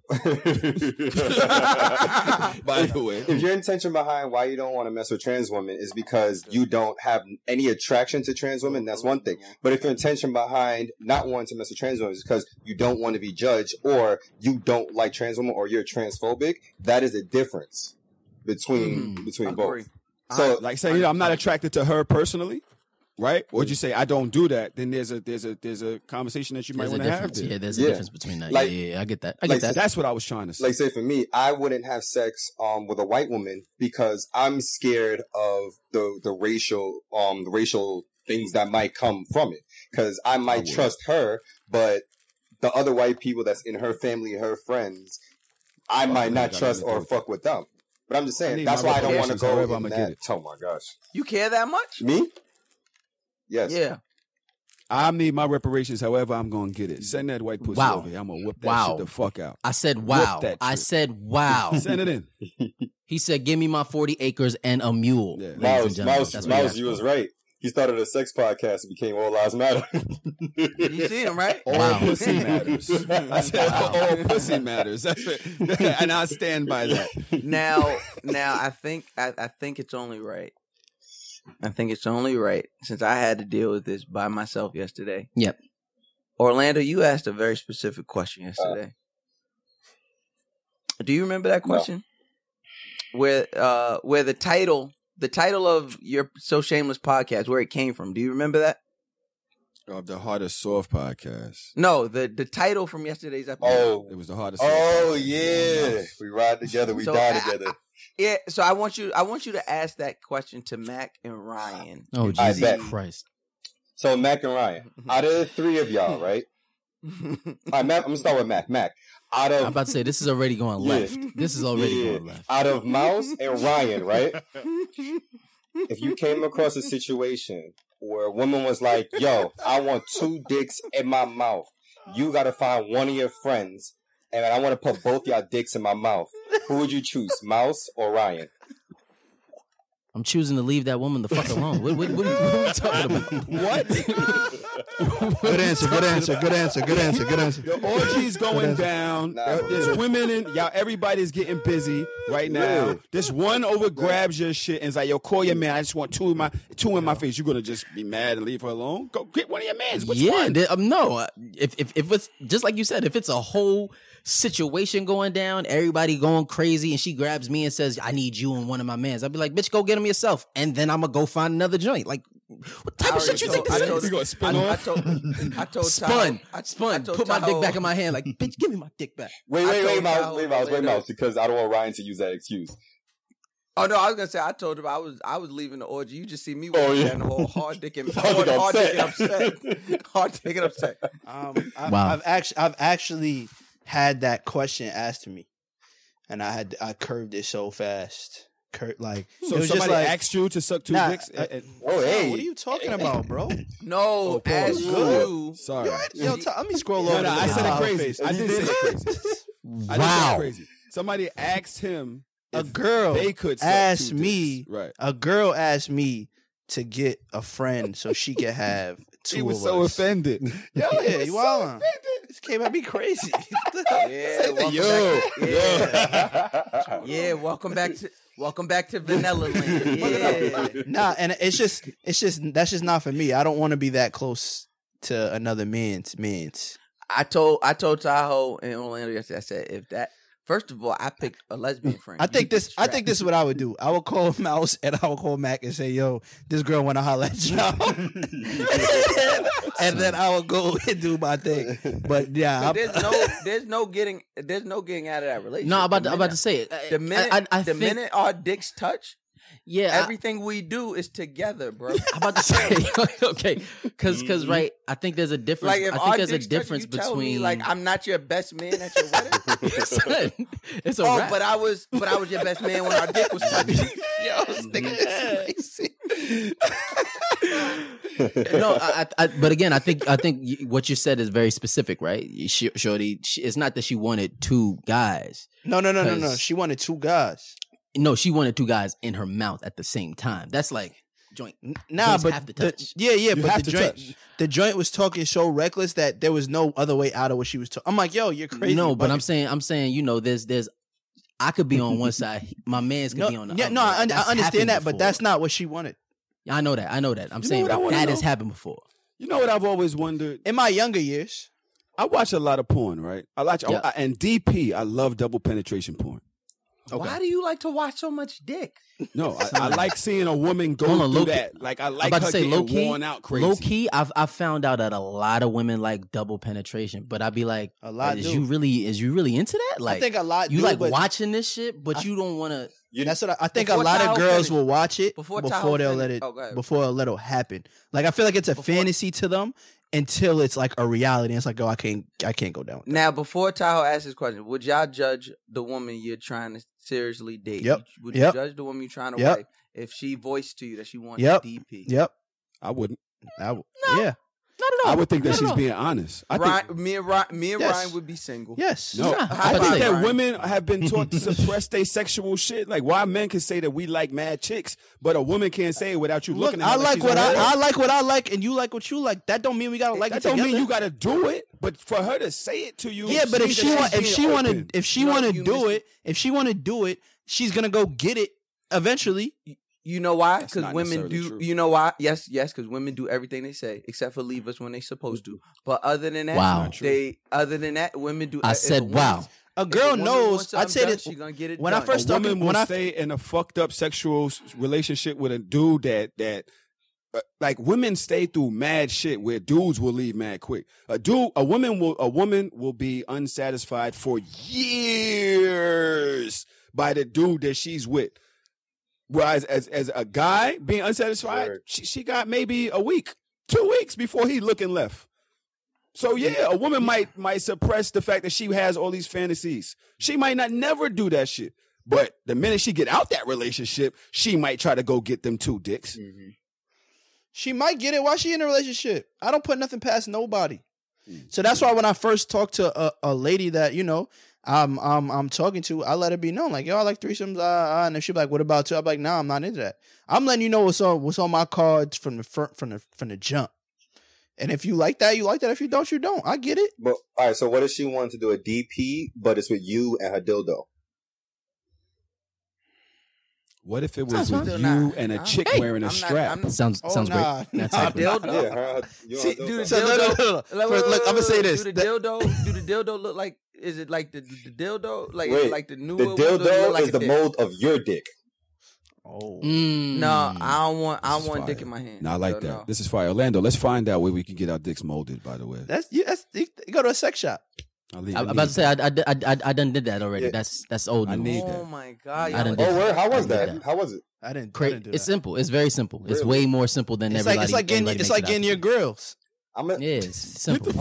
[SPEAKER 7] By
[SPEAKER 6] <laughs>
[SPEAKER 7] the way, if your intention behind why you don't want to mess with trans women is because you don't have any attraction to trans women, that's one
[SPEAKER 6] Mm-hmm.
[SPEAKER 7] thing. But if your intention behind not wanting to mess with trans women is because you don't want to be judged or you don't like trans women or you're transphobic, that is a difference between
[SPEAKER 4] Mm,
[SPEAKER 7] between both. So,
[SPEAKER 6] like, say, you know, I'm not attracted to her personally, right? Or would you say I don't do that? Then there's a there's a there's a conversation that you might
[SPEAKER 5] There's a
[SPEAKER 6] want to have.
[SPEAKER 5] difference. Yeah, there's a difference between that.
[SPEAKER 7] Like-
[SPEAKER 5] yeah, yeah, yeah, I get that. I get
[SPEAKER 7] like,
[SPEAKER 5] that.
[SPEAKER 6] That's what I was trying to say.
[SPEAKER 7] like say for me, I wouldn't have sex um with a white woman because I'm scared of the the racial um the racial things that might come from it because I might
[SPEAKER 6] would.
[SPEAKER 7] trust her, but the other white people that's in her family, her friends, I might not
[SPEAKER 6] God,
[SPEAKER 7] trust
[SPEAKER 6] I need
[SPEAKER 7] or
[SPEAKER 6] to-
[SPEAKER 7] fuck with them. But I'm just
[SPEAKER 6] I
[SPEAKER 7] saying
[SPEAKER 6] need
[SPEAKER 7] that's
[SPEAKER 6] my
[SPEAKER 7] why I don't want to
[SPEAKER 6] reparations,
[SPEAKER 7] go.
[SPEAKER 6] however
[SPEAKER 7] in
[SPEAKER 6] I'ma get
[SPEAKER 7] that.
[SPEAKER 6] it.
[SPEAKER 7] Oh my gosh,
[SPEAKER 4] You care that much?
[SPEAKER 7] me? Yes.
[SPEAKER 4] Yeah.
[SPEAKER 6] I need my reparations, however I'm gonna get it. Send that white pussy
[SPEAKER 5] Wow.
[SPEAKER 6] over here. I'm gonna whip that
[SPEAKER 5] Wow.
[SPEAKER 6] shit the fuck out.
[SPEAKER 5] I said, wow.
[SPEAKER 6] that
[SPEAKER 5] I
[SPEAKER 6] shit.
[SPEAKER 5] said, wow.
[SPEAKER 6] <laughs> Send it in.
[SPEAKER 5] he said, give me my 40 acres and a mule.
[SPEAKER 6] Yeah.
[SPEAKER 5] ladies and
[SPEAKER 7] Miles,
[SPEAKER 5] gentlemen.
[SPEAKER 7] Miles,
[SPEAKER 5] That's
[SPEAKER 7] Miles,
[SPEAKER 5] what he asked
[SPEAKER 7] you was
[SPEAKER 5] for.
[SPEAKER 7] right. He started a sex podcast and became All Lives Matter. <laughs>
[SPEAKER 4] You see him, right?
[SPEAKER 6] All
[SPEAKER 5] Wow.
[SPEAKER 4] <laughs>
[SPEAKER 6] pussy matters. <laughs> I said, all pussy matters. <laughs> That's it. and I stand by that.
[SPEAKER 4] now, now I think I, I think it's only right. I think it's only right since I had to deal with this by myself yesterday.
[SPEAKER 5] Yep.
[SPEAKER 4] Orlando, you asked a very specific question
[SPEAKER 6] Uh,
[SPEAKER 4] yesterday. Do you remember that question? Where uh where the title the title of your so shameless podcast where it came from? Do you remember that?
[SPEAKER 6] Of the hardest soft podcast.
[SPEAKER 4] No, the the title from yesterday's episode.
[SPEAKER 7] Oh,
[SPEAKER 6] It was the hardest.
[SPEAKER 7] Oh yeah, <laughs> we ride together, we
[SPEAKER 4] So, I-
[SPEAKER 7] die
[SPEAKER 4] I- <laughs>
[SPEAKER 7] together.
[SPEAKER 4] Yeah, so I want you I want you to ask that question to Mac and Ryan.
[SPEAKER 5] Oh,
[SPEAKER 7] I
[SPEAKER 5] Jesus
[SPEAKER 7] bet.
[SPEAKER 5] Christ.
[SPEAKER 7] So Mac and Ryan, out of the three of y'all,
[SPEAKER 4] <laughs>
[SPEAKER 7] right? All right, Mac, I'm gonna start with Mac. Mac, out
[SPEAKER 5] I'm
[SPEAKER 7] of
[SPEAKER 5] about to say, this is already going
[SPEAKER 7] Yeah.
[SPEAKER 5] left. This is already
[SPEAKER 7] Yeah.
[SPEAKER 5] going left.
[SPEAKER 7] out of Mouse and Ryan, right? If you came across a situation where a woman was like, "Yo, I want two dicks in my mouth," you gotta find one of your friends, and I want to put both y'all dicks in my mouth. Who would you choose, Mouse or Ryan?
[SPEAKER 5] I'm choosing to leave that woman the fuck alone. What, what, what, are, we talking about? What?
[SPEAKER 3] Good answer. Good answer. Good answer. Good answer. Good answer.
[SPEAKER 6] The orgy's going down.
[SPEAKER 7] Nah, bro.
[SPEAKER 6] There's women in y'all. Everybody's getting busy right now.
[SPEAKER 7] Really?
[SPEAKER 6] This one over grabs your shit and is like, "Yo, call your man. I just want two in my two in my face." You're gonna just be mad and leave her alone? Go get one of your mans. <laughs>
[SPEAKER 5] <laughs>
[SPEAKER 6] Which
[SPEAKER 5] yeah,
[SPEAKER 6] one?
[SPEAKER 5] th- um, no. uh, If, if if it's just like you said, if it's a whole situation going down, everybody going crazy, and she grabs me and says, "I need you and one of my mans," I'd be like, "Bitch, go get him yourself," and then I'm gonna go find another joint. Like, what type of shit you think
[SPEAKER 4] I
[SPEAKER 5] this
[SPEAKER 4] told-
[SPEAKER 5] is?
[SPEAKER 6] You gonna spin
[SPEAKER 4] I,
[SPEAKER 6] off?
[SPEAKER 4] I
[SPEAKER 6] <laughs>
[SPEAKER 4] told, I told
[SPEAKER 5] Spun,
[SPEAKER 4] Tahoe- I, I
[SPEAKER 5] spun.
[SPEAKER 4] told
[SPEAKER 5] Put my dick
[SPEAKER 4] Tahoe-
[SPEAKER 5] back in my hand. Like, bitch, give me my dick back.
[SPEAKER 7] Wait,
[SPEAKER 4] I
[SPEAKER 7] wait, wait,
[SPEAKER 4] told
[SPEAKER 7] Mouse,
[SPEAKER 4] y'all
[SPEAKER 7] wait, Mouse, wait,
[SPEAKER 4] later.
[SPEAKER 7] Mouse, because I don't want Ryan to use that excuse.
[SPEAKER 4] Oh no, I was gonna say I told him I was I was leaving the orgy. You just see me
[SPEAKER 7] Oh,
[SPEAKER 4] walking
[SPEAKER 7] yeah.
[SPEAKER 4] down the hall, hard dick and hard,
[SPEAKER 7] Hard dick
[SPEAKER 4] hard dick and
[SPEAKER 7] upset.
[SPEAKER 4] upset, <laughs> hard dick and upset.
[SPEAKER 8] Um, I,
[SPEAKER 5] Wow.
[SPEAKER 8] I've actually I've actually had that question asked to me, and I had I curved it so fast. Cur- like
[SPEAKER 6] So
[SPEAKER 8] it was just
[SPEAKER 6] somebody
[SPEAKER 8] like,
[SPEAKER 6] asked you to suck two
[SPEAKER 8] Nah,
[SPEAKER 6] dicks?
[SPEAKER 8] uh,
[SPEAKER 6] Uh, uh,
[SPEAKER 7] Oh, hey.
[SPEAKER 8] what are you talking about, bro?
[SPEAKER 5] Oh,
[SPEAKER 4] No, as
[SPEAKER 7] Ooh.
[SPEAKER 4] you,
[SPEAKER 6] Sorry.
[SPEAKER 8] Yo, yo, t- let me scroll
[SPEAKER 6] No,
[SPEAKER 8] over.
[SPEAKER 6] no,
[SPEAKER 8] to
[SPEAKER 6] I
[SPEAKER 8] the
[SPEAKER 6] said it
[SPEAKER 8] top.
[SPEAKER 6] crazy. I did say it crazy. I did say it
[SPEAKER 5] Wow.
[SPEAKER 6] crazy. Somebody asked him
[SPEAKER 8] <laughs> A
[SPEAKER 6] if
[SPEAKER 8] girl
[SPEAKER 6] they could suck
[SPEAKER 8] asked
[SPEAKER 6] two dicks.
[SPEAKER 8] me-
[SPEAKER 6] Right.
[SPEAKER 8] A girl asked me to get a friend so she could have
[SPEAKER 6] <laughs>
[SPEAKER 8] two
[SPEAKER 6] He was
[SPEAKER 8] of
[SPEAKER 6] so
[SPEAKER 8] us.
[SPEAKER 6] offended. Yo, he
[SPEAKER 8] <laughs> Yeah,
[SPEAKER 6] was
[SPEAKER 8] you
[SPEAKER 6] so
[SPEAKER 8] wildin'.
[SPEAKER 6] offended.
[SPEAKER 8] This came at me crazy. <laughs>
[SPEAKER 4] yeah, welcome
[SPEAKER 6] yo,
[SPEAKER 4] back. yeah, yeah, welcome back to welcome back to Vanilla Land. Yeah.
[SPEAKER 8] nah, and it's just it's just that's just not for me. I don't want to be that close to another man's man's.
[SPEAKER 4] I told I told Tahoe and Orlando yesterday. I said if that first of all, I picked a
[SPEAKER 5] mm,
[SPEAKER 4] lesbian friend.
[SPEAKER 8] I
[SPEAKER 4] You
[SPEAKER 8] think
[SPEAKER 4] get
[SPEAKER 8] this. I think this is what I would do. I would call <laughs> Mouse and I would call Mac and say, "Yo, this girl want to holler <laughs> at you," and then I would go <laughs> and do my thing. But yeah,
[SPEAKER 4] So
[SPEAKER 8] I'm,
[SPEAKER 4] there's no
[SPEAKER 5] <laughs>
[SPEAKER 4] there's no getting there's no getting out of that relationship.
[SPEAKER 5] No, I'm about
[SPEAKER 4] The
[SPEAKER 5] to, I'm about
[SPEAKER 4] minute-
[SPEAKER 5] to say it. I-
[SPEAKER 4] the minute
[SPEAKER 5] I, I, I
[SPEAKER 4] the
[SPEAKER 5] think,
[SPEAKER 4] minute our dicks touch,
[SPEAKER 5] Yeah, I-
[SPEAKER 4] everything we do is together, bro.
[SPEAKER 5] I'm about to say <laughs> okay, because
[SPEAKER 4] Mhm.
[SPEAKER 5] right, I think there's a difference.
[SPEAKER 4] <laughs> Like if
[SPEAKER 5] I
[SPEAKER 4] our
[SPEAKER 5] think there's a
[SPEAKER 4] dicks touch, you
[SPEAKER 5] difference
[SPEAKER 4] tell me,
[SPEAKER 5] between <laughs>
[SPEAKER 4] like I'm not your best man at your wedding.
[SPEAKER 5] Son, it's a
[SPEAKER 4] oh,
[SPEAKER 5] wrap.
[SPEAKER 4] but I was, but I was your best man when our dick
[SPEAKER 5] <laughs>
[SPEAKER 4] was touching. Yo, this nigga is crazy.
[SPEAKER 5] no, I, I, I- but again, I think I think y- what you said is very specific, right? She, Shorty, she, it's not that she wanted two guys.
[SPEAKER 8] No, no, no, no, no.
[SPEAKER 5] 'Cause-
[SPEAKER 8] She wanted two guys.
[SPEAKER 5] No, she wanted two guys in her mouth at the same time. That's like joint.
[SPEAKER 8] Nah,
[SPEAKER 5] joints
[SPEAKER 8] but
[SPEAKER 5] have to
[SPEAKER 8] the-
[SPEAKER 5] touch.
[SPEAKER 8] yeah, yeah,
[SPEAKER 5] You
[SPEAKER 8] but
[SPEAKER 5] have
[SPEAKER 8] the
[SPEAKER 5] to
[SPEAKER 8] joint,
[SPEAKER 5] touch.
[SPEAKER 8] the joint was talking so reckless that there was no other way out of what she was talking. I'm like, yo, you're crazy.
[SPEAKER 5] no, but
[SPEAKER 8] bugging.
[SPEAKER 5] I'm saying I'm saying you know, there's there's I could be
[SPEAKER 8] <laughs>
[SPEAKER 5] on one side, my man's could
[SPEAKER 8] no,
[SPEAKER 5] be on the
[SPEAKER 8] yeah,
[SPEAKER 5] other.
[SPEAKER 8] no, I, un- I
[SPEAKER 5] That's happened
[SPEAKER 8] understand that, but
[SPEAKER 5] before.
[SPEAKER 8] that's not what she wanted.
[SPEAKER 5] I know that. I know that. I'm
[SPEAKER 8] know
[SPEAKER 5] saying
[SPEAKER 8] what I
[SPEAKER 5] that
[SPEAKER 8] wanna
[SPEAKER 5] has
[SPEAKER 8] know?
[SPEAKER 5] happened before.
[SPEAKER 6] You know what I've always wondered?
[SPEAKER 8] In my younger years,
[SPEAKER 6] I watch a lot of porn, right? I watch
[SPEAKER 5] Yeah.
[SPEAKER 6] I- and DP. I love double penetration porn.
[SPEAKER 4] Why do you like to watch so much dick?
[SPEAKER 6] No, I, I like seeing a woman go
[SPEAKER 5] Hold on,
[SPEAKER 6] through
[SPEAKER 5] low-key.
[SPEAKER 6] that. Like I
[SPEAKER 5] I'm
[SPEAKER 6] like
[SPEAKER 5] about
[SPEAKER 6] her
[SPEAKER 5] to say
[SPEAKER 6] getting
[SPEAKER 5] low key,
[SPEAKER 6] worn out crazy.
[SPEAKER 5] Low key, I've I found out that a lot of women like double penetration, but I'd be like,
[SPEAKER 8] A lot
[SPEAKER 5] Is
[SPEAKER 8] do.
[SPEAKER 5] you really is you really into that? Like,
[SPEAKER 8] think a lot
[SPEAKER 5] You
[SPEAKER 8] do,
[SPEAKER 5] like
[SPEAKER 8] but-
[SPEAKER 5] watching this shit, but you don't want to.
[SPEAKER 8] That's what I, I think. A
[SPEAKER 4] Before
[SPEAKER 8] lot
[SPEAKER 4] Tahoe
[SPEAKER 8] of girls
[SPEAKER 4] finished-
[SPEAKER 8] will watch it
[SPEAKER 4] before
[SPEAKER 8] before,
[SPEAKER 4] Tahoe
[SPEAKER 8] they'll let
[SPEAKER 4] finished-
[SPEAKER 8] it
[SPEAKER 4] Oh, go ahead.
[SPEAKER 8] before they'll let it happen. Like I feel like it's a fantasy to them until it's like a reality. It's like, oh, I can't, I can't go down.
[SPEAKER 4] Now, before Tahoe asks this question, would y'all judge the woman you're trying to seriously date?
[SPEAKER 8] Yep.
[SPEAKER 4] You- Would
[SPEAKER 8] Yep.
[SPEAKER 4] you judge the woman you're trying to
[SPEAKER 8] Yep.
[SPEAKER 4] wife if she voiced to you that she wants
[SPEAKER 8] Yep.
[SPEAKER 4] a DP?
[SPEAKER 8] Yep.
[SPEAKER 6] I wouldn't.
[SPEAKER 8] I w- Yeah.
[SPEAKER 5] Not at all.
[SPEAKER 6] I would think that
[SPEAKER 5] Not at
[SPEAKER 6] she's
[SPEAKER 5] all.
[SPEAKER 6] being honest. I
[SPEAKER 4] Ryan, me and Ryan, me and
[SPEAKER 8] Yes.
[SPEAKER 4] Ryan would be single.
[SPEAKER 8] Yes.
[SPEAKER 6] No,
[SPEAKER 5] Yeah,
[SPEAKER 6] I
[SPEAKER 5] but
[SPEAKER 6] think
[SPEAKER 5] say-
[SPEAKER 6] that women have been taught to suppress their sexual shit. Like why men can say that we like mad chicks, but a woman can't say it without you
[SPEAKER 8] Look,
[SPEAKER 6] looking. at
[SPEAKER 8] I
[SPEAKER 6] her
[SPEAKER 8] like
[SPEAKER 6] she's
[SPEAKER 8] what
[SPEAKER 6] a
[SPEAKER 8] I,
[SPEAKER 6] hoe.
[SPEAKER 8] I like what I like, and you like what you like. That don't mean we gotta like
[SPEAKER 6] that
[SPEAKER 8] it
[SPEAKER 6] don't
[SPEAKER 8] together.
[SPEAKER 6] mean you got to do it, but for her to say it to you,
[SPEAKER 8] yeah, but if
[SPEAKER 6] she's
[SPEAKER 8] she
[SPEAKER 6] just
[SPEAKER 8] want, if
[SPEAKER 6] being
[SPEAKER 8] she want to
[SPEAKER 6] open.
[SPEAKER 8] if she
[SPEAKER 4] No,
[SPEAKER 8] want to
[SPEAKER 4] you
[SPEAKER 8] do
[SPEAKER 4] missed
[SPEAKER 8] it, if she want to do it, she's gonna go get it eventually.
[SPEAKER 4] You know why?
[SPEAKER 6] That's
[SPEAKER 4] Because
[SPEAKER 6] not
[SPEAKER 4] women
[SPEAKER 6] necessarily
[SPEAKER 4] do.
[SPEAKER 6] true.
[SPEAKER 4] You know why? Yes, yes. Because women do everything they say, except for leave us when they supposed to. But other than that,
[SPEAKER 5] Wow.
[SPEAKER 4] they other than that, women do.
[SPEAKER 5] I
[SPEAKER 4] if a
[SPEAKER 5] said,
[SPEAKER 4] woman-
[SPEAKER 5] wow.
[SPEAKER 8] A
[SPEAKER 4] if a
[SPEAKER 8] girl
[SPEAKER 4] woman wants
[SPEAKER 8] knows.
[SPEAKER 4] something
[SPEAKER 8] I'd say
[SPEAKER 4] done,
[SPEAKER 8] that
[SPEAKER 4] she gonna get it
[SPEAKER 8] when I
[SPEAKER 4] done.
[SPEAKER 8] first
[SPEAKER 6] a
[SPEAKER 8] talking-
[SPEAKER 6] woman will
[SPEAKER 8] when I-
[SPEAKER 6] stay in a fucked up sexual s- relationship with a dude that that uh, like women stay through mad shit where dudes will leave mad quick. A dude, a woman will a woman will be unsatisfied for years by the dude that she's with. Whereas as as a guy being unsatisfied,
[SPEAKER 7] Word.
[SPEAKER 6] she, she got maybe a week, two weeks before he looking left. So yeah, a woman might might suppress the fact that she has all these fantasies. She might not never do that shit. But the minute she get out that relationship, she might try to go get them two dicks.
[SPEAKER 8] She might get it while she in a relationship. I don't put nothing past nobody.
[SPEAKER 5] Mm.
[SPEAKER 8] So that's why when I first talked to a, a lady that you know I'm I'm I'm talking to, I let her be known like yo I like threesomes, uh, uh, and if she be like what about two, I'm like nah I'm not into that. I'm letting you know what's on what's on my cards from the front from the from the jump. And if you like that, you like that. If you don't, you don't. I get it.
[SPEAKER 7] <laughs> But all right, so what if she wanted to do a DP, but it's with you and her dildo?
[SPEAKER 6] What if it
[SPEAKER 5] Sounds
[SPEAKER 6] was with
[SPEAKER 4] fine.
[SPEAKER 6] you
[SPEAKER 4] Nah,
[SPEAKER 6] and a
[SPEAKER 4] I-
[SPEAKER 6] chick
[SPEAKER 4] Hey,
[SPEAKER 6] wearing
[SPEAKER 4] I'm
[SPEAKER 6] a
[SPEAKER 4] not-
[SPEAKER 6] strap?
[SPEAKER 4] I'm-
[SPEAKER 5] Sounds
[SPEAKER 8] Oh,
[SPEAKER 5] sounds
[SPEAKER 8] nah,
[SPEAKER 5] great. That's
[SPEAKER 8] nah,
[SPEAKER 4] <laughs>
[SPEAKER 5] happened.
[SPEAKER 4] dildo.
[SPEAKER 7] Yeah, her, you
[SPEAKER 4] See,
[SPEAKER 7] and her
[SPEAKER 4] do the
[SPEAKER 7] dildo.
[SPEAKER 8] <laughs> So, no, no, no, no.
[SPEAKER 4] dildo. <laughs> Like,
[SPEAKER 8] First,
[SPEAKER 4] wait,
[SPEAKER 8] look,
[SPEAKER 4] wait,
[SPEAKER 8] I'ma
[SPEAKER 4] wait,
[SPEAKER 8] say
[SPEAKER 4] wait.
[SPEAKER 8] this.
[SPEAKER 4] Do the
[SPEAKER 8] That-
[SPEAKER 4] dildo? Do the dildo look like? Is it like the, the dildo? Like
[SPEAKER 7] Wait,
[SPEAKER 4] like the newer
[SPEAKER 7] the
[SPEAKER 4] ones, or
[SPEAKER 7] dildo
[SPEAKER 4] like
[SPEAKER 7] is
[SPEAKER 4] a
[SPEAKER 7] the
[SPEAKER 4] dick?
[SPEAKER 7] mold of your dick.
[SPEAKER 8] Oh,
[SPEAKER 5] Mm.
[SPEAKER 4] No, I don't want. I
[SPEAKER 6] This
[SPEAKER 4] don't
[SPEAKER 6] is
[SPEAKER 4] want dick
[SPEAKER 6] fire.
[SPEAKER 4] in my hand.
[SPEAKER 6] Nah, I like
[SPEAKER 4] So,
[SPEAKER 6] that.
[SPEAKER 4] no.
[SPEAKER 6] This is fire, Orlando. Let's find out where we can get our dicks molded. By the way,
[SPEAKER 8] that's you. That's you go to a sex shop.
[SPEAKER 6] I, leave,
[SPEAKER 5] I, am
[SPEAKER 6] need
[SPEAKER 5] about to say I,
[SPEAKER 6] that.
[SPEAKER 5] I, I, I, I done did that already.
[SPEAKER 7] Yeah.
[SPEAKER 5] That's that's old.
[SPEAKER 6] I
[SPEAKER 5] news.
[SPEAKER 6] need
[SPEAKER 4] oh
[SPEAKER 6] that.
[SPEAKER 4] my god!
[SPEAKER 5] I
[SPEAKER 4] y'all
[SPEAKER 5] done did
[SPEAKER 7] Oh,
[SPEAKER 4] are-
[SPEAKER 5] that.
[SPEAKER 7] where? How was
[SPEAKER 5] I did
[SPEAKER 7] that? How was it?
[SPEAKER 8] I didn't. I
[SPEAKER 5] Cra-
[SPEAKER 8] didn't do
[SPEAKER 5] it's
[SPEAKER 8] that.
[SPEAKER 5] simple. It's very simple. It's
[SPEAKER 7] Really?
[SPEAKER 5] way more simple than
[SPEAKER 8] It's like
[SPEAKER 5] everybody.
[SPEAKER 8] it's like getting
[SPEAKER 5] everybody
[SPEAKER 8] it's
[SPEAKER 5] makes it
[SPEAKER 8] like
[SPEAKER 5] out
[SPEAKER 8] getting
[SPEAKER 5] to
[SPEAKER 8] your
[SPEAKER 5] be.
[SPEAKER 8] grills.
[SPEAKER 7] I'm a-
[SPEAKER 5] Yeah, it's simple.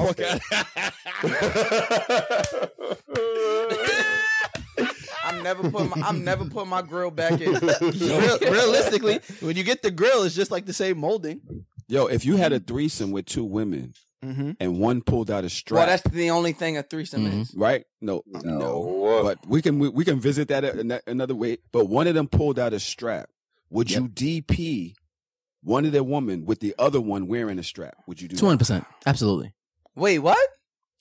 [SPEAKER 4] I'm never putting. My, I'm never putting my grill back
[SPEAKER 6] <laughs>
[SPEAKER 4] in.
[SPEAKER 8] Real, realistically, when you get the grill, it's just like the same molding.
[SPEAKER 6] Yo, if you had
[SPEAKER 5] Mm-hmm.
[SPEAKER 6] a threesome with two women
[SPEAKER 8] Mm-hmm.
[SPEAKER 6] and one pulled out a strap,
[SPEAKER 4] well, that's the only thing a threesome
[SPEAKER 5] Mhm.
[SPEAKER 4] is.
[SPEAKER 6] right? No, no.
[SPEAKER 7] No. What?
[SPEAKER 6] But we can we, we can visit that a- ano- another way. But one of them pulled out a strap. Would you DP one of their woman with the other one wearing a strap? Would you do
[SPEAKER 5] Two hundred
[SPEAKER 6] that?
[SPEAKER 5] percent. Absolutely.
[SPEAKER 4] Wait, what?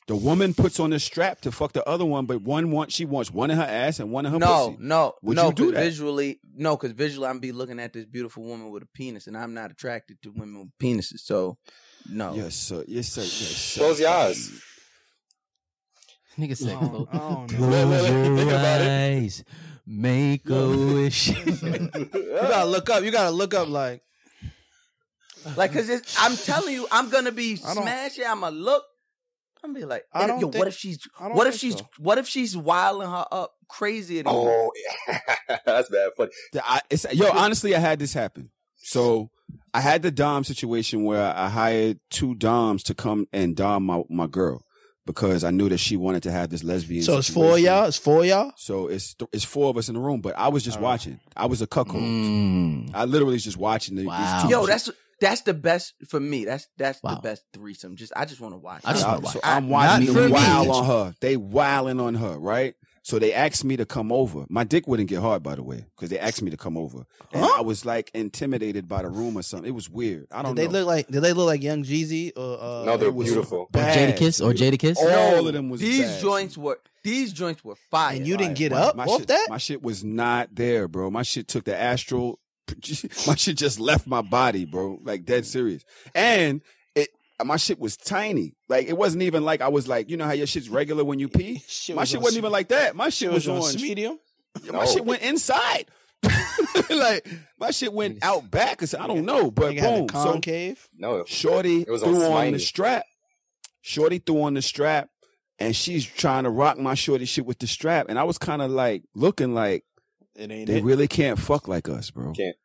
[SPEAKER 6] The woman puts on a strap to fuck the other one, but one wants she wants one in her ass and one in her
[SPEAKER 4] no,
[SPEAKER 6] pussy.
[SPEAKER 4] no,
[SPEAKER 6] Would
[SPEAKER 4] no.
[SPEAKER 6] you do
[SPEAKER 4] 'cause
[SPEAKER 6] that?
[SPEAKER 4] Visually, no, because visually, I'm be looking at this beautiful woman with a penis, and I'm not attracted to women with penises. So, no.
[SPEAKER 6] Yes, sir. Yes, sir. Yes, sir.
[SPEAKER 7] Close your eyes.
[SPEAKER 5] Nigga said,
[SPEAKER 8] <laughs> Oh, oh, no.
[SPEAKER 5] "Close
[SPEAKER 8] <laughs>
[SPEAKER 5] your
[SPEAKER 7] Think about it.
[SPEAKER 5] eyes, make a wish."
[SPEAKER 8] You gotta look up. You gotta look up. Like
[SPEAKER 4] Like, cause it's, I'm telling you, I'm gonna be
[SPEAKER 8] I don't-
[SPEAKER 4] smashing. I'ma look. I'm be like,
[SPEAKER 8] I
[SPEAKER 4] and,
[SPEAKER 8] don't
[SPEAKER 4] yo,
[SPEAKER 8] think-
[SPEAKER 4] what if she's
[SPEAKER 8] I don't
[SPEAKER 4] what if
[SPEAKER 8] think
[SPEAKER 4] she's
[SPEAKER 8] so.
[SPEAKER 4] what if she's wiling her up <laughs> crazier than
[SPEAKER 7] <laughs> Oh, that's bad funny.
[SPEAKER 6] I, it's, yo, honestly, I had this happen. So I had the dom situation where I hired two doms to come and dom my, my girl because I knew that she wanted to have this lesbian.
[SPEAKER 8] So it's
[SPEAKER 6] situation.
[SPEAKER 8] four y'all. Oh. It's four y'all.
[SPEAKER 6] So it's th- it's four of us in the room, but I was just watching. I was
[SPEAKER 5] <laughs>
[SPEAKER 6] a cuckold.
[SPEAKER 5] Mm.
[SPEAKER 6] I literally was just watching. The, These two
[SPEAKER 4] Mm. Yo, that's that's the best for me. That's that's the best threesome. Just I just want to watch.
[SPEAKER 6] I
[SPEAKER 4] it.
[SPEAKER 6] so I'm watching them wild on her. They wilding on her, right? So they asked me to come over. My dick wouldn't get hard, by the way, because they asked me to come over, and I was like intimidated by the room or something. It was weird. I don't
[SPEAKER 8] Did they
[SPEAKER 6] know.
[SPEAKER 8] look like? Did they look like Young Jeezy? Or uh,
[SPEAKER 6] No, they're
[SPEAKER 8] it was
[SPEAKER 6] beautiful.
[SPEAKER 5] Or
[SPEAKER 6] Bad.
[SPEAKER 5] Jadakiss or Jadakiss.
[SPEAKER 8] Oh,
[SPEAKER 6] All of them was
[SPEAKER 4] Oh, these
[SPEAKER 6] bad.
[SPEAKER 4] joints were these joints were fire. And
[SPEAKER 8] Ah, you didn't get
[SPEAKER 6] My-
[SPEAKER 8] up
[SPEAKER 6] my
[SPEAKER 8] off
[SPEAKER 6] shit,
[SPEAKER 8] that.
[SPEAKER 6] My shit was not there, bro. My shit took the astral. <laughs> My shit just left my body, bro. Like dead serious. And it, my shit was tiny. Like it wasn't even like I was like, you know how your shit's regular when you
[SPEAKER 8] <laughs>
[SPEAKER 6] pee. my
[SPEAKER 8] was
[SPEAKER 6] shit
[SPEAKER 8] on
[SPEAKER 6] wasn't
[SPEAKER 8] sm-
[SPEAKER 6] even like that. My shit was, on.
[SPEAKER 8] medium.
[SPEAKER 6] My shit went inside. <laughs> like my shit went out back. Or something. I don't know, but
[SPEAKER 8] Nigga had a
[SPEAKER 6] boom. So
[SPEAKER 8] concave.
[SPEAKER 7] No,
[SPEAKER 6] Shorty
[SPEAKER 7] It was on
[SPEAKER 6] threw on, the
[SPEAKER 7] Slimey.
[SPEAKER 6] strap. Shorty threw on the strap, and she's trying to rock my shorty shit with the strap, and I was kind of like looking like
[SPEAKER 8] it ain't.
[SPEAKER 6] they
[SPEAKER 8] it.
[SPEAKER 6] really can't fuck like us, bro.
[SPEAKER 7] Can't.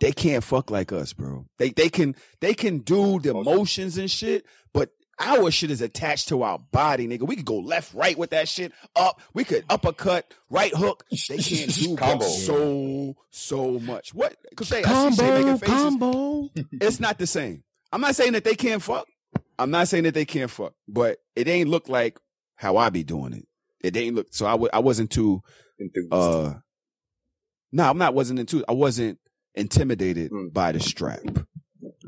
[SPEAKER 6] They can't fuck like us, bro. They they can they can do the motions and shit, but our shit is attached to our body, nigga. We could go left, right with that shit, up. We could uppercut, right hook. They can't do but
[SPEAKER 7] Combo.
[SPEAKER 6] so so much. What? Cause they, I see Shay making faces. <laughs> It's not the same. I'm not saying that they can't fuck. I'm not saying that they can't fuck, but it ain't look like how I be doing it. It ain't look. So I w- I wasn't too uh no i'm not wasn't into i wasn't intimidated
[SPEAKER 8] Mm.
[SPEAKER 6] by the strap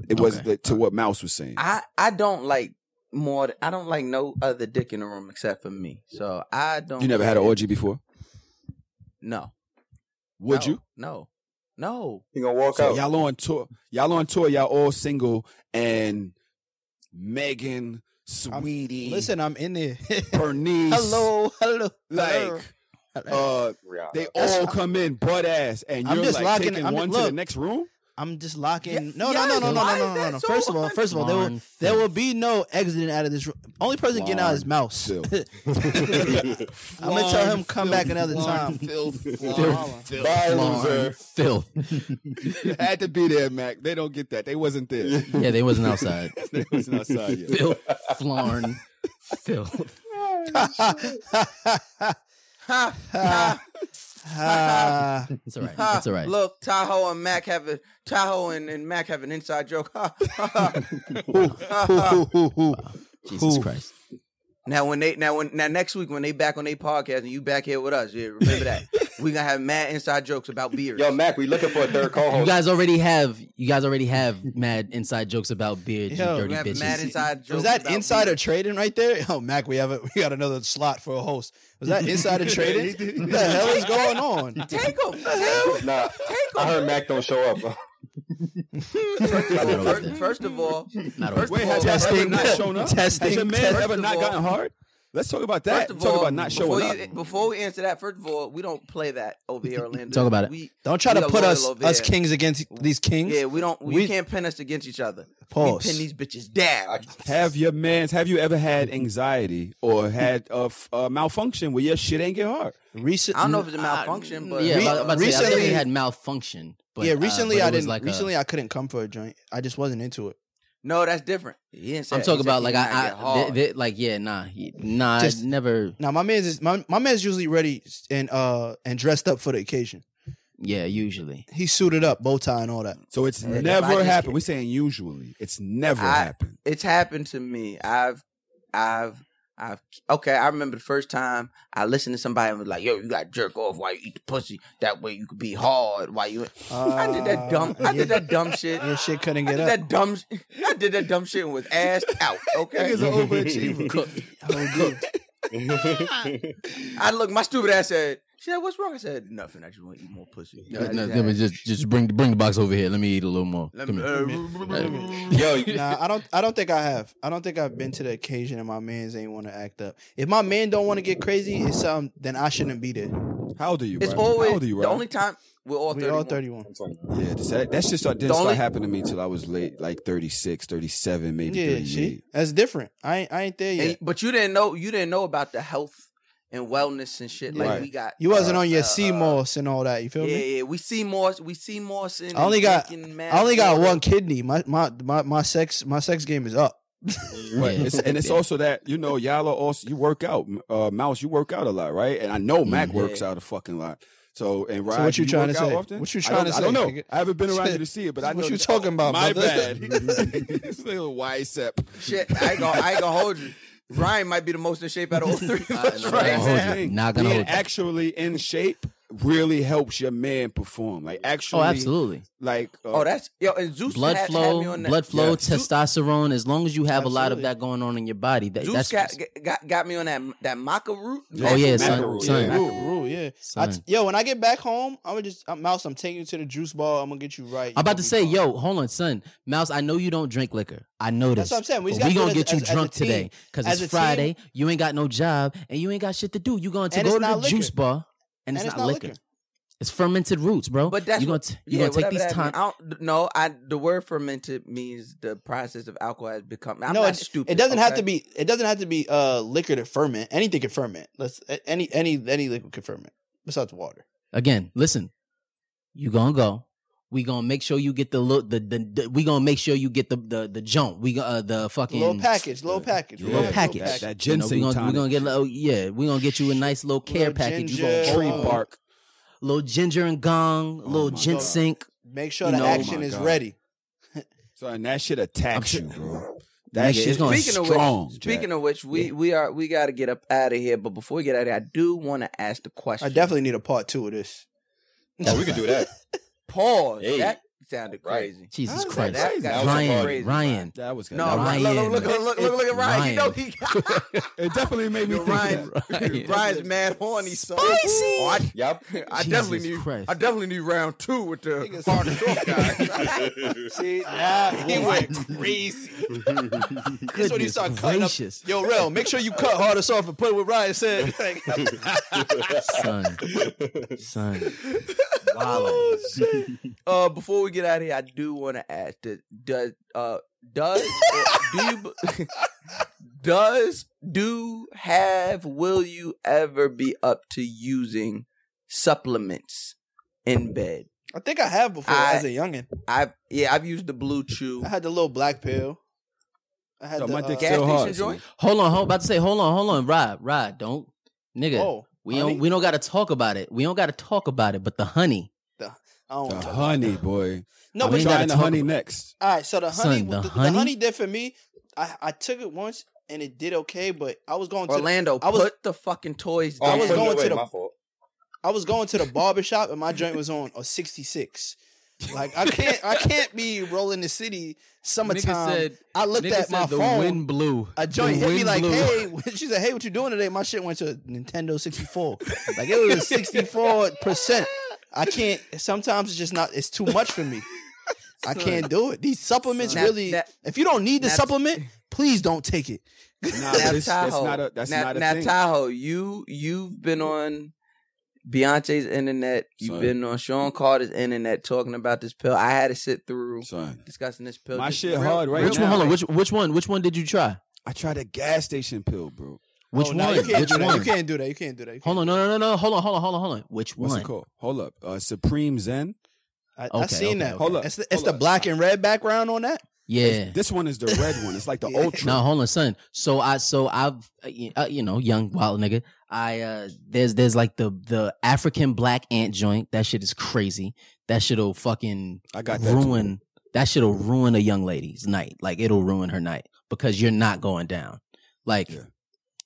[SPEAKER 6] it was the, to what mouse was saying
[SPEAKER 4] I I don't like more. I don't like no other dick in the room except for me. So I don't.
[SPEAKER 6] you never had an orgy before
[SPEAKER 4] No.
[SPEAKER 6] would
[SPEAKER 4] No.
[SPEAKER 6] you
[SPEAKER 4] No. No.
[SPEAKER 7] He gonna walk
[SPEAKER 6] so
[SPEAKER 7] out.
[SPEAKER 6] y'all on tour y'all on tour y'all all single and megan sweetie
[SPEAKER 8] Listen, I'm in there. <laughs>
[SPEAKER 6] bernice
[SPEAKER 8] hello, hello. hello.
[SPEAKER 6] like uh
[SPEAKER 7] Rihanna.
[SPEAKER 6] they all come in butt ass and
[SPEAKER 8] I'm
[SPEAKER 6] you're
[SPEAKER 8] just
[SPEAKER 6] like
[SPEAKER 8] locking-
[SPEAKER 6] taking
[SPEAKER 8] I'm-
[SPEAKER 6] one to
[SPEAKER 8] look.
[SPEAKER 6] the next
[SPEAKER 8] <laughs>
[SPEAKER 6] room <laughs>
[SPEAKER 8] I'm just locking. No,
[SPEAKER 4] yes,
[SPEAKER 8] no, no, no, no,
[SPEAKER 4] why is
[SPEAKER 8] no, no, no,
[SPEAKER 4] that
[SPEAKER 8] no.
[SPEAKER 4] so
[SPEAKER 8] First of all, first of all, there will
[SPEAKER 5] unfair?
[SPEAKER 8] there will be no exiting out of this room. Only person getting out is Mouse. I'm
[SPEAKER 6] Silk.
[SPEAKER 8] <laughs> gonna tell him come back another
[SPEAKER 6] <laughs>
[SPEAKER 8] time.
[SPEAKER 7] Bye,
[SPEAKER 5] Lorne,
[SPEAKER 7] loser.
[SPEAKER 5] filth.
[SPEAKER 6] It <laughs> had to be there, Mac. They don't get that. They wasn't there.
[SPEAKER 5] Yeah, they wasn't outside.
[SPEAKER 6] <laughs> they wasn't outside
[SPEAKER 5] <laughs>
[SPEAKER 6] yet.
[SPEAKER 8] <laughs>
[SPEAKER 5] filth, flarn, filth.
[SPEAKER 4] Ha, ha,
[SPEAKER 8] Ah,
[SPEAKER 5] <laughs> It's all right.
[SPEAKER 4] ha.
[SPEAKER 5] It's all right.
[SPEAKER 4] Look, Tahoe and Mac have a Tahoe and, and Mac have an inside joke. Ha, ha,
[SPEAKER 5] <laughs>
[SPEAKER 4] ha.
[SPEAKER 5] Jesus Christ.
[SPEAKER 4] now when they now when now next week when they back on their podcast and you back here with us, yeah, remember
[SPEAKER 5] <laughs>
[SPEAKER 4] that we gonna have mad inside jokes about beers.
[SPEAKER 7] Yo, Mac, we looking for a third co-host.
[SPEAKER 5] You guys already have. You guys already have mad inside jokes about beards,
[SPEAKER 8] Yo,
[SPEAKER 5] you
[SPEAKER 4] we
[SPEAKER 5] dirty
[SPEAKER 4] have
[SPEAKER 5] bitches.
[SPEAKER 4] mad inside jokes.
[SPEAKER 8] was that
[SPEAKER 4] about
[SPEAKER 8] insider
[SPEAKER 4] beer.
[SPEAKER 8] trading right there? <laughs> Oh, Mac, we have a, we got another slot for a host. Was that
[SPEAKER 4] <laughs>
[SPEAKER 8] insider trading? what the hell is going on?
[SPEAKER 4] Take them. Take them.
[SPEAKER 7] Nah, I heard Mac don't show up.
[SPEAKER 4] First, first of all,
[SPEAKER 5] Not
[SPEAKER 4] first
[SPEAKER 6] Wait,
[SPEAKER 4] of
[SPEAKER 6] has
[SPEAKER 4] all,
[SPEAKER 6] your husband
[SPEAKER 8] testing.
[SPEAKER 6] not shown up?
[SPEAKER 8] Testing,
[SPEAKER 6] Has your man
[SPEAKER 8] testing.
[SPEAKER 6] ever
[SPEAKER 4] First
[SPEAKER 6] not
[SPEAKER 4] of all-
[SPEAKER 6] gotten hard? Let's talk about that.
[SPEAKER 4] First of
[SPEAKER 6] talk
[SPEAKER 4] all,
[SPEAKER 6] about not showing
[SPEAKER 4] before
[SPEAKER 6] up.
[SPEAKER 4] you- e, before we answer that, first of all, we don't play that over
[SPEAKER 5] <laughs>
[SPEAKER 4] here, Orlando.
[SPEAKER 5] Talk about it.
[SPEAKER 4] We,
[SPEAKER 8] Don't try
[SPEAKER 4] we
[SPEAKER 8] to
[SPEAKER 4] are
[SPEAKER 8] put
[SPEAKER 4] loyal
[SPEAKER 8] us
[SPEAKER 4] over
[SPEAKER 8] us
[SPEAKER 4] here.
[SPEAKER 8] kings against these kings.
[SPEAKER 4] Yeah, we don't. We,
[SPEAKER 8] We-
[SPEAKER 4] can't pin us against each other.
[SPEAKER 8] Pause.
[SPEAKER 4] We pin these bitches down.
[SPEAKER 6] have your man's? Have you ever had anxiety or had a, f- a malfunction where your shit ain't get hard?
[SPEAKER 8] Recent,
[SPEAKER 4] I don't know if it's a malfunction, but
[SPEAKER 5] Uh, Mm, yeah,
[SPEAKER 8] Re-
[SPEAKER 5] about, about to say, I
[SPEAKER 8] recently-
[SPEAKER 5] recently had malfunction. But,
[SPEAKER 8] yeah,
[SPEAKER 5] uh,
[SPEAKER 8] recently
[SPEAKER 5] but it
[SPEAKER 8] I
[SPEAKER 5] was
[SPEAKER 8] didn't.
[SPEAKER 5] Like
[SPEAKER 8] recently
[SPEAKER 5] i
[SPEAKER 8] I couldn't come for a joint. I just wasn't into it.
[SPEAKER 4] no, that's different. He didn't say
[SPEAKER 5] I'm
[SPEAKER 4] that.
[SPEAKER 5] talking
[SPEAKER 4] He said
[SPEAKER 5] about
[SPEAKER 4] he
[SPEAKER 5] like
[SPEAKER 4] did not get
[SPEAKER 5] I, I
[SPEAKER 4] hard.
[SPEAKER 5] th- th- like yeah, nah, he- nah,
[SPEAKER 8] Just-
[SPEAKER 5] I'd never.
[SPEAKER 8] Now my man's is my, my man's usually ready and uh and dressed up for the occasion.
[SPEAKER 5] Yeah, usually.
[SPEAKER 8] He suited up, bow tie and all that.
[SPEAKER 6] So it's
[SPEAKER 4] Yeah, if I
[SPEAKER 6] never
[SPEAKER 4] just
[SPEAKER 6] happened.
[SPEAKER 4] get-
[SPEAKER 6] We're saying usually it's never
[SPEAKER 4] I- <laughs>
[SPEAKER 6] happened.
[SPEAKER 4] it's happened to me. I've, I've, I've. Okay, I remember the first time I listened to somebody and was like, "Yo, you got to jerk off while you eat the pussy. That way you could be hard while you." <laughs> I did that dumb. I did that dumb shit.
[SPEAKER 8] Your shit couldn't
[SPEAKER 4] I
[SPEAKER 8] get
[SPEAKER 4] did
[SPEAKER 8] up.
[SPEAKER 4] that dumb. sh- I did that dumb shit and was ass out. Okay,
[SPEAKER 6] Niggas are overachiever.
[SPEAKER 4] <laughs> I look. My stupid ass said. She said, "What's wrong?" I said, "Nothing. I just want to eat more pussy." I just had-
[SPEAKER 5] just just bring bring the box over here. Let me eat a little more.
[SPEAKER 4] Let me,
[SPEAKER 5] <laughs>
[SPEAKER 4] uh,
[SPEAKER 7] Yo, you-
[SPEAKER 8] Nah, I don't. I don't think I have. I don't think I've been to the occasion and my man's ain't want to act up. If my man don't want to get crazy, it's something. Then I shouldn't be there.
[SPEAKER 6] How old are you?
[SPEAKER 4] It's
[SPEAKER 6] Rodney?
[SPEAKER 4] always
[SPEAKER 6] How old are you,
[SPEAKER 4] the
[SPEAKER 6] Rodney?
[SPEAKER 4] only time we're all
[SPEAKER 8] We
[SPEAKER 4] 31.
[SPEAKER 8] all 31.
[SPEAKER 6] Yeah, just that, that shit start, didn't
[SPEAKER 4] The
[SPEAKER 6] start
[SPEAKER 4] only-
[SPEAKER 6] happening to me till I was late, like 36, 37, maybe
[SPEAKER 8] Yeah,
[SPEAKER 6] 38.
[SPEAKER 8] see, that's different. I ain't, I ain't there
[SPEAKER 4] And-
[SPEAKER 8] yet.
[SPEAKER 4] but you didn't know you didn't know about the health and wellness and shit. Like
[SPEAKER 8] Right.
[SPEAKER 4] we got
[SPEAKER 8] You wasn't
[SPEAKER 4] uh,
[SPEAKER 8] on your
[SPEAKER 4] uh,
[SPEAKER 8] sea moss and all that. You feel
[SPEAKER 4] yeah,
[SPEAKER 8] me?
[SPEAKER 4] yeah, we see more. We see more.
[SPEAKER 8] I only got I only
[SPEAKER 4] <laughs>
[SPEAKER 8] got one kidney. My my my my sex my sex game is up.
[SPEAKER 6] Right. It's- and
[SPEAKER 5] <laughs>
[SPEAKER 6] it's
[SPEAKER 8] Yeah.
[SPEAKER 6] also that you know y'all are also you work out, uh, Mouse. You work out a lot, right? And I know Mac
[SPEAKER 5] Mm-hmm.
[SPEAKER 6] works out a fucking lot. So and Rod,
[SPEAKER 8] So what you,
[SPEAKER 6] do
[SPEAKER 8] trying to
[SPEAKER 6] work out
[SPEAKER 8] say?
[SPEAKER 6] Often?
[SPEAKER 8] What you
[SPEAKER 6] I
[SPEAKER 8] trying
[SPEAKER 6] don't-
[SPEAKER 8] to say?
[SPEAKER 6] I don't know.
[SPEAKER 8] nigga?
[SPEAKER 6] I haven't been around you to see it,
[SPEAKER 5] <laughs>
[SPEAKER 6] but I know
[SPEAKER 8] What you
[SPEAKER 6] that-
[SPEAKER 8] talking about?
[SPEAKER 6] My
[SPEAKER 8] brother?
[SPEAKER 6] bad. <laughs> this little bicep.
[SPEAKER 4] Shit, I ain't gonna, I ain't gonna hold you. Ryan might be the most in shape out of
[SPEAKER 8] <laughs>
[SPEAKER 4] all three of us, right?
[SPEAKER 5] hold you. Not gonna
[SPEAKER 6] Being
[SPEAKER 5] hold you.
[SPEAKER 6] actually in shape really helps your man perform. Like actually,
[SPEAKER 5] Oh, absolutely.
[SPEAKER 6] Like uh,
[SPEAKER 4] Oh, that's yo. And Zeus
[SPEAKER 5] Blood
[SPEAKER 4] had, had me
[SPEAKER 5] flow,
[SPEAKER 4] on that.
[SPEAKER 5] blood flow,
[SPEAKER 4] Zeus-
[SPEAKER 5] testosterone. As long as you have a lot of
[SPEAKER 8] Absolutely.
[SPEAKER 5] that going on in your body, that,
[SPEAKER 4] Zeus
[SPEAKER 5] that's
[SPEAKER 4] got, got got me on that that maca root.
[SPEAKER 5] oh yeah, son,
[SPEAKER 6] Macaroni.
[SPEAKER 5] son.
[SPEAKER 8] Rule, rule, yeah. I t-
[SPEAKER 5] Son.
[SPEAKER 8] yo, when I get back home, I'm gonna just I'm, mouse. I'm taking you to the juice bar. I'm gonna get you right.
[SPEAKER 5] I'm about
[SPEAKER 8] You'll
[SPEAKER 5] to
[SPEAKER 8] be
[SPEAKER 5] say,
[SPEAKER 8] fine.
[SPEAKER 5] yo, hold on, son, Mouse. I know you don't drink liquor. I know this.
[SPEAKER 8] That's what I'm saying. We
[SPEAKER 5] but
[SPEAKER 8] just
[SPEAKER 5] we
[SPEAKER 8] gotta
[SPEAKER 5] gonna
[SPEAKER 8] do it
[SPEAKER 5] get
[SPEAKER 8] as-
[SPEAKER 5] you
[SPEAKER 8] as- as
[SPEAKER 5] drunk
[SPEAKER 8] a team.
[SPEAKER 5] today because
[SPEAKER 8] As
[SPEAKER 5] it's
[SPEAKER 8] a team.
[SPEAKER 5] Friday. You ain't got no job and you ain't got shit to do. You going to
[SPEAKER 8] And
[SPEAKER 5] go
[SPEAKER 8] it's
[SPEAKER 5] to the
[SPEAKER 8] not liquor.
[SPEAKER 5] juice bar and, it's, not, liquor. It's fermented roots, bro.
[SPEAKER 4] But that's
[SPEAKER 5] you gonna
[SPEAKER 4] what-
[SPEAKER 5] t- you
[SPEAKER 4] yeah,
[SPEAKER 5] gonna take
[SPEAKER 4] whatever
[SPEAKER 5] these
[SPEAKER 4] that
[SPEAKER 5] time.
[SPEAKER 4] mean. I don't, no, I the word fermented means the process of alcohol has become. I'm
[SPEAKER 8] no,
[SPEAKER 4] not
[SPEAKER 8] it,
[SPEAKER 4] stupid.
[SPEAKER 8] it doesn't have
[SPEAKER 4] okay?
[SPEAKER 8] to be. It doesn't have to be uh liquor to ferment. Anything can ferment. Let's a- any any any liquid can ferment besides water.
[SPEAKER 5] Again, listen. You gonna go. We gonna make sure you get the look. The, the, the- we gonna make sure you get the the the jump. We got uh, the fucking
[SPEAKER 8] Little package, little package,
[SPEAKER 6] Yeah.
[SPEAKER 8] we
[SPEAKER 5] little
[SPEAKER 8] got a
[SPEAKER 5] package.
[SPEAKER 6] That, that
[SPEAKER 5] You know,
[SPEAKER 6] ginseng
[SPEAKER 5] we gonna, we
[SPEAKER 6] tonic.
[SPEAKER 5] gonna get little, yeah. We gonna get you a nice little care
[SPEAKER 8] Little
[SPEAKER 5] package. You
[SPEAKER 8] ginger.
[SPEAKER 5] gonna
[SPEAKER 6] tree
[SPEAKER 5] roll.
[SPEAKER 6] bark. Oh
[SPEAKER 5] little ginger and gong, little
[SPEAKER 6] my
[SPEAKER 5] ginseng.
[SPEAKER 8] Make sure
[SPEAKER 5] You
[SPEAKER 8] the
[SPEAKER 5] know, oh
[SPEAKER 8] action
[SPEAKER 6] my
[SPEAKER 8] is
[SPEAKER 6] God.
[SPEAKER 8] ready.
[SPEAKER 6] So and that shit attacks
[SPEAKER 5] I'm
[SPEAKER 6] you, bro. That
[SPEAKER 5] Nigga,
[SPEAKER 6] shit
[SPEAKER 5] it's
[SPEAKER 6] is
[SPEAKER 5] gonna-
[SPEAKER 4] Speaking
[SPEAKER 6] strong.
[SPEAKER 4] of which,
[SPEAKER 6] Jack.
[SPEAKER 4] speaking of which, we we are we got to get up out of here. But before we get out of here, I do want to ask the question.
[SPEAKER 8] I definitely need a part two
[SPEAKER 5] <laughs>
[SPEAKER 8] of this.
[SPEAKER 7] Oh, we could do <laughs> that.
[SPEAKER 4] pause.
[SPEAKER 7] Hey.
[SPEAKER 4] That sounded
[SPEAKER 7] Right.
[SPEAKER 4] crazy.
[SPEAKER 5] Jesus
[SPEAKER 6] That was
[SPEAKER 5] Christ,
[SPEAKER 4] crazy. That was
[SPEAKER 5] Ryan,
[SPEAKER 4] crazy.
[SPEAKER 5] Ryan,
[SPEAKER 6] that was good.
[SPEAKER 4] No,
[SPEAKER 6] That was-
[SPEAKER 4] Ryan, look,
[SPEAKER 5] Ryan.
[SPEAKER 4] look, look, look, look, look at Ryan. You know
[SPEAKER 5] <laughs>
[SPEAKER 4] he got
[SPEAKER 6] it definitely made me
[SPEAKER 4] Yo,
[SPEAKER 6] think.
[SPEAKER 4] Ryan,
[SPEAKER 6] of that.
[SPEAKER 5] Ryan.
[SPEAKER 4] <laughs> Ryan's mad horny. Spicy. Oh, I,
[SPEAKER 7] Yep.
[SPEAKER 4] I
[SPEAKER 5] Jesus
[SPEAKER 4] definitely need.
[SPEAKER 5] Christ.
[SPEAKER 4] I definitely need round two with the
[SPEAKER 8] Niggas-
[SPEAKER 4] Barney Short guy.
[SPEAKER 5] <laughs>
[SPEAKER 8] See, nah, Ah, he went crazy. That's when he
[SPEAKER 5] Oh Goodness
[SPEAKER 8] started cutting up.
[SPEAKER 5] gracious.
[SPEAKER 8] Yo, real, make sure you cut hard us off and put what Ryan said.
[SPEAKER 5] <laughs>
[SPEAKER 8] Like,
[SPEAKER 5] son, son,
[SPEAKER 4] Oh, shit. Uh, before we get out of here, I do want to ask: that Does uh does or do you, b- <laughs> does do have will you ever be up to using supplements in bed?
[SPEAKER 8] I think I have before
[SPEAKER 4] I-
[SPEAKER 8] as a youngin.
[SPEAKER 4] I've yeah, I've used the blue chew.
[SPEAKER 8] I had the little black pill. I
[SPEAKER 6] <laughs>
[SPEAKER 8] had
[SPEAKER 6] Yo,
[SPEAKER 8] the
[SPEAKER 6] my dick
[SPEAKER 8] uh,
[SPEAKER 4] gas
[SPEAKER 6] still
[SPEAKER 4] station
[SPEAKER 6] hard.
[SPEAKER 4] joint?
[SPEAKER 5] hold on, hold, about to say, hold on, hold on, Rod, Rod, don't, nigga,
[SPEAKER 8] Oh,
[SPEAKER 5] we
[SPEAKER 8] honey?
[SPEAKER 5] don't, we don't got to talk about it. We don't got to talk about it. But the honey,
[SPEAKER 8] I don't
[SPEAKER 6] The
[SPEAKER 8] know.
[SPEAKER 6] honey boy.
[SPEAKER 8] No,
[SPEAKER 5] I mean,
[SPEAKER 8] but
[SPEAKER 6] I'm
[SPEAKER 5] gotta
[SPEAKER 8] you-
[SPEAKER 6] trying the
[SPEAKER 5] talk
[SPEAKER 6] honey
[SPEAKER 5] about-
[SPEAKER 6] next.
[SPEAKER 8] all right. So the
[SPEAKER 5] Son,
[SPEAKER 8] honey,
[SPEAKER 5] the
[SPEAKER 8] the, the honey,
[SPEAKER 5] honey?
[SPEAKER 8] did for me. I, I took it once and it did okay, but I was going to
[SPEAKER 4] Orlando,
[SPEAKER 8] I was-
[SPEAKER 4] put the fucking toys
[SPEAKER 7] Oh,
[SPEAKER 4] down.
[SPEAKER 8] I was
[SPEAKER 7] put it
[SPEAKER 8] going
[SPEAKER 7] away,
[SPEAKER 8] to the-
[SPEAKER 7] my fault.
[SPEAKER 8] I was going
[SPEAKER 5] <laughs>
[SPEAKER 8] to the barber shop and my joint was on a sixty six. Like I can't I can't be rolling the city summertime. I looked at my phone.
[SPEAKER 5] blew.
[SPEAKER 8] a joint hit me like, hey, <laughs> she said, hey, what you doing today? My shit went to Nintendo 64. like it was 64 percent. I can't. Sometimes it's just not. It's too much for me. I can't do it. These supplements
[SPEAKER 4] Son.
[SPEAKER 8] really.
[SPEAKER 4] Nap- nap-
[SPEAKER 8] if you don't need the
[SPEAKER 4] nap-
[SPEAKER 8] supplement, please don't take it.
[SPEAKER 6] Nah,
[SPEAKER 4] Nat
[SPEAKER 6] that's, that's
[SPEAKER 4] Tahoe.
[SPEAKER 6] not a. That's
[SPEAKER 4] Nat-
[SPEAKER 6] not a
[SPEAKER 4] Nat
[SPEAKER 6] thing.
[SPEAKER 4] Tahoe, you you've been on Beyonce's internet. You've
[SPEAKER 6] Son.
[SPEAKER 4] been on Sean Carter's internet talking about this pill. I had to sit through
[SPEAKER 6] Son,
[SPEAKER 4] discussing this pill.
[SPEAKER 6] My
[SPEAKER 4] Just
[SPEAKER 6] shit hard right
[SPEAKER 5] which
[SPEAKER 6] now.
[SPEAKER 5] one? Hold on, which which one? Which one did you try?
[SPEAKER 6] I tried a gas station pill, bro.
[SPEAKER 5] Which
[SPEAKER 8] Oh,
[SPEAKER 5] one?
[SPEAKER 8] nah, you can't
[SPEAKER 5] Which
[SPEAKER 8] do that.
[SPEAKER 5] one?
[SPEAKER 8] You can't do that. You can't do that. You can't
[SPEAKER 5] Hold on,
[SPEAKER 8] do
[SPEAKER 5] no, no, no, no. Hold on, hold on, hold on, hold on. Which
[SPEAKER 6] What's
[SPEAKER 5] one?
[SPEAKER 6] it called? Hold up. Uh, Supreme Zen.
[SPEAKER 8] that. I, I
[SPEAKER 5] Okay,
[SPEAKER 8] seen
[SPEAKER 5] okay,
[SPEAKER 8] that.
[SPEAKER 5] okay.
[SPEAKER 6] Hold up,
[SPEAKER 8] It's the, it's
[SPEAKER 6] hold
[SPEAKER 8] the
[SPEAKER 6] up.
[SPEAKER 8] black and red background on that.
[SPEAKER 5] Yeah.
[SPEAKER 6] This one is the red one. It's like the
[SPEAKER 8] Yeah.
[SPEAKER 6] ultra.
[SPEAKER 5] No, hold on, son. So I, so I've, uh, y- uh, you know, young wild nigga. I uh there's there's like the the African black ant joint. That shit is crazy. That shit'll fucking
[SPEAKER 6] I got that. too.
[SPEAKER 5] ruin. That shit'll ruin a young lady's night. Like it'll ruin her night because you're not going down. Like
[SPEAKER 6] Yeah.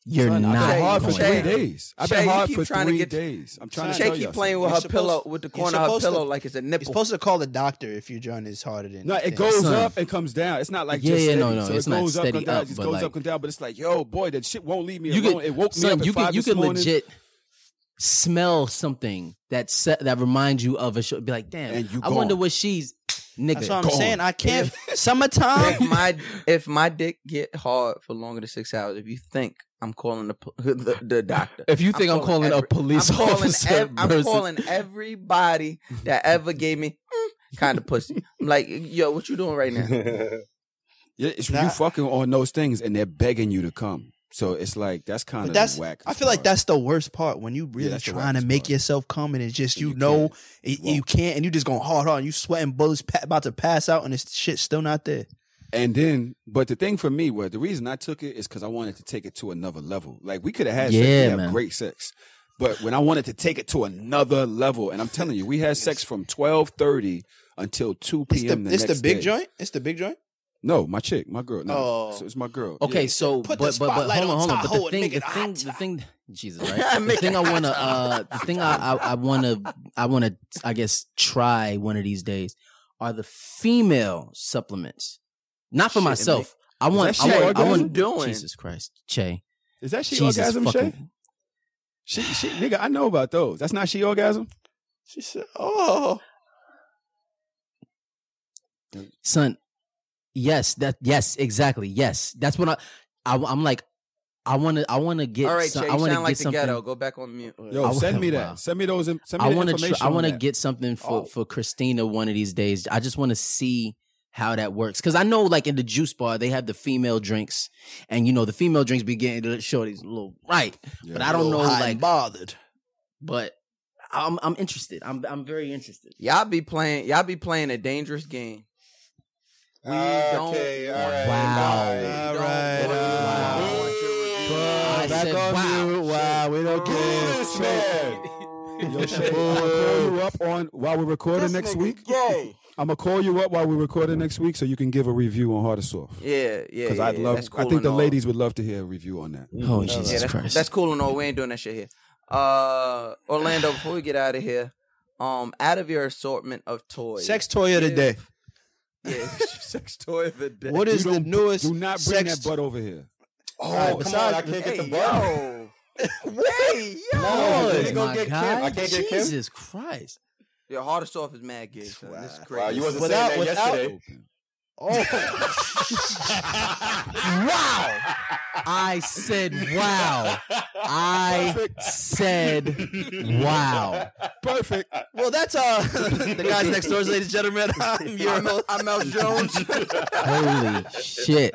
[SPEAKER 5] you're
[SPEAKER 6] Son,
[SPEAKER 5] not
[SPEAKER 6] I've been
[SPEAKER 4] Shay,
[SPEAKER 6] hard for
[SPEAKER 5] going
[SPEAKER 4] Shay,
[SPEAKER 6] three
[SPEAKER 5] down.
[SPEAKER 6] days. I've
[SPEAKER 4] Shay,
[SPEAKER 6] been
[SPEAKER 4] you
[SPEAKER 6] hard
[SPEAKER 4] keep
[SPEAKER 6] for
[SPEAKER 4] trying to
[SPEAKER 6] three
[SPEAKER 4] get-
[SPEAKER 6] days. I'm trying
[SPEAKER 8] Son,
[SPEAKER 6] to
[SPEAKER 4] Shay
[SPEAKER 6] tell
[SPEAKER 4] keep
[SPEAKER 6] you.
[SPEAKER 4] playing with
[SPEAKER 8] You're
[SPEAKER 4] her
[SPEAKER 8] supposed
[SPEAKER 4] pillow
[SPEAKER 8] to-
[SPEAKER 4] with the
[SPEAKER 8] you're
[SPEAKER 4] corner of her
[SPEAKER 8] supposed to-
[SPEAKER 4] pillow like it's a
[SPEAKER 8] You're
[SPEAKER 4] nipple.
[SPEAKER 8] supposed to call the doctor if your joint is harder than.
[SPEAKER 6] No, it
[SPEAKER 8] than-
[SPEAKER 6] goes
[SPEAKER 5] Son.
[SPEAKER 6] up and comes down. It's not like
[SPEAKER 5] Yeah,
[SPEAKER 6] just
[SPEAKER 5] yeah, no,
[SPEAKER 6] steady.
[SPEAKER 5] no,
[SPEAKER 6] So
[SPEAKER 5] it's
[SPEAKER 6] it
[SPEAKER 5] not
[SPEAKER 6] goes up
[SPEAKER 5] steady
[SPEAKER 6] and down.
[SPEAKER 5] up,
[SPEAKER 6] it just
[SPEAKER 5] but
[SPEAKER 6] goes
[SPEAKER 5] like-
[SPEAKER 6] up and down. But it's like, yo, boy, that shit won't leave me
[SPEAKER 5] You
[SPEAKER 6] alone.
[SPEAKER 5] could,
[SPEAKER 6] it woke me
[SPEAKER 5] son,
[SPEAKER 6] up. At
[SPEAKER 5] you
[SPEAKER 6] five
[SPEAKER 5] could, you
[SPEAKER 6] this
[SPEAKER 5] could
[SPEAKER 6] morning.
[SPEAKER 5] legit smell something that set that reminds you of a show. Be like, damn,
[SPEAKER 6] And you
[SPEAKER 5] I wonder
[SPEAKER 6] gone.
[SPEAKER 5] what she's nigga.
[SPEAKER 8] That's what I'm
[SPEAKER 6] Gone.
[SPEAKER 8] saying.
[SPEAKER 4] <laughs>
[SPEAKER 8] I can't. summertime.
[SPEAKER 4] if my if my dick get hard for longer than six hours, if you think I'm calling the po- <laughs> the, the doctor.
[SPEAKER 5] If you think I'm calling a police <laughs>
[SPEAKER 4] I'm calling
[SPEAKER 5] officer
[SPEAKER 4] ev- I'm
[SPEAKER 5] versus-
[SPEAKER 4] calling everybody that ever gave me hmm, kind of pussy. I'm like, yo, what you doing right
[SPEAKER 8] <laughs>
[SPEAKER 4] now?
[SPEAKER 6] Yeah, it's you fucking on those things, and they're begging you to come. So it's like that's kind
[SPEAKER 8] But
[SPEAKER 6] of
[SPEAKER 8] that's
[SPEAKER 6] whack.
[SPEAKER 8] I feel like that's the worst part when you really
[SPEAKER 6] that's the
[SPEAKER 8] trying to make yourself come and it's just you, know y- you can't and you just going hard on you sweating bullets pa- about to pass out and it's shit still not there.
[SPEAKER 6] And then, but the thing for me was the reason I took it is because I wanted to take it to another level. Like we could have had sex,
[SPEAKER 5] Yeah,
[SPEAKER 6] we
[SPEAKER 5] man.
[SPEAKER 6] have great sex, but when I wanted to take it to another level, and I'm telling you, we had sex from twelve thirty until two
[SPEAKER 8] It's
[SPEAKER 6] p.m.
[SPEAKER 8] the,
[SPEAKER 6] the
[SPEAKER 8] it's the
[SPEAKER 6] next
[SPEAKER 8] big
[SPEAKER 6] day.
[SPEAKER 8] joint. It's the big joint.
[SPEAKER 6] No, my chick, my girl. No,
[SPEAKER 8] Oh.
[SPEAKER 6] so it's my girl.
[SPEAKER 5] Okay,
[SPEAKER 6] Yeah.
[SPEAKER 5] so
[SPEAKER 8] Put the
[SPEAKER 5] but, but but
[SPEAKER 8] spotlight
[SPEAKER 5] hold on,
[SPEAKER 8] on
[SPEAKER 5] hold on. But
[SPEAKER 8] Tahoe
[SPEAKER 5] the
[SPEAKER 8] and
[SPEAKER 5] thing,
[SPEAKER 8] make
[SPEAKER 5] the
[SPEAKER 8] it
[SPEAKER 5] thing, the thing,
[SPEAKER 4] <laughs>
[SPEAKER 5] Jesus, right? the thing I wanna, uh, the thing I, I, I wanna, I wanna, I guess, try one of these days are the female supplements. Not for
[SPEAKER 4] Shit,
[SPEAKER 5] myself. I
[SPEAKER 6] Is
[SPEAKER 5] want,
[SPEAKER 6] that
[SPEAKER 5] I
[SPEAKER 6] shit
[SPEAKER 5] want, I
[SPEAKER 6] orgasm?
[SPEAKER 5] want.
[SPEAKER 4] Doing.
[SPEAKER 5] Jesus Christ, Che.
[SPEAKER 6] is that she
[SPEAKER 5] Jesus
[SPEAKER 6] orgasm?
[SPEAKER 5] fucking-
[SPEAKER 6] Shay? She, she, nigga, I know about those. That's not she orgasm.
[SPEAKER 8] She said, "Oh,
[SPEAKER 5] son yes that yes exactly yes that's what i, I i'm like i want to i want to get
[SPEAKER 4] All right,
[SPEAKER 5] some-
[SPEAKER 4] Jay,
[SPEAKER 5] i
[SPEAKER 4] you
[SPEAKER 5] want to
[SPEAKER 4] sound
[SPEAKER 5] get
[SPEAKER 4] like the
[SPEAKER 5] something
[SPEAKER 4] ghetto. Go back on mute.
[SPEAKER 6] Yo,
[SPEAKER 5] I-
[SPEAKER 6] send me that.
[SPEAKER 5] wow.
[SPEAKER 6] Send me those. in- Send me
[SPEAKER 5] i
[SPEAKER 6] the
[SPEAKER 5] want to
[SPEAKER 6] information.
[SPEAKER 5] tr- i
[SPEAKER 6] on
[SPEAKER 5] want to
[SPEAKER 6] that.
[SPEAKER 5] get something for
[SPEAKER 8] Oh.
[SPEAKER 5] for christina one of these days i just want to see how that works because i know like in the juice bar they have the female drinks and you know the female drinks be getting to show these little right
[SPEAKER 6] Yeah.
[SPEAKER 5] but i don't know like
[SPEAKER 8] bothered.
[SPEAKER 5] but i'm i'm interested i'm i'm very interested
[SPEAKER 4] Y'all be playing. Y'all be playing a dangerous game. We don't.
[SPEAKER 7] okay, all right.
[SPEAKER 5] Wow.
[SPEAKER 4] we don't
[SPEAKER 8] Alright,
[SPEAKER 4] want-
[SPEAKER 8] uh,
[SPEAKER 4] we don't want your review.
[SPEAKER 5] I
[SPEAKER 8] back
[SPEAKER 5] said,
[SPEAKER 8] on
[SPEAKER 5] wow.
[SPEAKER 8] you. Wow, we don't care.
[SPEAKER 7] This man.
[SPEAKER 6] Yo, Shay, I'm gonna call you up on while we're recording next week.
[SPEAKER 4] Gay.
[SPEAKER 6] I'm gonna call you up while we're recording next week so you can give a review on Heart of Soft.
[SPEAKER 4] Yeah, yeah.
[SPEAKER 6] Because
[SPEAKER 4] yeah,
[SPEAKER 6] I'd
[SPEAKER 4] yeah,
[SPEAKER 6] love.
[SPEAKER 4] that's cool
[SPEAKER 6] I think
[SPEAKER 4] and
[SPEAKER 6] the
[SPEAKER 4] all.
[SPEAKER 6] ladies would love to hear a review on that.
[SPEAKER 5] oh
[SPEAKER 4] Yeah,
[SPEAKER 5] jesus
[SPEAKER 4] that's,
[SPEAKER 5] christ
[SPEAKER 4] That's cool and all. We ain't doing that shit here. Uh, Orlando, before we get out of here, um, out of your assortment of toys,
[SPEAKER 8] Sex toy of the
[SPEAKER 4] give-
[SPEAKER 8] day.
[SPEAKER 4] yeah, <laughs> sex toy of the day.
[SPEAKER 8] What is
[SPEAKER 6] You
[SPEAKER 8] the
[SPEAKER 6] don't-
[SPEAKER 8] newest?
[SPEAKER 6] Do not bring
[SPEAKER 8] sex
[SPEAKER 6] that butt over here.
[SPEAKER 7] Oh,
[SPEAKER 8] right,
[SPEAKER 7] come on,
[SPEAKER 8] besides-
[SPEAKER 7] I can't get the
[SPEAKER 4] Hey,
[SPEAKER 7] ball.
[SPEAKER 4] yo. hey, yo.
[SPEAKER 6] Oh,
[SPEAKER 5] Lord,
[SPEAKER 7] They gonna
[SPEAKER 5] my
[SPEAKER 7] get Kim?
[SPEAKER 5] God.
[SPEAKER 7] I can't get Kim?
[SPEAKER 5] jesus christ
[SPEAKER 4] Your heart of soft is mad gay. Son. This is crazy.
[SPEAKER 7] Wow, you wasn't
[SPEAKER 8] Without-
[SPEAKER 7] saying that
[SPEAKER 8] without-
[SPEAKER 7] yesterday.
[SPEAKER 4] Oh.
[SPEAKER 6] <laughs>
[SPEAKER 5] Wow. I said wow. I said wow.
[SPEAKER 6] Perfect.
[SPEAKER 8] Well, that's uh, the guys next door, ladies and gentlemen. I'm your host.
[SPEAKER 4] I'm Mel Jones.
[SPEAKER 5] Holy shit.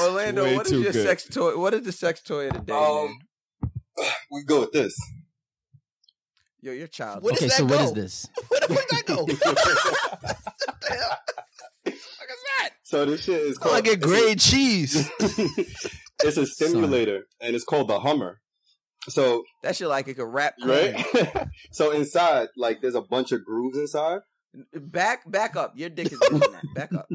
[SPEAKER 4] Orlando,
[SPEAKER 6] Way
[SPEAKER 4] what is
[SPEAKER 6] too
[SPEAKER 4] your
[SPEAKER 6] good.
[SPEAKER 4] sex toy? What is the sex toy of the day? man?
[SPEAKER 7] Um, we go with this.
[SPEAKER 4] Yo, you're child.
[SPEAKER 8] What does
[SPEAKER 5] okay,
[SPEAKER 8] that
[SPEAKER 5] so what is
[SPEAKER 8] go?
[SPEAKER 5] this?
[SPEAKER 8] Where the fuck that go?
[SPEAKER 7] So this shit is called.
[SPEAKER 8] I get grade cheese.
[SPEAKER 7] <laughs> It's a stimulator, and it's called the Hummer. So
[SPEAKER 4] That shit like it could rap.
[SPEAKER 7] right. <laughs> so inside, like, there's a bunch of grooves inside.
[SPEAKER 4] Back, back up. Your dick is doing that. Back up.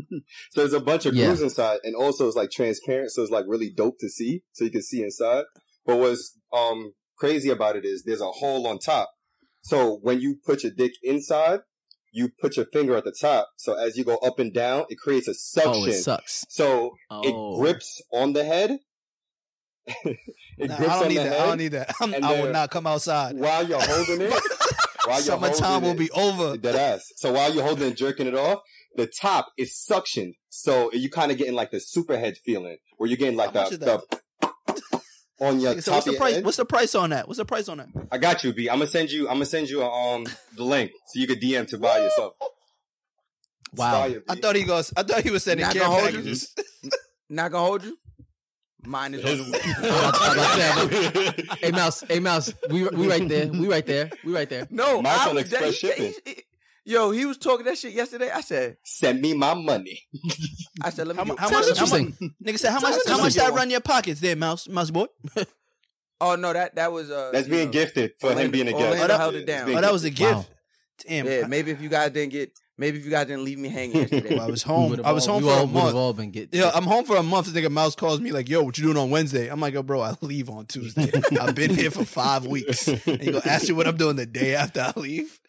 [SPEAKER 7] So there's a bunch of
[SPEAKER 5] Yeah.
[SPEAKER 7] grooves inside, and also it's like transparent, so it's like really dope to see, so you can see inside. But what's um crazy about it is there's a hole on top. So when you put your dick inside, you put your finger at the top. So as you go up and down, it creates a
[SPEAKER 5] Oh, it
[SPEAKER 7] suction.
[SPEAKER 5] sucks.
[SPEAKER 7] so
[SPEAKER 5] Oh.
[SPEAKER 7] it grips on the head. <laughs> it
[SPEAKER 8] Nah, I
[SPEAKER 7] grips
[SPEAKER 8] don't
[SPEAKER 7] on
[SPEAKER 8] need
[SPEAKER 7] the
[SPEAKER 8] that.
[SPEAKER 7] head
[SPEAKER 8] I don't need that. I'm,
[SPEAKER 7] and
[SPEAKER 8] I will
[SPEAKER 7] the-
[SPEAKER 8] not come outside.
[SPEAKER 7] while you're holding
[SPEAKER 8] <laughs>
[SPEAKER 7] it. while you're
[SPEAKER 8] Summertime
[SPEAKER 7] holding
[SPEAKER 8] will
[SPEAKER 7] it.
[SPEAKER 8] be over.
[SPEAKER 7] Dead ass. So while you're holding and jerking it off, the top is suctioned. So you kind of getting like the superhead feeling where you're getting like
[SPEAKER 8] How much
[SPEAKER 7] the,
[SPEAKER 8] is that?
[SPEAKER 7] the on your
[SPEAKER 8] So
[SPEAKER 7] top
[SPEAKER 8] what's
[SPEAKER 7] of
[SPEAKER 8] the
[SPEAKER 7] your
[SPEAKER 8] price?
[SPEAKER 7] head.
[SPEAKER 8] What's the price on that? What's the price on that?
[SPEAKER 7] I got you, B. I'm gonna send you. I'm gonna send you um the link so you could DM to buy yourself.
[SPEAKER 5] Wow.
[SPEAKER 7] Buy it,
[SPEAKER 8] I
[SPEAKER 7] B.
[SPEAKER 8] thought he goes. I thought he was sending
[SPEAKER 4] Not
[SPEAKER 8] care
[SPEAKER 4] gonna hold you.
[SPEAKER 8] packages.
[SPEAKER 4] Not gonna hold you. <laughs> Mine is on the way.
[SPEAKER 5] <laughs> Hey Mouse, hey Mouse, we we right there. We right there. We right there.
[SPEAKER 4] No,
[SPEAKER 7] Mine's
[SPEAKER 4] I
[SPEAKER 7] on
[SPEAKER 4] was-
[SPEAKER 7] express
[SPEAKER 4] he- he- he- yo, he was talking that shit yesterday. I said,
[SPEAKER 7] Send me my money.
[SPEAKER 4] I said, let me.
[SPEAKER 8] How, mu-
[SPEAKER 4] get-
[SPEAKER 8] how
[SPEAKER 5] Sounds
[SPEAKER 8] much? How much?
[SPEAKER 5] interesting.
[SPEAKER 8] Nigga said, how much?
[SPEAKER 4] Sounds
[SPEAKER 8] How much
[SPEAKER 4] interesting.
[SPEAKER 8] that run your pockets there, mouse, mouse boy? oh,
[SPEAKER 4] Oh no, that that was uh.
[SPEAKER 7] That's
[SPEAKER 4] you
[SPEAKER 7] being
[SPEAKER 4] know,
[SPEAKER 7] gifted for him
[SPEAKER 4] Orlando-
[SPEAKER 7] being a guest.
[SPEAKER 4] Orlando
[SPEAKER 7] Yeah,
[SPEAKER 4] held it
[SPEAKER 7] it's
[SPEAKER 4] down.
[SPEAKER 7] being
[SPEAKER 4] Oh,
[SPEAKER 8] that was a gift.
[SPEAKER 5] Wow.
[SPEAKER 8] Damn.
[SPEAKER 4] Yeah, maybe if you guys didn't get, maybe if you guys didn't leave me hanging yesterday.
[SPEAKER 8] Well, I was
[SPEAKER 5] We
[SPEAKER 8] home.
[SPEAKER 5] would've
[SPEAKER 8] I was
[SPEAKER 5] all-
[SPEAKER 8] home
[SPEAKER 5] we
[SPEAKER 8] for
[SPEAKER 5] all
[SPEAKER 8] a
[SPEAKER 5] would've
[SPEAKER 8] month.
[SPEAKER 5] all been get.
[SPEAKER 8] Yeah, I'm home for a month. This nigga Mouse calls me like, "Yo, what you doing on Wednesday?" I'm like, "Yo, bro, I leave on Tuesday. I've been here for five weeks." And he gonna ask you what I'm doing the day after I leave.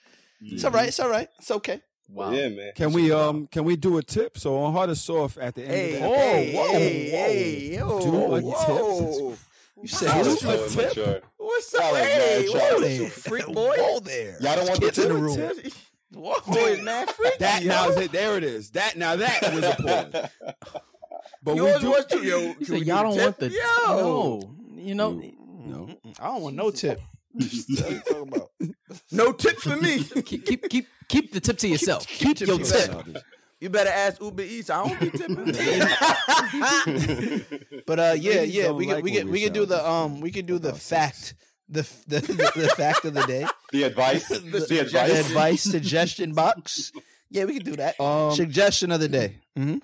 [SPEAKER 8] It's all right. It's all right. It's okay.
[SPEAKER 5] wow.
[SPEAKER 7] Yeah, man.
[SPEAKER 6] Can we um? Can we do a tip? So on Heart of Soft at the end.
[SPEAKER 4] Hey,
[SPEAKER 6] of the
[SPEAKER 4] hey,
[SPEAKER 6] Oh, whoa,
[SPEAKER 4] hey,
[SPEAKER 6] whoa.
[SPEAKER 4] hey, yo,
[SPEAKER 6] Do a
[SPEAKER 4] whoa.
[SPEAKER 8] You
[SPEAKER 7] I
[SPEAKER 8] said,
[SPEAKER 7] was
[SPEAKER 8] "Whoa,
[SPEAKER 7] so immature.
[SPEAKER 4] What's
[SPEAKER 7] Y'all
[SPEAKER 4] up?
[SPEAKER 7] are
[SPEAKER 4] Hey,
[SPEAKER 7] mad
[SPEAKER 4] whoa,
[SPEAKER 7] trash.
[SPEAKER 4] you freak boy.
[SPEAKER 8] whoa there."
[SPEAKER 7] Y'all don't want the
[SPEAKER 8] Kids in the
[SPEAKER 7] tip?
[SPEAKER 8] room.
[SPEAKER 4] <laughs> Boy is mad freak. <laughs>
[SPEAKER 6] That now is it. There it is. That now that was a pause. But
[SPEAKER 4] Yours
[SPEAKER 6] we do.
[SPEAKER 4] was too. <laughs> Yo,
[SPEAKER 5] He said, y'all don't want the
[SPEAKER 4] Yo.
[SPEAKER 5] no. You know,
[SPEAKER 6] no.
[SPEAKER 8] I don't want
[SPEAKER 5] <laughs>
[SPEAKER 8] no tip.
[SPEAKER 4] No tip for me.
[SPEAKER 5] keep keep keep keep the tip to yourself. Keep,
[SPEAKER 4] tip
[SPEAKER 5] your
[SPEAKER 4] to
[SPEAKER 5] tip.
[SPEAKER 4] yourself. You better ask Uber Eats. I <laughs> don't be tipping.
[SPEAKER 8] But uh, yeah,
[SPEAKER 4] Ladies
[SPEAKER 8] yeah,
[SPEAKER 4] don't
[SPEAKER 8] we could
[SPEAKER 4] like
[SPEAKER 8] we
[SPEAKER 4] when
[SPEAKER 8] could
[SPEAKER 4] we
[SPEAKER 8] we could do
[SPEAKER 4] shout
[SPEAKER 8] the um we could do the fact the f- the, the, the fact of the day.
[SPEAKER 7] The advice. the, advice.
[SPEAKER 8] <laughs> The advice suggestion box. Yeah, we could do that.
[SPEAKER 6] Um,
[SPEAKER 8] suggestion of the day. Mm-hmm.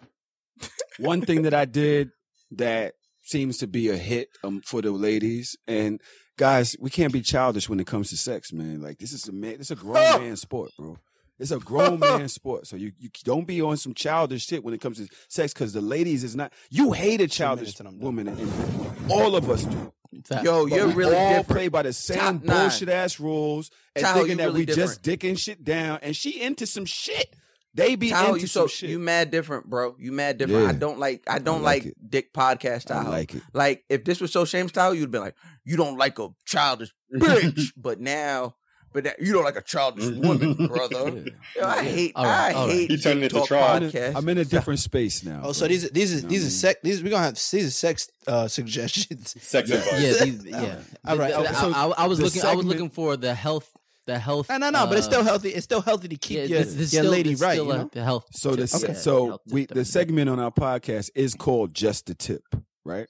[SPEAKER 6] one thing that I did that seems to be a hit um, for the ladies and guys. We can't be childish when it comes to sex, man. Like this is a man. This is a
[SPEAKER 4] <laughs>
[SPEAKER 6] grown man sport, bro. It's a grown man sport, so you, you don't be on some childish shit when it comes to sex, because the ladies is not. You hate a childish woman, and all of us do.
[SPEAKER 4] Yo,
[SPEAKER 6] But
[SPEAKER 4] you're
[SPEAKER 6] we
[SPEAKER 4] really
[SPEAKER 6] all
[SPEAKER 4] different.
[SPEAKER 6] play by the same
[SPEAKER 4] Top nine.
[SPEAKER 6] bullshit ass rules and
[SPEAKER 4] Tyler,
[SPEAKER 6] thinking
[SPEAKER 4] you
[SPEAKER 6] that
[SPEAKER 4] really
[SPEAKER 6] we just dicking shit down, and she into some shit. They be
[SPEAKER 4] Tyler,
[SPEAKER 6] into
[SPEAKER 4] you
[SPEAKER 6] some
[SPEAKER 4] so
[SPEAKER 6] shit.
[SPEAKER 4] you mad different, bro. You mad different.
[SPEAKER 6] Yeah.
[SPEAKER 4] I don't like I don't
[SPEAKER 6] like
[SPEAKER 4] like, dick podcast
[SPEAKER 6] I
[SPEAKER 4] style.
[SPEAKER 6] like it.
[SPEAKER 4] Like if this was so shame style, you'd been like, you don't like a childish bitch, but now, but that, you don't like a childish woman, brother. Yo, I hate,
[SPEAKER 5] All right,
[SPEAKER 4] I
[SPEAKER 5] all right.
[SPEAKER 4] hate.
[SPEAKER 7] He turned it into
[SPEAKER 4] talk
[SPEAKER 7] trial.
[SPEAKER 4] podcast.
[SPEAKER 6] I'm in a different space now.
[SPEAKER 8] Oh, so these these is these are sex these we're gonna have these are sex uh, suggestions. <laughs>
[SPEAKER 7] Sex advice.
[SPEAKER 5] <laughs> Yeah, these, yeah.
[SPEAKER 8] All right,
[SPEAKER 5] I,
[SPEAKER 8] so
[SPEAKER 5] I, I was
[SPEAKER 6] the
[SPEAKER 5] looking. I was
[SPEAKER 6] segment-
[SPEAKER 5] looking for the health. The health.
[SPEAKER 8] No, no, no, but it's
[SPEAKER 5] uh,
[SPEAKER 8] still healthy. It's still healthy to keep
[SPEAKER 5] yeah,
[SPEAKER 8] your,
[SPEAKER 5] this- this
[SPEAKER 8] your
[SPEAKER 5] still-
[SPEAKER 8] lady
[SPEAKER 5] it's
[SPEAKER 8] right.
[SPEAKER 5] still
[SPEAKER 8] you
[SPEAKER 5] a-
[SPEAKER 8] know?
[SPEAKER 5] the health.
[SPEAKER 6] So the
[SPEAKER 5] tip.
[SPEAKER 6] se-
[SPEAKER 5] Yeah,
[SPEAKER 6] so
[SPEAKER 5] health tip
[SPEAKER 6] we
[SPEAKER 5] that
[SPEAKER 6] the
[SPEAKER 5] did.
[SPEAKER 6] segment on our podcast is called Just the Tip, right?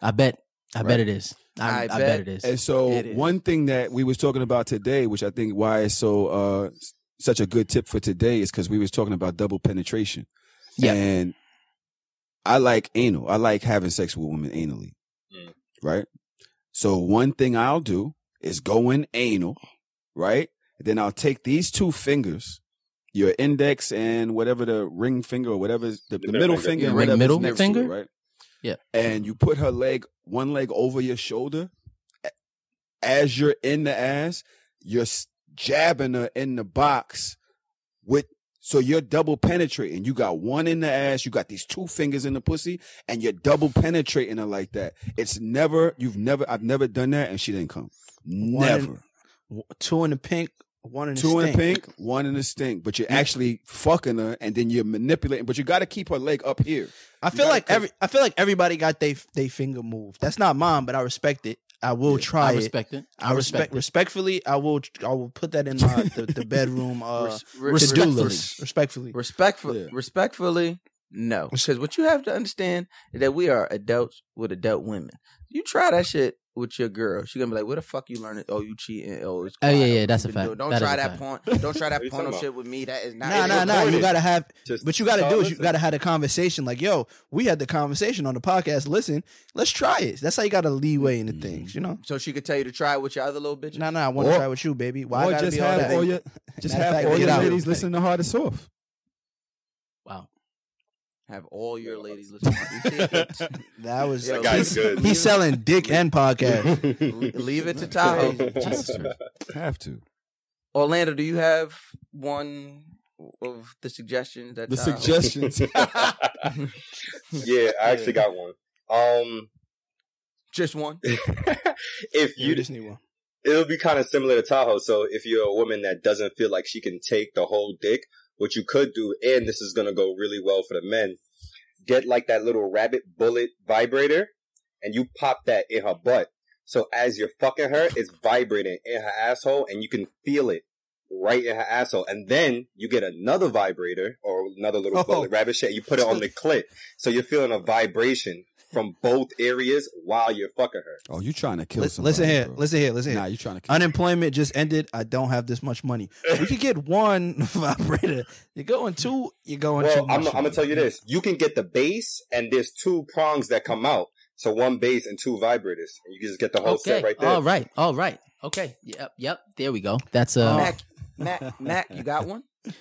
[SPEAKER 5] I bet. I
[SPEAKER 6] Right.
[SPEAKER 5] bet it is. I,
[SPEAKER 4] I
[SPEAKER 5] I bet.
[SPEAKER 4] bet.
[SPEAKER 5] it is.
[SPEAKER 6] And so one thing that we was talking about today, which I think why it's so uh s- such a good tip for today is because we was talking about double penetration.
[SPEAKER 5] Yeah.
[SPEAKER 6] And I like anal. I like having sex with women anally.
[SPEAKER 7] Mm.
[SPEAKER 6] Right? So one thing I'll do is go in anal, right? Then I'll take these two fingers, your index and whatever the ring finger or whatever is- the, the,
[SPEAKER 7] middle
[SPEAKER 6] middle
[SPEAKER 7] finger.
[SPEAKER 6] finger,
[SPEAKER 5] Your
[SPEAKER 6] and
[SPEAKER 5] ring
[SPEAKER 6] whatever's
[SPEAKER 5] middle
[SPEAKER 6] next to it,
[SPEAKER 5] finger?
[SPEAKER 6] right?
[SPEAKER 5] Yeah.
[SPEAKER 6] And you put her leg, one leg over your shoulder. A- As you're in the ass, you're s- jabbing her in the box with, so you're double penetrating. You got one in the ass, you got these two fingers in the pussy, and you're double penetrating her like that. It's never, you've never, I've never done that, and she didn't come.
[SPEAKER 8] in-
[SPEAKER 6] Never.
[SPEAKER 8] W- two in the pink, one in the
[SPEAKER 6] Two in
[SPEAKER 8] stink.
[SPEAKER 6] the pink, one in the stink, but you're actually fucking her, and then you're manipulating. But you got to keep her leg up here.
[SPEAKER 8] I feel
[SPEAKER 6] gotta
[SPEAKER 8] like every I feel like everybody got they they finger move. That's not mine, but I respect it. I will try
[SPEAKER 5] I
[SPEAKER 8] it.
[SPEAKER 5] respect it.
[SPEAKER 8] I respect respectfully. I will I will put that in my the, <laughs> the bedroom uh
[SPEAKER 4] Res-
[SPEAKER 8] to do
[SPEAKER 4] respectfully.
[SPEAKER 8] list respectfully.
[SPEAKER 4] Respectfully,
[SPEAKER 6] Yeah.
[SPEAKER 4] respectfully, no. Because what you have to understand is that we are adults with adult women. You try that shit with your girl, she gonna be like, "Where the fuck you learn it? Oh, you cheating? Oh, it's
[SPEAKER 5] Oh, yeah,
[SPEAKER 4] wild.
[SPEAKER 5] yeah,
[SPEAKER 4] You
[SPEAKER 5] that's a
[SPEAKER 4] been
[SPEAKER 5] fact.
[SPEAKER 4] doing- Don't
[SPEAKER 5] That is
[SPEAKER 4] try
[SPEAKER 5] a
[SPEAKER 4] that
[SPEAKER 5] fact.
[SPEAKER 4] porn. Don't try
[SPEAKER 7] What
[SPEAKER 4] that
[SPEAKER 7] you
[SPEAKER 4] porno
[SPEAKER 7] talking
[SPEAKER 4] shit with me. That is not.
[SPEAKER 8] Nah,
[SPEAKER 4] it's
[SPEAKER 8] nah, nah. You
[SPEAKER 7] recorded.
[SPEAKER 8] gotta have
[SPEAKER 7] Just
[SPEAKER 8] what you gotta
[SPEAKER 7] start
[SPEAKER 8] do is
[SPEAKER 7] <laughs>
[SPEAKER 8] you
[SPEAKER 7] listening.
[SPEAKER 8] gotta <laughs> have the conversation. Like, yo, we had the conversation on the podcast. Listen, let's try it. That's how you gotta leeway into things, you know?
[SPEAKER 4] So she could tell you to try it with your other little bitch.
[SPEAKER 8] Nah, nah, I wanna
[SPEAKER 6] Mm-hmm. Or-
[SPEAKER 8] try with you, baby. Why I
[SPEAKER 6] or
[SPEAKER 8] gotta
[SPEAKER 6] just
[SPEAKER 8] be all
[SPEAKER 6] have
[SPEAKER 8] that?
[SPEAKER 6] all
[SPEAKER 8] <laughs>
[SPEAKER 6] your, just
[SPEAKER 8] Matter of
[SPEAKER 6] have
[SPEAKER 8] fact,
[SPEAKER 6] all
[SPEAKER 8] get
[SPEAKER 6] your
[SPEAKER 8] out.
[SPEAKER 6] ladies listen to Hard and Soft.
[SPEAKER 5] Wow.
[SPEAKER 4] Have all your ladies listen. to you.
[SPEAKER 8] <laughs> that was
[SPEAKER 4] That
[SPEAKER 7] guy's
[SPEAKER 8] he's,
[SPEAKER 7] good.
[SPEAKER 8] he's selling dick and podcast.
[SPEAKER 4] Le- Leave
[SPEAKER 7] <laughs>
[SPEAKER 4] it to Tahoe.
[SPEAKER 6] Have to.
[SPEAKER 4] Orlando, do you have one of the suggestions that
[SPEAKER 6] The
[SPEAKER 4] Tahoe-
[SPEAKER 6] suggestions.
[SPEAKER 7] <laughs> yeah, I actually got one. Um,
[SPEAKER 4] <laughs>
[SPEAKER 7] <laughs>
[SPEAKER 4] Just one.
[SPEAKER 7] if
[SPEAKER 8] You
[SPEAKER 7] you
[SPEAKER 8] just need one.
[SPEAKER 7] it'll be kind of similar to Tahoe. So if you're a woman that doesn't feel like she can take the whole dick, what you could do, and this is going to go really well for the men, get like that little rabbit bullet vibrator and you pop that in her butt. So as you're fucking her, it's vibrating in her asshole and you can feel it right in her asshole. And then you get another vibrator or another little
[SPEAKER 8] Oh.
[SPEAKER 7] bullet rabbit shit. You put it on the clit. So you're feeling a vibration from both areas while you're fucking her.
[SPEAKER 6] Oh, you trying to kill
[SPEAKER 8] Listen,
[SPEAKER 6] somebody?
[SPEAKER 8] listen here,
[SPEAKER 6] bro.
[SPEAKER 8] listen here, listen here.
[SPEAKER 6] Nah, you trying to kill.
[SPEAKER 8] Unemployment just ended. I don't have this much money. We could get one <laughs> vibrator. You're going two. You're going
[SPEAKER 7] Well,
[SPEAKER 8] two.
[SPEAKER 7] I'm, I'm gonna tell you this: you can get the bass, and there's two prongs that come out, so one bass and two vibrators, and you can just get the whole
[SPEAKER 5] Okay.
[SPEAKER 7] set right there.
[SPEAKER 5] All right. All right. Okay. Yep. Yep. There we go. That's a
[SPEAKER 4] Mac, Mac, Mac, you got
[SPEAKER 5] <laughs>
[SPEAKER 4] one?
[SPEAKER 5] a,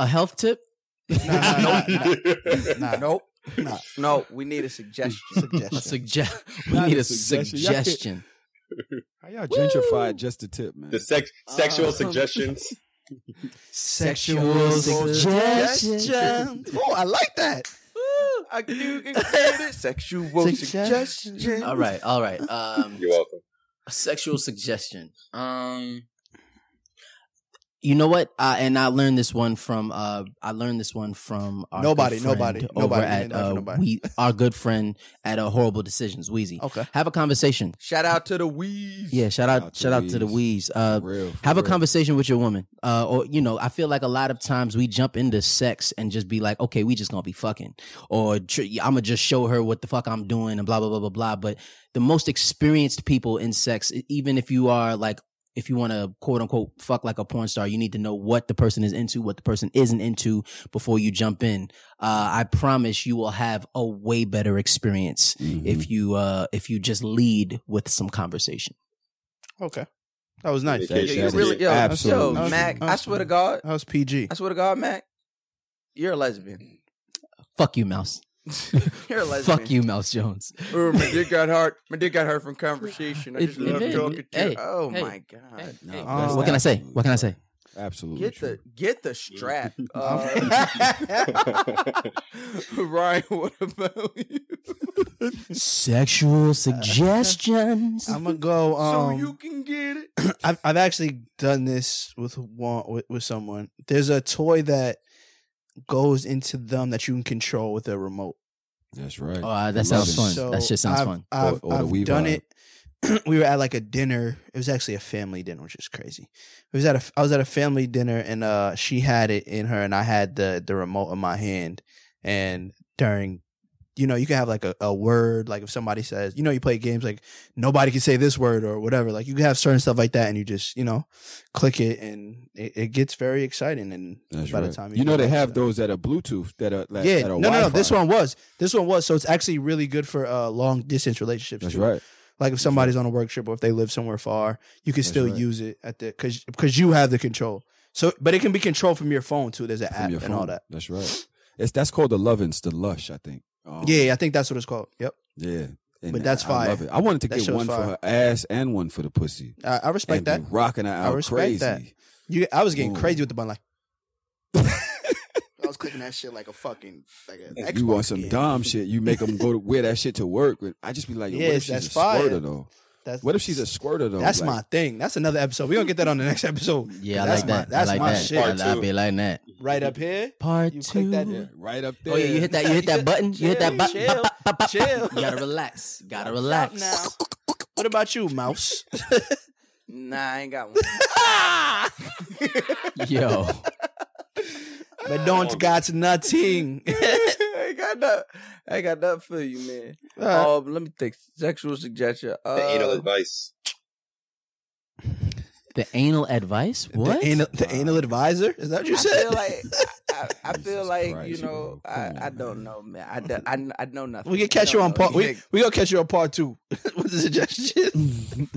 [SPEAKER 5] a health tip.
[SPEAKER 8] Nah, nah,
[SPEAKER 7] <laughs>
[SPEAKER 8] nah, nah.
[SPEAKER 4] Nope.
[SPEAKER 8] Nah.
[SPEAKER 4] No, we need a suggestion.
[SPEAKER 5] A
[SPEAKER 8] <laughs> Suggestion.
[SPEAKER 5] suggest. <laughs> We
[SPEAKER 6] Not
[SPEAKER 5] need
[SPEAKER 6] a
[SPEAKER 5] a
[SPEAKER 6] suggestion. Y'all can't-
[SPEAKER 5] suggestion.
[SPEAKER 6] How y'all gentrified just the tip, man?
[SPEAKER 7] The sex sexual
[SPEAKER 4] Uh,
[SPEAKER 7] suggestions.
[SPEAKER 8] <laughs> Sexual suggestion. Oh, I like that.
[SPEAKER 4] I, you can create it. Sexual
[SPEAKER 8] Suggestion.
[SPEAKER 4] suggestion.
[SPEAKER 5] All right. All right. Um,
[SPEAKER 8] <laughs>
[SPEAKER 7] You're welcome.
[SPEAKER 5] a sexual suggestion. Um, You know what? Uh, and I learned this one from. Uh, I learned this one from our good
[SPEAKER 8] Nobody,
[SPEAKER 5] friend
[SPEAKER 8] nobody,
[SPEAKER 5] over
[SPEAKER 8] nobody.
[SPEAKER 5] at
[SPEAKER 8] Ain't nothing,
[SPEAKER 5] uh,
[SPEAKER 8] nobody.
[SPEAKER 5] we our good friend at a horrible decisions. Wheezy.
[SPEAKER 8] Okay.
[SPEAKER 5] Have a conversation.
[SPEAKER 4] Shout out to the Weeze.
[SPEAKER 5] Yeah, shout out, shout out to the weaves. Uh, have a conversation with your woman, uh, or you know, I feel like a lot of times we jump into sex and just be like, okay, we just gonna be fucking, or tr- I'm gonna just show her what the fuck I'm doing and blah blah blah blah blah. But the most experienced people in sex, e- even if you are like. If you want to quote unquote fuck like a porn star, you need to know what the person is into, what the person isn't into before you jump in. Uh, I promise you will have a way better experience
[SPEAKER 6] Mm-hmm.
[SPEAKER 5] if you uh, if you just lead with some conversation.
[SPEAKER 8] Okay. That was nice.
[SPEAKER 4] Yeah, you really, yo,
[SPEAKER 5] Absolutely.
[SPEAKER 4] yo, Mac. I swear to God,
[SPEAKER 8] That was PG.
[SPEAKER 4] I swear to God, Mac, you're a
[SPEAKER 5] <laughs>
[SPEAKER 4] lesbian.
[SPEAKER 5] Fuck you, Mouse.
[SPEAKER 4] You're a lesbian.
[SPEAKER 5] Fuck you, Mouse Jones.
[SPEAKER 4] Oh, my dick got hard. My dick got hard from conversation. I
[SPEAKER 5] It-
[SPEAKER 4] just
[SPEAKER 5] it
[SPEAKER 4] love
[SPEAKER 5] did.
[SPEAKER 4] talking to
[SPEAKER 5] Hey,
[SPEAKER 4] you. Oh
[SPEAKER 5] hey,
[SPEAKER 4] my god.
[SPEAKER 8] Um,
[SPEAKER 5] what can I say? What can I say?
[SPEAKER 6] Absolutely.
[SPEAKER 4] Get the get the strap.
[SPEAKER 5] <laughs>
[SPEAKER 4] Uh, <laughs> Ryan, what about you?
[SPEAKER 5] Sexual suggestions.
[SPEAKER 8] Uh, I'm gonna go.
[SPEAKER 4] <laughs> so
[SPEAKER 8] Um,
[SPEAKER 4] you can get it.
[SPEAKER 8] <clears throat> I've I've actually done this with one with, with someone. There's a toy that goes into them that you can control with a remote.
[SPEAKER 6] That's right.
[SPEAKER 5] Oh, uh, that sounds fun. that shit sounds
[SPEAKER 8] I've,
[SPEAKER 5] fun.
[SPEAKER 8] I've,
[SPEAKER 6] Or- or the
[SPEAKER 8] I've
[SPEAKER 6] Wii
[SPEAKER 8] done
[SPEAKER 6] Vibe.
[SPEAKER 8] it. <clears throat> we were at like a dinner. It was actually a family dinner, which is crazy. It was at a I was at a family dinner and uh she had it in her and I had the the remote in my hand and during you know, you can have like a, a word, like if somebody says, you know, you play games like nobody can say this word or whatever. Like you can have certain stuff like that and you just, you know, click it and it, it gets very exciting and
[SPEAKER 6] That's
[SPEAKER 8] by
[SPEAKER 6] right.
[SPEAKER 8] the time
[SPEAKER 6] you know they
[SPEAKER 8] get back to
[SPEAKER 6] have
[SPEAKER 8] that.
[SPEAKER 6] those that are Bluetooth that are that,
[SPEAKER 8] Yeah,
[SPEAKER 6] that
[SPEAKER 8] no,
[SPEAKER 6] are
[SPEAKER 8] no, no.
[SPEAKER 6] Wi-Fi.
[SPEAKER 8] This one was. This one was. So it's actually really good for uh, long distance relationships.
[SPEAKER 6] That's
[SPEAKER 8] too.
[SPEAKER 6] right.
[SPEAKER 8] Like if somebody's on a work trip or if they live somewhere far, you can
[SPEAKER 6] That's
[SPEAKER 8] still
[SPEAKER 6] right.
[SPEAKER 8] use it at the because because you have the control. So, but it can be controlled from your phone too. There's an
[SPEAKER 6] From
[SPEAKER 8] app
[SPEAKER 6] your
[SPEAKER 8] and all
[SPEAKER 6] phone.
[SPEAKER 8] that.
[SPEAKER 6] That's right. It's that's called the Lovins, the Lush, I think. Um,
[SPEAKER 8] Yeah, I think that's what it's called. Yep,
[SPEAKER 6] yeah. And
[SPEAKER 8] But that's
[SPEAKER 6] I- I love
[SPEAKER 8] fire.
[SPEAKER 6] it. I wanted to
[SPEAKER 8] That
[SPEAKER 6] get
[SPEAKER 8] shit was
[SPEAKER 6] one for
[SPEAKER 8] fire.
[SPEAKER 6] her ass and one for the pussy.
[SPEAKER 8] I, I respect
[SPEAKER 6] and
[SPEAKER 8] that.
[SPEAKER 6] Be rocking her
[SPEAKER 8] I
[SPEAKER 6] out
[SPEAKER 8] respect
[SPEAKER 6] crazy.
[SPEAKER 8] that. You, I was getting
[SPEAKER 6] Ooh.
[SPEAKER 8] crazy with the button like. I was clicking that shit like a fucking like an
[SPEAKER 6] If you want some dumb shit, you make them go to wear that shit to work. And I just be like, Yo, what
[SPEAKER 8] Yes,
[SPEAKER 6] if she's
[SPEAKER 8] that's
[SPEAKER 6] a
[SPEAKER 8] fire.
[SPEAKER 6] squirter though?
[SPEAKER 8] That's,
[SPEAKER 6] What if she's a squirter though?
[SPEAKER 8] That's
[SPEAKER 6] Like,
[SPEAKER 8] my thing. That's another episode. We're gonna get that on the next episode.
[SPEAKER 5] Yeah, I
[SPEAKER 8] that's
[SPEAKER 5] like
[SPEAKER 8] my,
[SPEAKER 5] that.
[SPEAKER 8] That's
[SPEAKER 5] I like
[SPEAKER 8] my
[SPEAKER 5] that.
[SPEAKER 8] shit.
[SPEAKER 5] I, I be like that.
[SPEAKER 8] Right up here.
[SPEAKER 5] Part
[SPEAKER 8] You click
[SPEAKER 5] two.
[SPEAKER 8] that-
[SPEAKER 6] yeah, right up there.
[SPEAKER 5] Oh yeah, you hit that. You hit that button. You hit that button.
[SPEAKER 8] Chill, chill.
[SPEAKER 5] You gotta relax. Gotta relax.
[SPEAKER 8] Now. What about
[SPEAKER 6] <laughs>
[SPEAKER 8] you, Mouse?
[SPEAKER 4] Nah, I ain't got one.
[SPEAKER 5] Yo,
[SPEAKER 8] but don't
[SPEAKER 6] <laughs>
[SPEAKER 8] got nothing.
[SPEAKER 4] <laughs> I ain't got that. I ain't got that for you, man.
[SPEAKER 6] Oh,
[SPEAKER 8] Alright.
[SPEAKER 4] Um, let me think. Sexual suggestion. Uh,
[SPEAKER 7] The anal advice.
[SPEAKER 5] the anal advice. What?
[SPEAKER 8] The anal, the anal advisor? Is that what you
[SPEAKER 4] I
[SPEAKER 8] said?
[SPEAKER 4] feel like I, I, I feel
[SPEAKER 6] Jesus
[SPEAKER 4] like
[SPEAKER 6] Christ,
[SPEAKER 4] you know
[SPEAKER 6] bro.
[SPEAKER 4] I,
[SPEAKER 6] Come on,
[SPEAKER 4] I don't
[SPEAKER 6] man.
[SPEAKER 4] know, man.
[SPEAKER 8] <laughs>
[SPEAKER 4] I, do, I, I know nothing.
[SPEAKER 8] <laughs> we can
[SPEAKER 4] I
[SPEAKER 8] catch you
[SPEAKER 4] don't
[SPEAKER 8] on
[SPEAKER 4] know
[SPEAKER 8] part. We
[SPEAKER 4] anything.
[SPEAKER 8] we gonna catch you on part two <laughs> with the suggestion.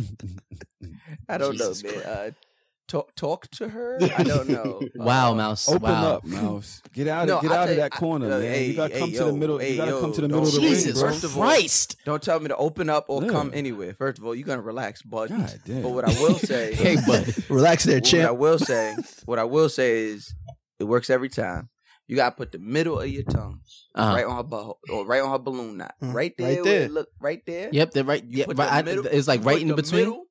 [SPEAKER 4] I don't
[SPEAKER 5] Jesus
[SPEAKER 4] know, man. Uh, talk talk to her. I don't
[SPEAKER 8] <laughs>
[SPEAKER 4] know.
[SPEAKER 5] wow,
[SPEAKER 4] Uh,
[SPEAKER 5] mouse.
[SPEAKER 6] <laughs> Open
[SPEAKER 5] wow.
[SPEAKER 6] up, mouse. Get out
[SPEAKER 4] No,
[SPEAKER 6] of get
[SPEAKER 4] I
[SPEAKER 6] out
[SPEAKER 4] tell
[SPEAKER 6] of
[SPEAKER 4] you-
[SPEAKER 6] that
[SPEAKER 4] I-
[SPEAKER 6] corner,
[SPEAKER 4] yo,
[SPEAKER 6] man. you
[SPEAKER 4] hey,
[SPEAKER 6] gotta come
[SPEAKER 4] hey,
[SPEAKER 6] to the
[SPEAKER 4] yo,
[SPEAKER 6] middle.
[SPEAKER 4] hey,
[SPEAKER 6] you gotta
[SPEAKER 4] yo,
[SPEAKER 6] come to the
[SPEAKER 4] don't
[SPEAKER 6] middle of the ring,
[SPEAKER 5] Jesus
[SPEAKER 6] bro.
[SPEAKER 4] First of all-
[SPEAKER 5] Christ.
[SPEAKER 4] Don't tell me to open up or
[SPEAKER 6] Yeah.
[SPEAKER 4] come anywhere. First of all, you're gonna relax, bud.
[SPEAKER 6] God damn.
[SPEAKER 4] But what I will say,
[SPEAKER 5] Hey, bud.
[SPEAKER 8] Relax there,
[SPEAKER 4] what I
[SPEAKER 8] champ.
[SPEAKER 4] will say, what I will say is, it works every time. You gotta put the middle of your tongue
[SPEAKER 5] Uh-huh.
[SPEAKER 4] right on her butthole, or right on her balloon knot,
[SPEAKER 8] Mm,
[SPEAKER 4] right there.
[SPEAKER 8] right
[SPEAKER 4] where
[SPEAKER 8] there.
[SPEAKER 4] it Look right there.
[SPEAKER 5] Yep. The right.
[SPEAKER 4] You
[SPEAKER 5] Yeah,
[SPEAKER 4] put
[SPEAKER 5] right I-
[SPEAKER 4] the middle,
[SPEAKER 5] it's like
[SPEAKER 4] you
[SPEAKER 5] right
[SPEAKER 4] put
[SPEAKER 5] in
[SPEAKER 4] the
[SPEAKER 5] between.
[SPEAKER 4] middle,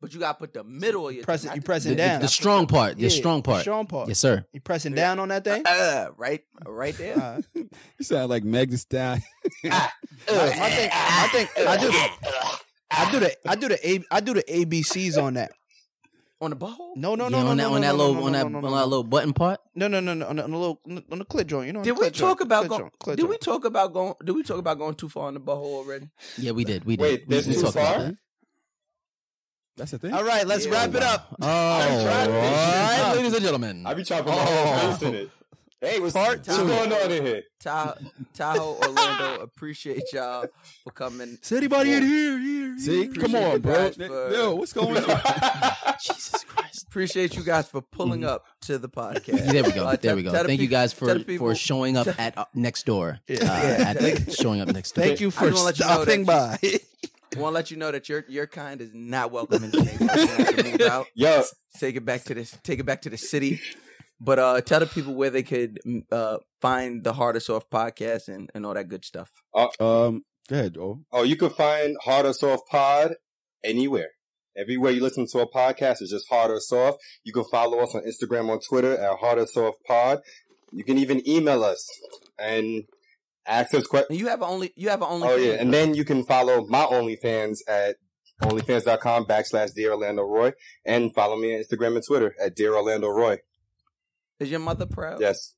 [SPEAKER 4] but you gotta put the middle of your
[SPEAKER 8] Press it-
[SPEAKER 4] tongue,
[SPEAKER 8] you
[SPEAKER 4] not
[SPEAKER 8] press it
[SPEAKER 5] the,
[SPEAKER 4] the-
[SPEAKER 5] the,
[SPEAKER 8] down.
[SPEAKER 5] the strong part. The
[SPEAKER 8] Yeah,
[SPEAKER 5] strong part.
[SPEAKER 8] Strong part.
[SPEAKER 5] Yes, sir.
[SPEAKER 8] You pressing
[SPEAKER 4] Yeah.
[SPEAKER 8] down on
[SPEAKER 5] <laughs>
[SPEAKER 8] that thing?
[SPEAKER 4] Uh, right, right
[SPEAKER 8] <laughs>
[SPEAKER 4] there.
[SPEAKER 8] Uh,
[SPEAKER 6] <laughs> You sound like Magna Style.
[SPEAKER 8] my, my thing, my thing, I do the, I do the, I do the, A, I do the ABCs on that.
[SPEAKER 4] on the butthole.
[SPEAKER 8] No, no,
[SPEAKER 5] Yeah,
[SPEAKER 8] no,
[SPEAKER 5] on that
[SPEAKER 8] no, no,
[SPEAKER 5] on
[SPEAKER 8] no,
[SPEAKER 5] that
[SPEAKER 8] no,
[SPEAKER 5] little
[SPEAKER 8] no, no,
[SPEAKER 5] on that
[SPEAKER 8] no,
[SPEAKER 5] on
[SPEAKER 8] no,
[SPEAKER 5] that
[SPEAKER 8] no.
[SPEAKER 5] little button part.
[SPEAKER 8] No, no, no, no, on the, on the little, on the clit joint. You know, on
[SPEAKER 4] Did
[SPEAKER 8] the
[SPEAKER 4] we
[SPEAKER 8] clit joint,
[SPEAKER 4] talk about
[SPEAKER 8] clit
[SPEAKER 4] going?
[SPEAKER 8] joint, clit
[SPEAKER 4] Did we
[SPEAKER 8] joint.
[SPEAKER 4] talk about going? Did we talk about going too far in the butthole already?
[SPEAKER 5] Yeah, we did. We did.
[SPEAKER 7] Wait,
[SPEAKER 5] we,
[SPEAKER 7] this
[SPEAKER 5] we
[SPEAKER 7] is
[SPEAKER 5] talked about
[SPEAKER 7] far?
[SPEAKER 5] that.
[SPEAKER 6] <laughs> That's the <laughs> thing.
[SPEAKER 8] All right, let's
[SPEAKER 4] Yeah.
[SPEAKER 8] wrap it up.
[SPEAKER 5] Oh, all
[SPEAKER 7] trying to figure it
[SPEAKER 5] right,
[SPEAKER 7] out.
[SPEAKER 5] ladies and gentlemen.
[SPEAKER 7] I be trying to put my whole face in it. Hey, what's, what's
[SPEAKER 4] two.
[SPEAKER 7] going on in here?
[SPEAKER 4] Tahoe, Tahoe Orlando,
[SPEAKER 8] <laughs>
[SPEAKER 4] appreciate y'all for coming.
[SPEAKER 8] Is anybody in here? here,
[SPEAKER 6] See,
[SPEAKER 8] here?
[SPEAKER 6] come
[SPEAKER 4] you
[SPEAKER 6] on, bro.
[SPEAKER 4] guys for-
[SPEAKER 6] Yo, what's going
[SPEAKER 8] <laughs>
[SPEAKER 6] on?
[SPEAKER 5] <laughs>
[SPEAKER 7] <laughs>
[SPEAKER 5] Jesus Christ.
[SPEAKER 4] Appreciate you guys for
[SPEAKER 8] Mm-hmm.
[SPEAKER 4] pulling up to
[SPEAKER 8] <laughs>
[SPEAKER 4] the podcast.
[SPEAKER 5] There we go.
[SPEAKER 4] Uh,
[SPEAKER 5] there
[SPEAKER 4] tell-
[SPEAKER 5] we go.
[SPEAKER 4] tell the
[SPEAKER 5] Thank you
[SPEAKER 4] peop-
[SPEAKER 5] guys
[SPEAKER 4] tell
[SPEAKER 5] for
[SPEAKER 4] the people-
[SPEAKER 5] for showing up at uh, next door. Uh, at the- showing up next door.
[SPEAKER 8] Thank you
[SPEAKER 4] Mm-hmm. I
[SPEAKER 8] for
[SPEAKER 4] just wanna let you know
[SPEAKER 8] <laughs> stopping by.
[SPEAKER 4] that Want to let you know that your your kind is not welcome in the neighborhood. We're gonna have to move out.
[SPEAKER 7] Yo,
[SPEAKER 4] Take it back to this. Take it back to the city. But uh, tell the people where they could mm, uh, find the Hard or Soft podcast and, and all that good stuff.
[SPEAKER 6] um, go ahead, oh.
[SPEAKER 7] oh, you can find Hard or Soft Pod anywhere. Everywhere you listen to a podcast, it's just Hard or Soft. You can follow us on Instagram or Twitter at Hard or Soft Pod. You can even email us and ask us questions.
[SPEAKER 4] You have a only you have an only
[SPEAKER 7] Oh yeah, and then you can follow my OnlyFans at OnlyFans.com backslash Dear Orlando Roy and follow me on Instagram and Twitter at Dear Orlando Roy.
[SPEAKER 4] Is your mother proud?
[SPEAKER 7] Yes.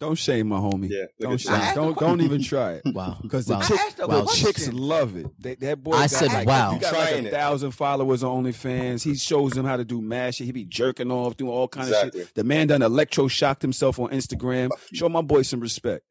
[SPEAKER 6] Don't shame my homie. Yeah,
[SPEAKER 7] at
[SPEAKER 6] don't
[SPEAKER 7] you. I
[SPEAKER 6] shame.
[SPEAKER 7] asked
[SPEAKER 6] Don't
[SPEAKER 7] a
[SPEAKER 6] don't even try it.
[SPEAKER 5] Wow,
[SPEAKER 6] because
[SPEAKER 5] Wow.
[SPEAKER 6] the,
[SPEAKER 5] I
[SPEAKER 6] chick,
[SPEAKER 5] asked a
[SPEAKER 6] the
[SPEAKER 5] question.
[SPEAKER 6] chicks love it. They, that boy,
[SPEAKER 5] I
[SPEAKER 6] got
[SPEAKER 5] said,
[SPEAKER 6] like,
[SPEAKER 5] wow.
[SPEAKER 6] He got like
[SPEAKER 7] Trying
[SPEAKER 6] a
[SPEAKER 7] it.
[SPEAKER 6] thousand followers on OnlyFans. He shows them how to do mad shit. He be jerking off, doing all kind
[SPEAKER 7] Exactly.
[SPEAKER 6] of shit. The man done electro shocked himself on Instagram. Show my boy some respect.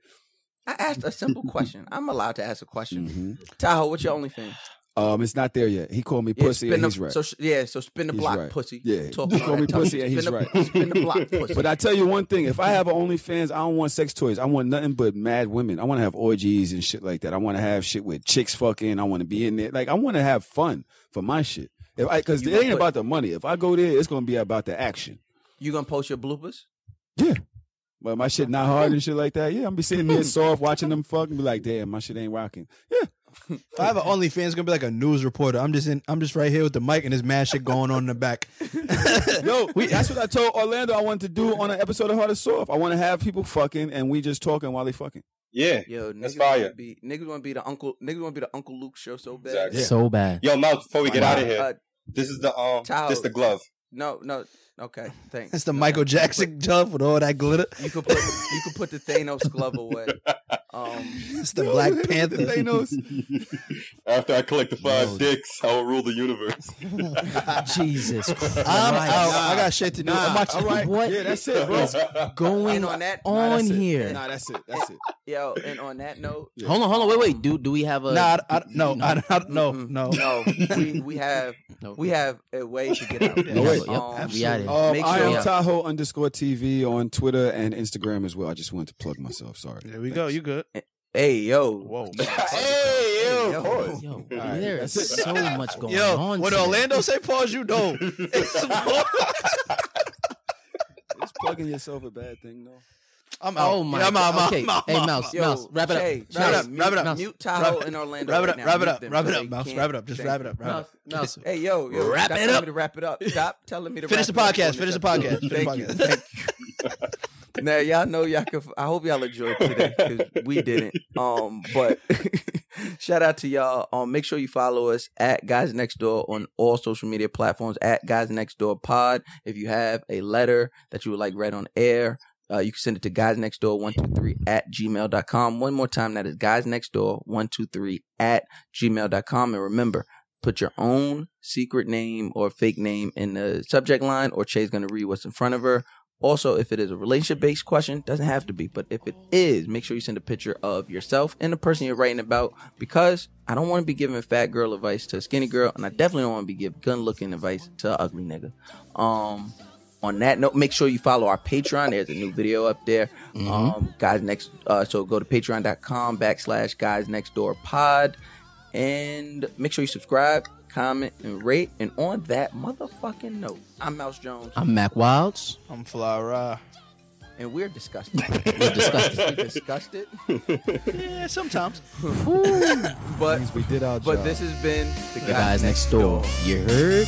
[SPEAKER 4] I asked a simple question. I'm allowed to ask a question.
[SPEAKER 5] Mm-hmm.
[SPEAKER 7] Mm.
[SPEAKER 4] Tahoe, what's your OnlyFans?
[SPEAKER 6] Um, it's not there yet. He called me pussy,
[SPEAKER 4] spin
[SPEAKER 6] and
[SPEAKER 4] the,
[SPEAKER 6] he's right.
[SPEAKER 4] So sh- yeah, so spin the
[SPEAKER 6] He's
[SPEAKER 4] block,
[SPEAKER 6] right.
[SPEAKER 4] pussy.
[SPEAKER 6] Yeah,
[SPEAKER 4] Talk
[SPEAKER 6] you
[SPEAKER 4] about
[SPEAKER 6] call
[SPEAKER 4] that
[SPEAKER 6] me
[SPEAKER 4] tough.
[SPEAKER 6] pussy and he's
[SPEAKER 4] Spin the- <laughs>
[SPEAKER 6] right.
[SPEAKER 4] Spin the block, pussy.
[SPEAKER 6] <laughs> But I tell you one thing: if I have an OnlyFans, I don't want sex toys. I want nothing but mad women. I want to have orgies and shit like that. I want to have shit with chicks fucking. I want to be in there. Like I want to have fun for my shit. If I because
[SPEAKER 4] You
[SPEAKER 6] it ain't
[SPEAKER 4] put-
[SPEAKER 6] about the money. If I go there, it's gonna be about the action.
[SPEAKER 4] you gonna post your bloopers?
[SPEAKER 6] Yeah. But my shit not hard and shit like that. Yeah, I'm be sitting there soft watching them fuck and be like, damn, my shit ain't rocking. Yeah.
[SPEAKER 8] If I have an OnlyFans, it's gonna be like a news reporter. I'm just in. I'm just right here with the mic and this mad shit going on in
[SPEAKER 5] <laughs>
[SPEAKER 8] the back.
[SPEAKER 6] Yo, we, that's what I told Orlando I wanted to do on an episode of Hard and Soft. I want to have people fucking and we just talking while they fucking.
[SPEAKER 7] Yeah.
[SPEAKER 4] Yo,
[SPEAKER 7] That's
[SPEAKER 4] niggas
[SPEAKER 7] fire.
[SPEAKER 4] wanna be niggas wanna be the uncle niggas wanna be the Uncle Luke show so bad.
[SPEAKER 7] Exactly.
[SPEAKER 5] So bad.
[SPEAKER 7] Yo, Mouth, before we get out of here,
[SPEAKER 4] Uh,
[SPEAKER 7] this is the um
[SPEAKER 4] Towel.
[SPEAKER 7] this the glove.
[SPEAKER 4] no, no, okay, thanks.
[SPEAKER 8] It's the
[SPEAKER 4] Okay.
[SPEAKER 8] Michael Jackson glove with all that glitter.
[SPEAKER 4] You could put you could put the Thanos glove
[SPEAKER 7] <laughs>
[SPEAKER 4] away. Um,
[SPEAKER 8] It's the Black Panther.
[SPEAKER 7] After I collect the five dicks, I will rule the universe.
[SPEAKER 5] Jesus Christ.
[SPEAKER 8] I'm out. I got shit to do. I'm out.
[SPEAKER 6] All right.
[SPEAKER 5] What
[SPEAKER 6] Yeah, <laughs> that's it, bro.
[SPEAKER 5] is
[SPEAKER 7] <laughs>
[SPEAKER 5] going
[SPEAKER 4] And
[SPEAKER 5] on,
[SPEAKER 4] on that- nah, that's it.
[SPEAKER 5] here?
[SPEAKER 6] Nah, that's it. That's it.
[SPEAKER 4] yo, and on that note,
[SPEAKER 5] Hold on, hold on, wait, wait. Do do we have a?
[SPEAKER 8] Nah, I, I, no, I, I, no,
[SPEAKER 4] mm,
[SPEAKER 8] no.
[SPEAKER 4] no, we, we have
[SPEAKER 5] No.
[SPEAKER 4] we have a way to
[SPEAKER 8] <laughs>
[SPEAKER 4] get out. there.
[SPEAKER 5] we have,
[SPEAKER 6] wait.
[SPEAKER 5] yep, we out here.
[SPEAKER 6] Um,
[SPEAKER 4] Make
[SPEAKER 6] I
[SPEAKER 4] sure-
[SPEAKER 6] am
[SPEAKER 4] Yeah.
[SPEAKER 6] Tahoe underscore TV on Twitter and Instagram as well. I just wanted to plug myself. Sorry. There we go. You
[SPEAKER 3] good?
[SPEAKER 4] Hey yo,
[SPEAKER 5] <laughs>
[SPEAKER 3] Whoa.
[SPEAKER 7] hey, yo, of course.
[SPEAKER 5] Yo,
[SPEAKER 6] right,
[SPEAKER 5] there is
[SPEAKER 6] that's
[SPEAKER 5] so much going
[SPEAKER 8] Yo,
[SPEAKER 5] on.
[SPEAKER 8] when
[SPEAKER 5] today.
[SPEAKER 8] Orlando say pause,
[SPEAKER 5] <laughs>
[SPEAKER 8] you know.
[SPEAKER 6] just plugging yourself a bad thing though.
[SPEAKER 8] I'm out.
[SPEAKER 5] Oh my.
[SPEAKER 8] Yeah, I'm out. I'm out.
[SPEAKER 5] okay.
[SPEAKER 8] I'm out.
[SPEAKER 5] hey,
[SPEAKER 8] I'm out.
[SPEAKER 5] mouse,
[SPEAKER 4] Yo,
[SPEAKER 5] mouse, wrap it up.
[SPEAKER 4] Jay,
[SPEAKER 8] Wrap it up,
[SPEAKER 4] Jay,
[SPEAKER 8] wrap it up.
[SPEAKER 4] Mute, mute
[SPEAKER 8] Wrap
[SPEAKER 4] Tahoe
[SPEAKER 8] it-
[SPEAKER 4] and Orlando.
[SPEAKER 8] Wrap it
[SPEAKER 4] right
[SPEAKER 8] up.
[SPEAKER 4] now.
[SPEAKER 8] Wrap it
[SPEAKER 4] Mute
[SPEAKER 8] up.
[SPEAKER 4] them
[SPEAKER 8] Wrap
[SPEAKER 4] so
[SPEAKER 8] it
[SPEAKER 4] they
[SPEAKER 8] up, Mouse.
[SPEAKER 4] can't
[SPEAKER 8] Wrap it up. Just
[SPEAKER 4] say-
[SPEAKER 8] wrap it up. Wrap it up.
[SPEAKER 5] Mouse, mouse.
[SPEAKER 4] Hey yo, yo
[SPEAKER 5] Wrap
[SPEAKER 4] stop
[SPEAKER 5] it
[SPEAKER 4] telling
[SPEAKER 5] up.
[SPEAKER 4] Me to wrap it up. Stop telling me to
[SPEAKER 8] Finish the
[SPEAKER 4] wrap it up
[SPEAKER 8] podcast.
[SPEAKER 4] on
[SPEAKER 8] Finish the
[SPEAKER 4] this episode.
[SPEAKER 8] podcast. Finish
[SPEAKER 4] Thank you.
[SPEAKER 8] the podcast.
[SPEAKER 4] Thank you. now y'all know y'all can. I hope y'all enjoyed today because we didn't. Um, but <laughs> shout out to y'all. Um, make sure you follow us at Guys Next Door on all social media platforms at Guys Next Door Pod. If you have a letter that you would like read on air. Uh, you can send it to guysnextdoor123 at gmail.com. One more time, that is guysnextdoor123 at gmail.com. And remember, put your own secret name or fake name in the subject line, or Che's going to read what's in front of her. Also, if it is a relationship based question, doesn't have to be, but if it is, make sure you send a picture of yourself and the person you're writing about because I don't want to be giving fat girl advice to a skinny girl, and I definitely don't want to be giving gun looking advice to an ugly nigga. Um, on that note, make sure you follow our Patreon. There's a new video up there. Um, guys next, uh, so go to patreon.com backslash guys next door pod and make sure you subscribe, comment, and rate. And on that motherfucking note, I'm Mouse Jones,
[SPEAKER 5] I'm Mac Wilds.
[SPEAKER 8] I'm fly raw.
[SPEAKER 4] and we're
[SPEAKER 8] <laughs>
[SPEAKER 4] disgusted.
[SPEAKER 5] We're disgusted. <laughs>
[SPEAKER 4] we disgusted,
[SPEAKER 8] Yeah, sometimes.
[SPEAKER 4] <laughs> but
[SPEAKER 6] We did our
[SPEAKER 4] but
[SPEAKER 6] job.
[SPEAKER 4] this has been the guys,
[SPEAKER 5] The guys next door. You heard?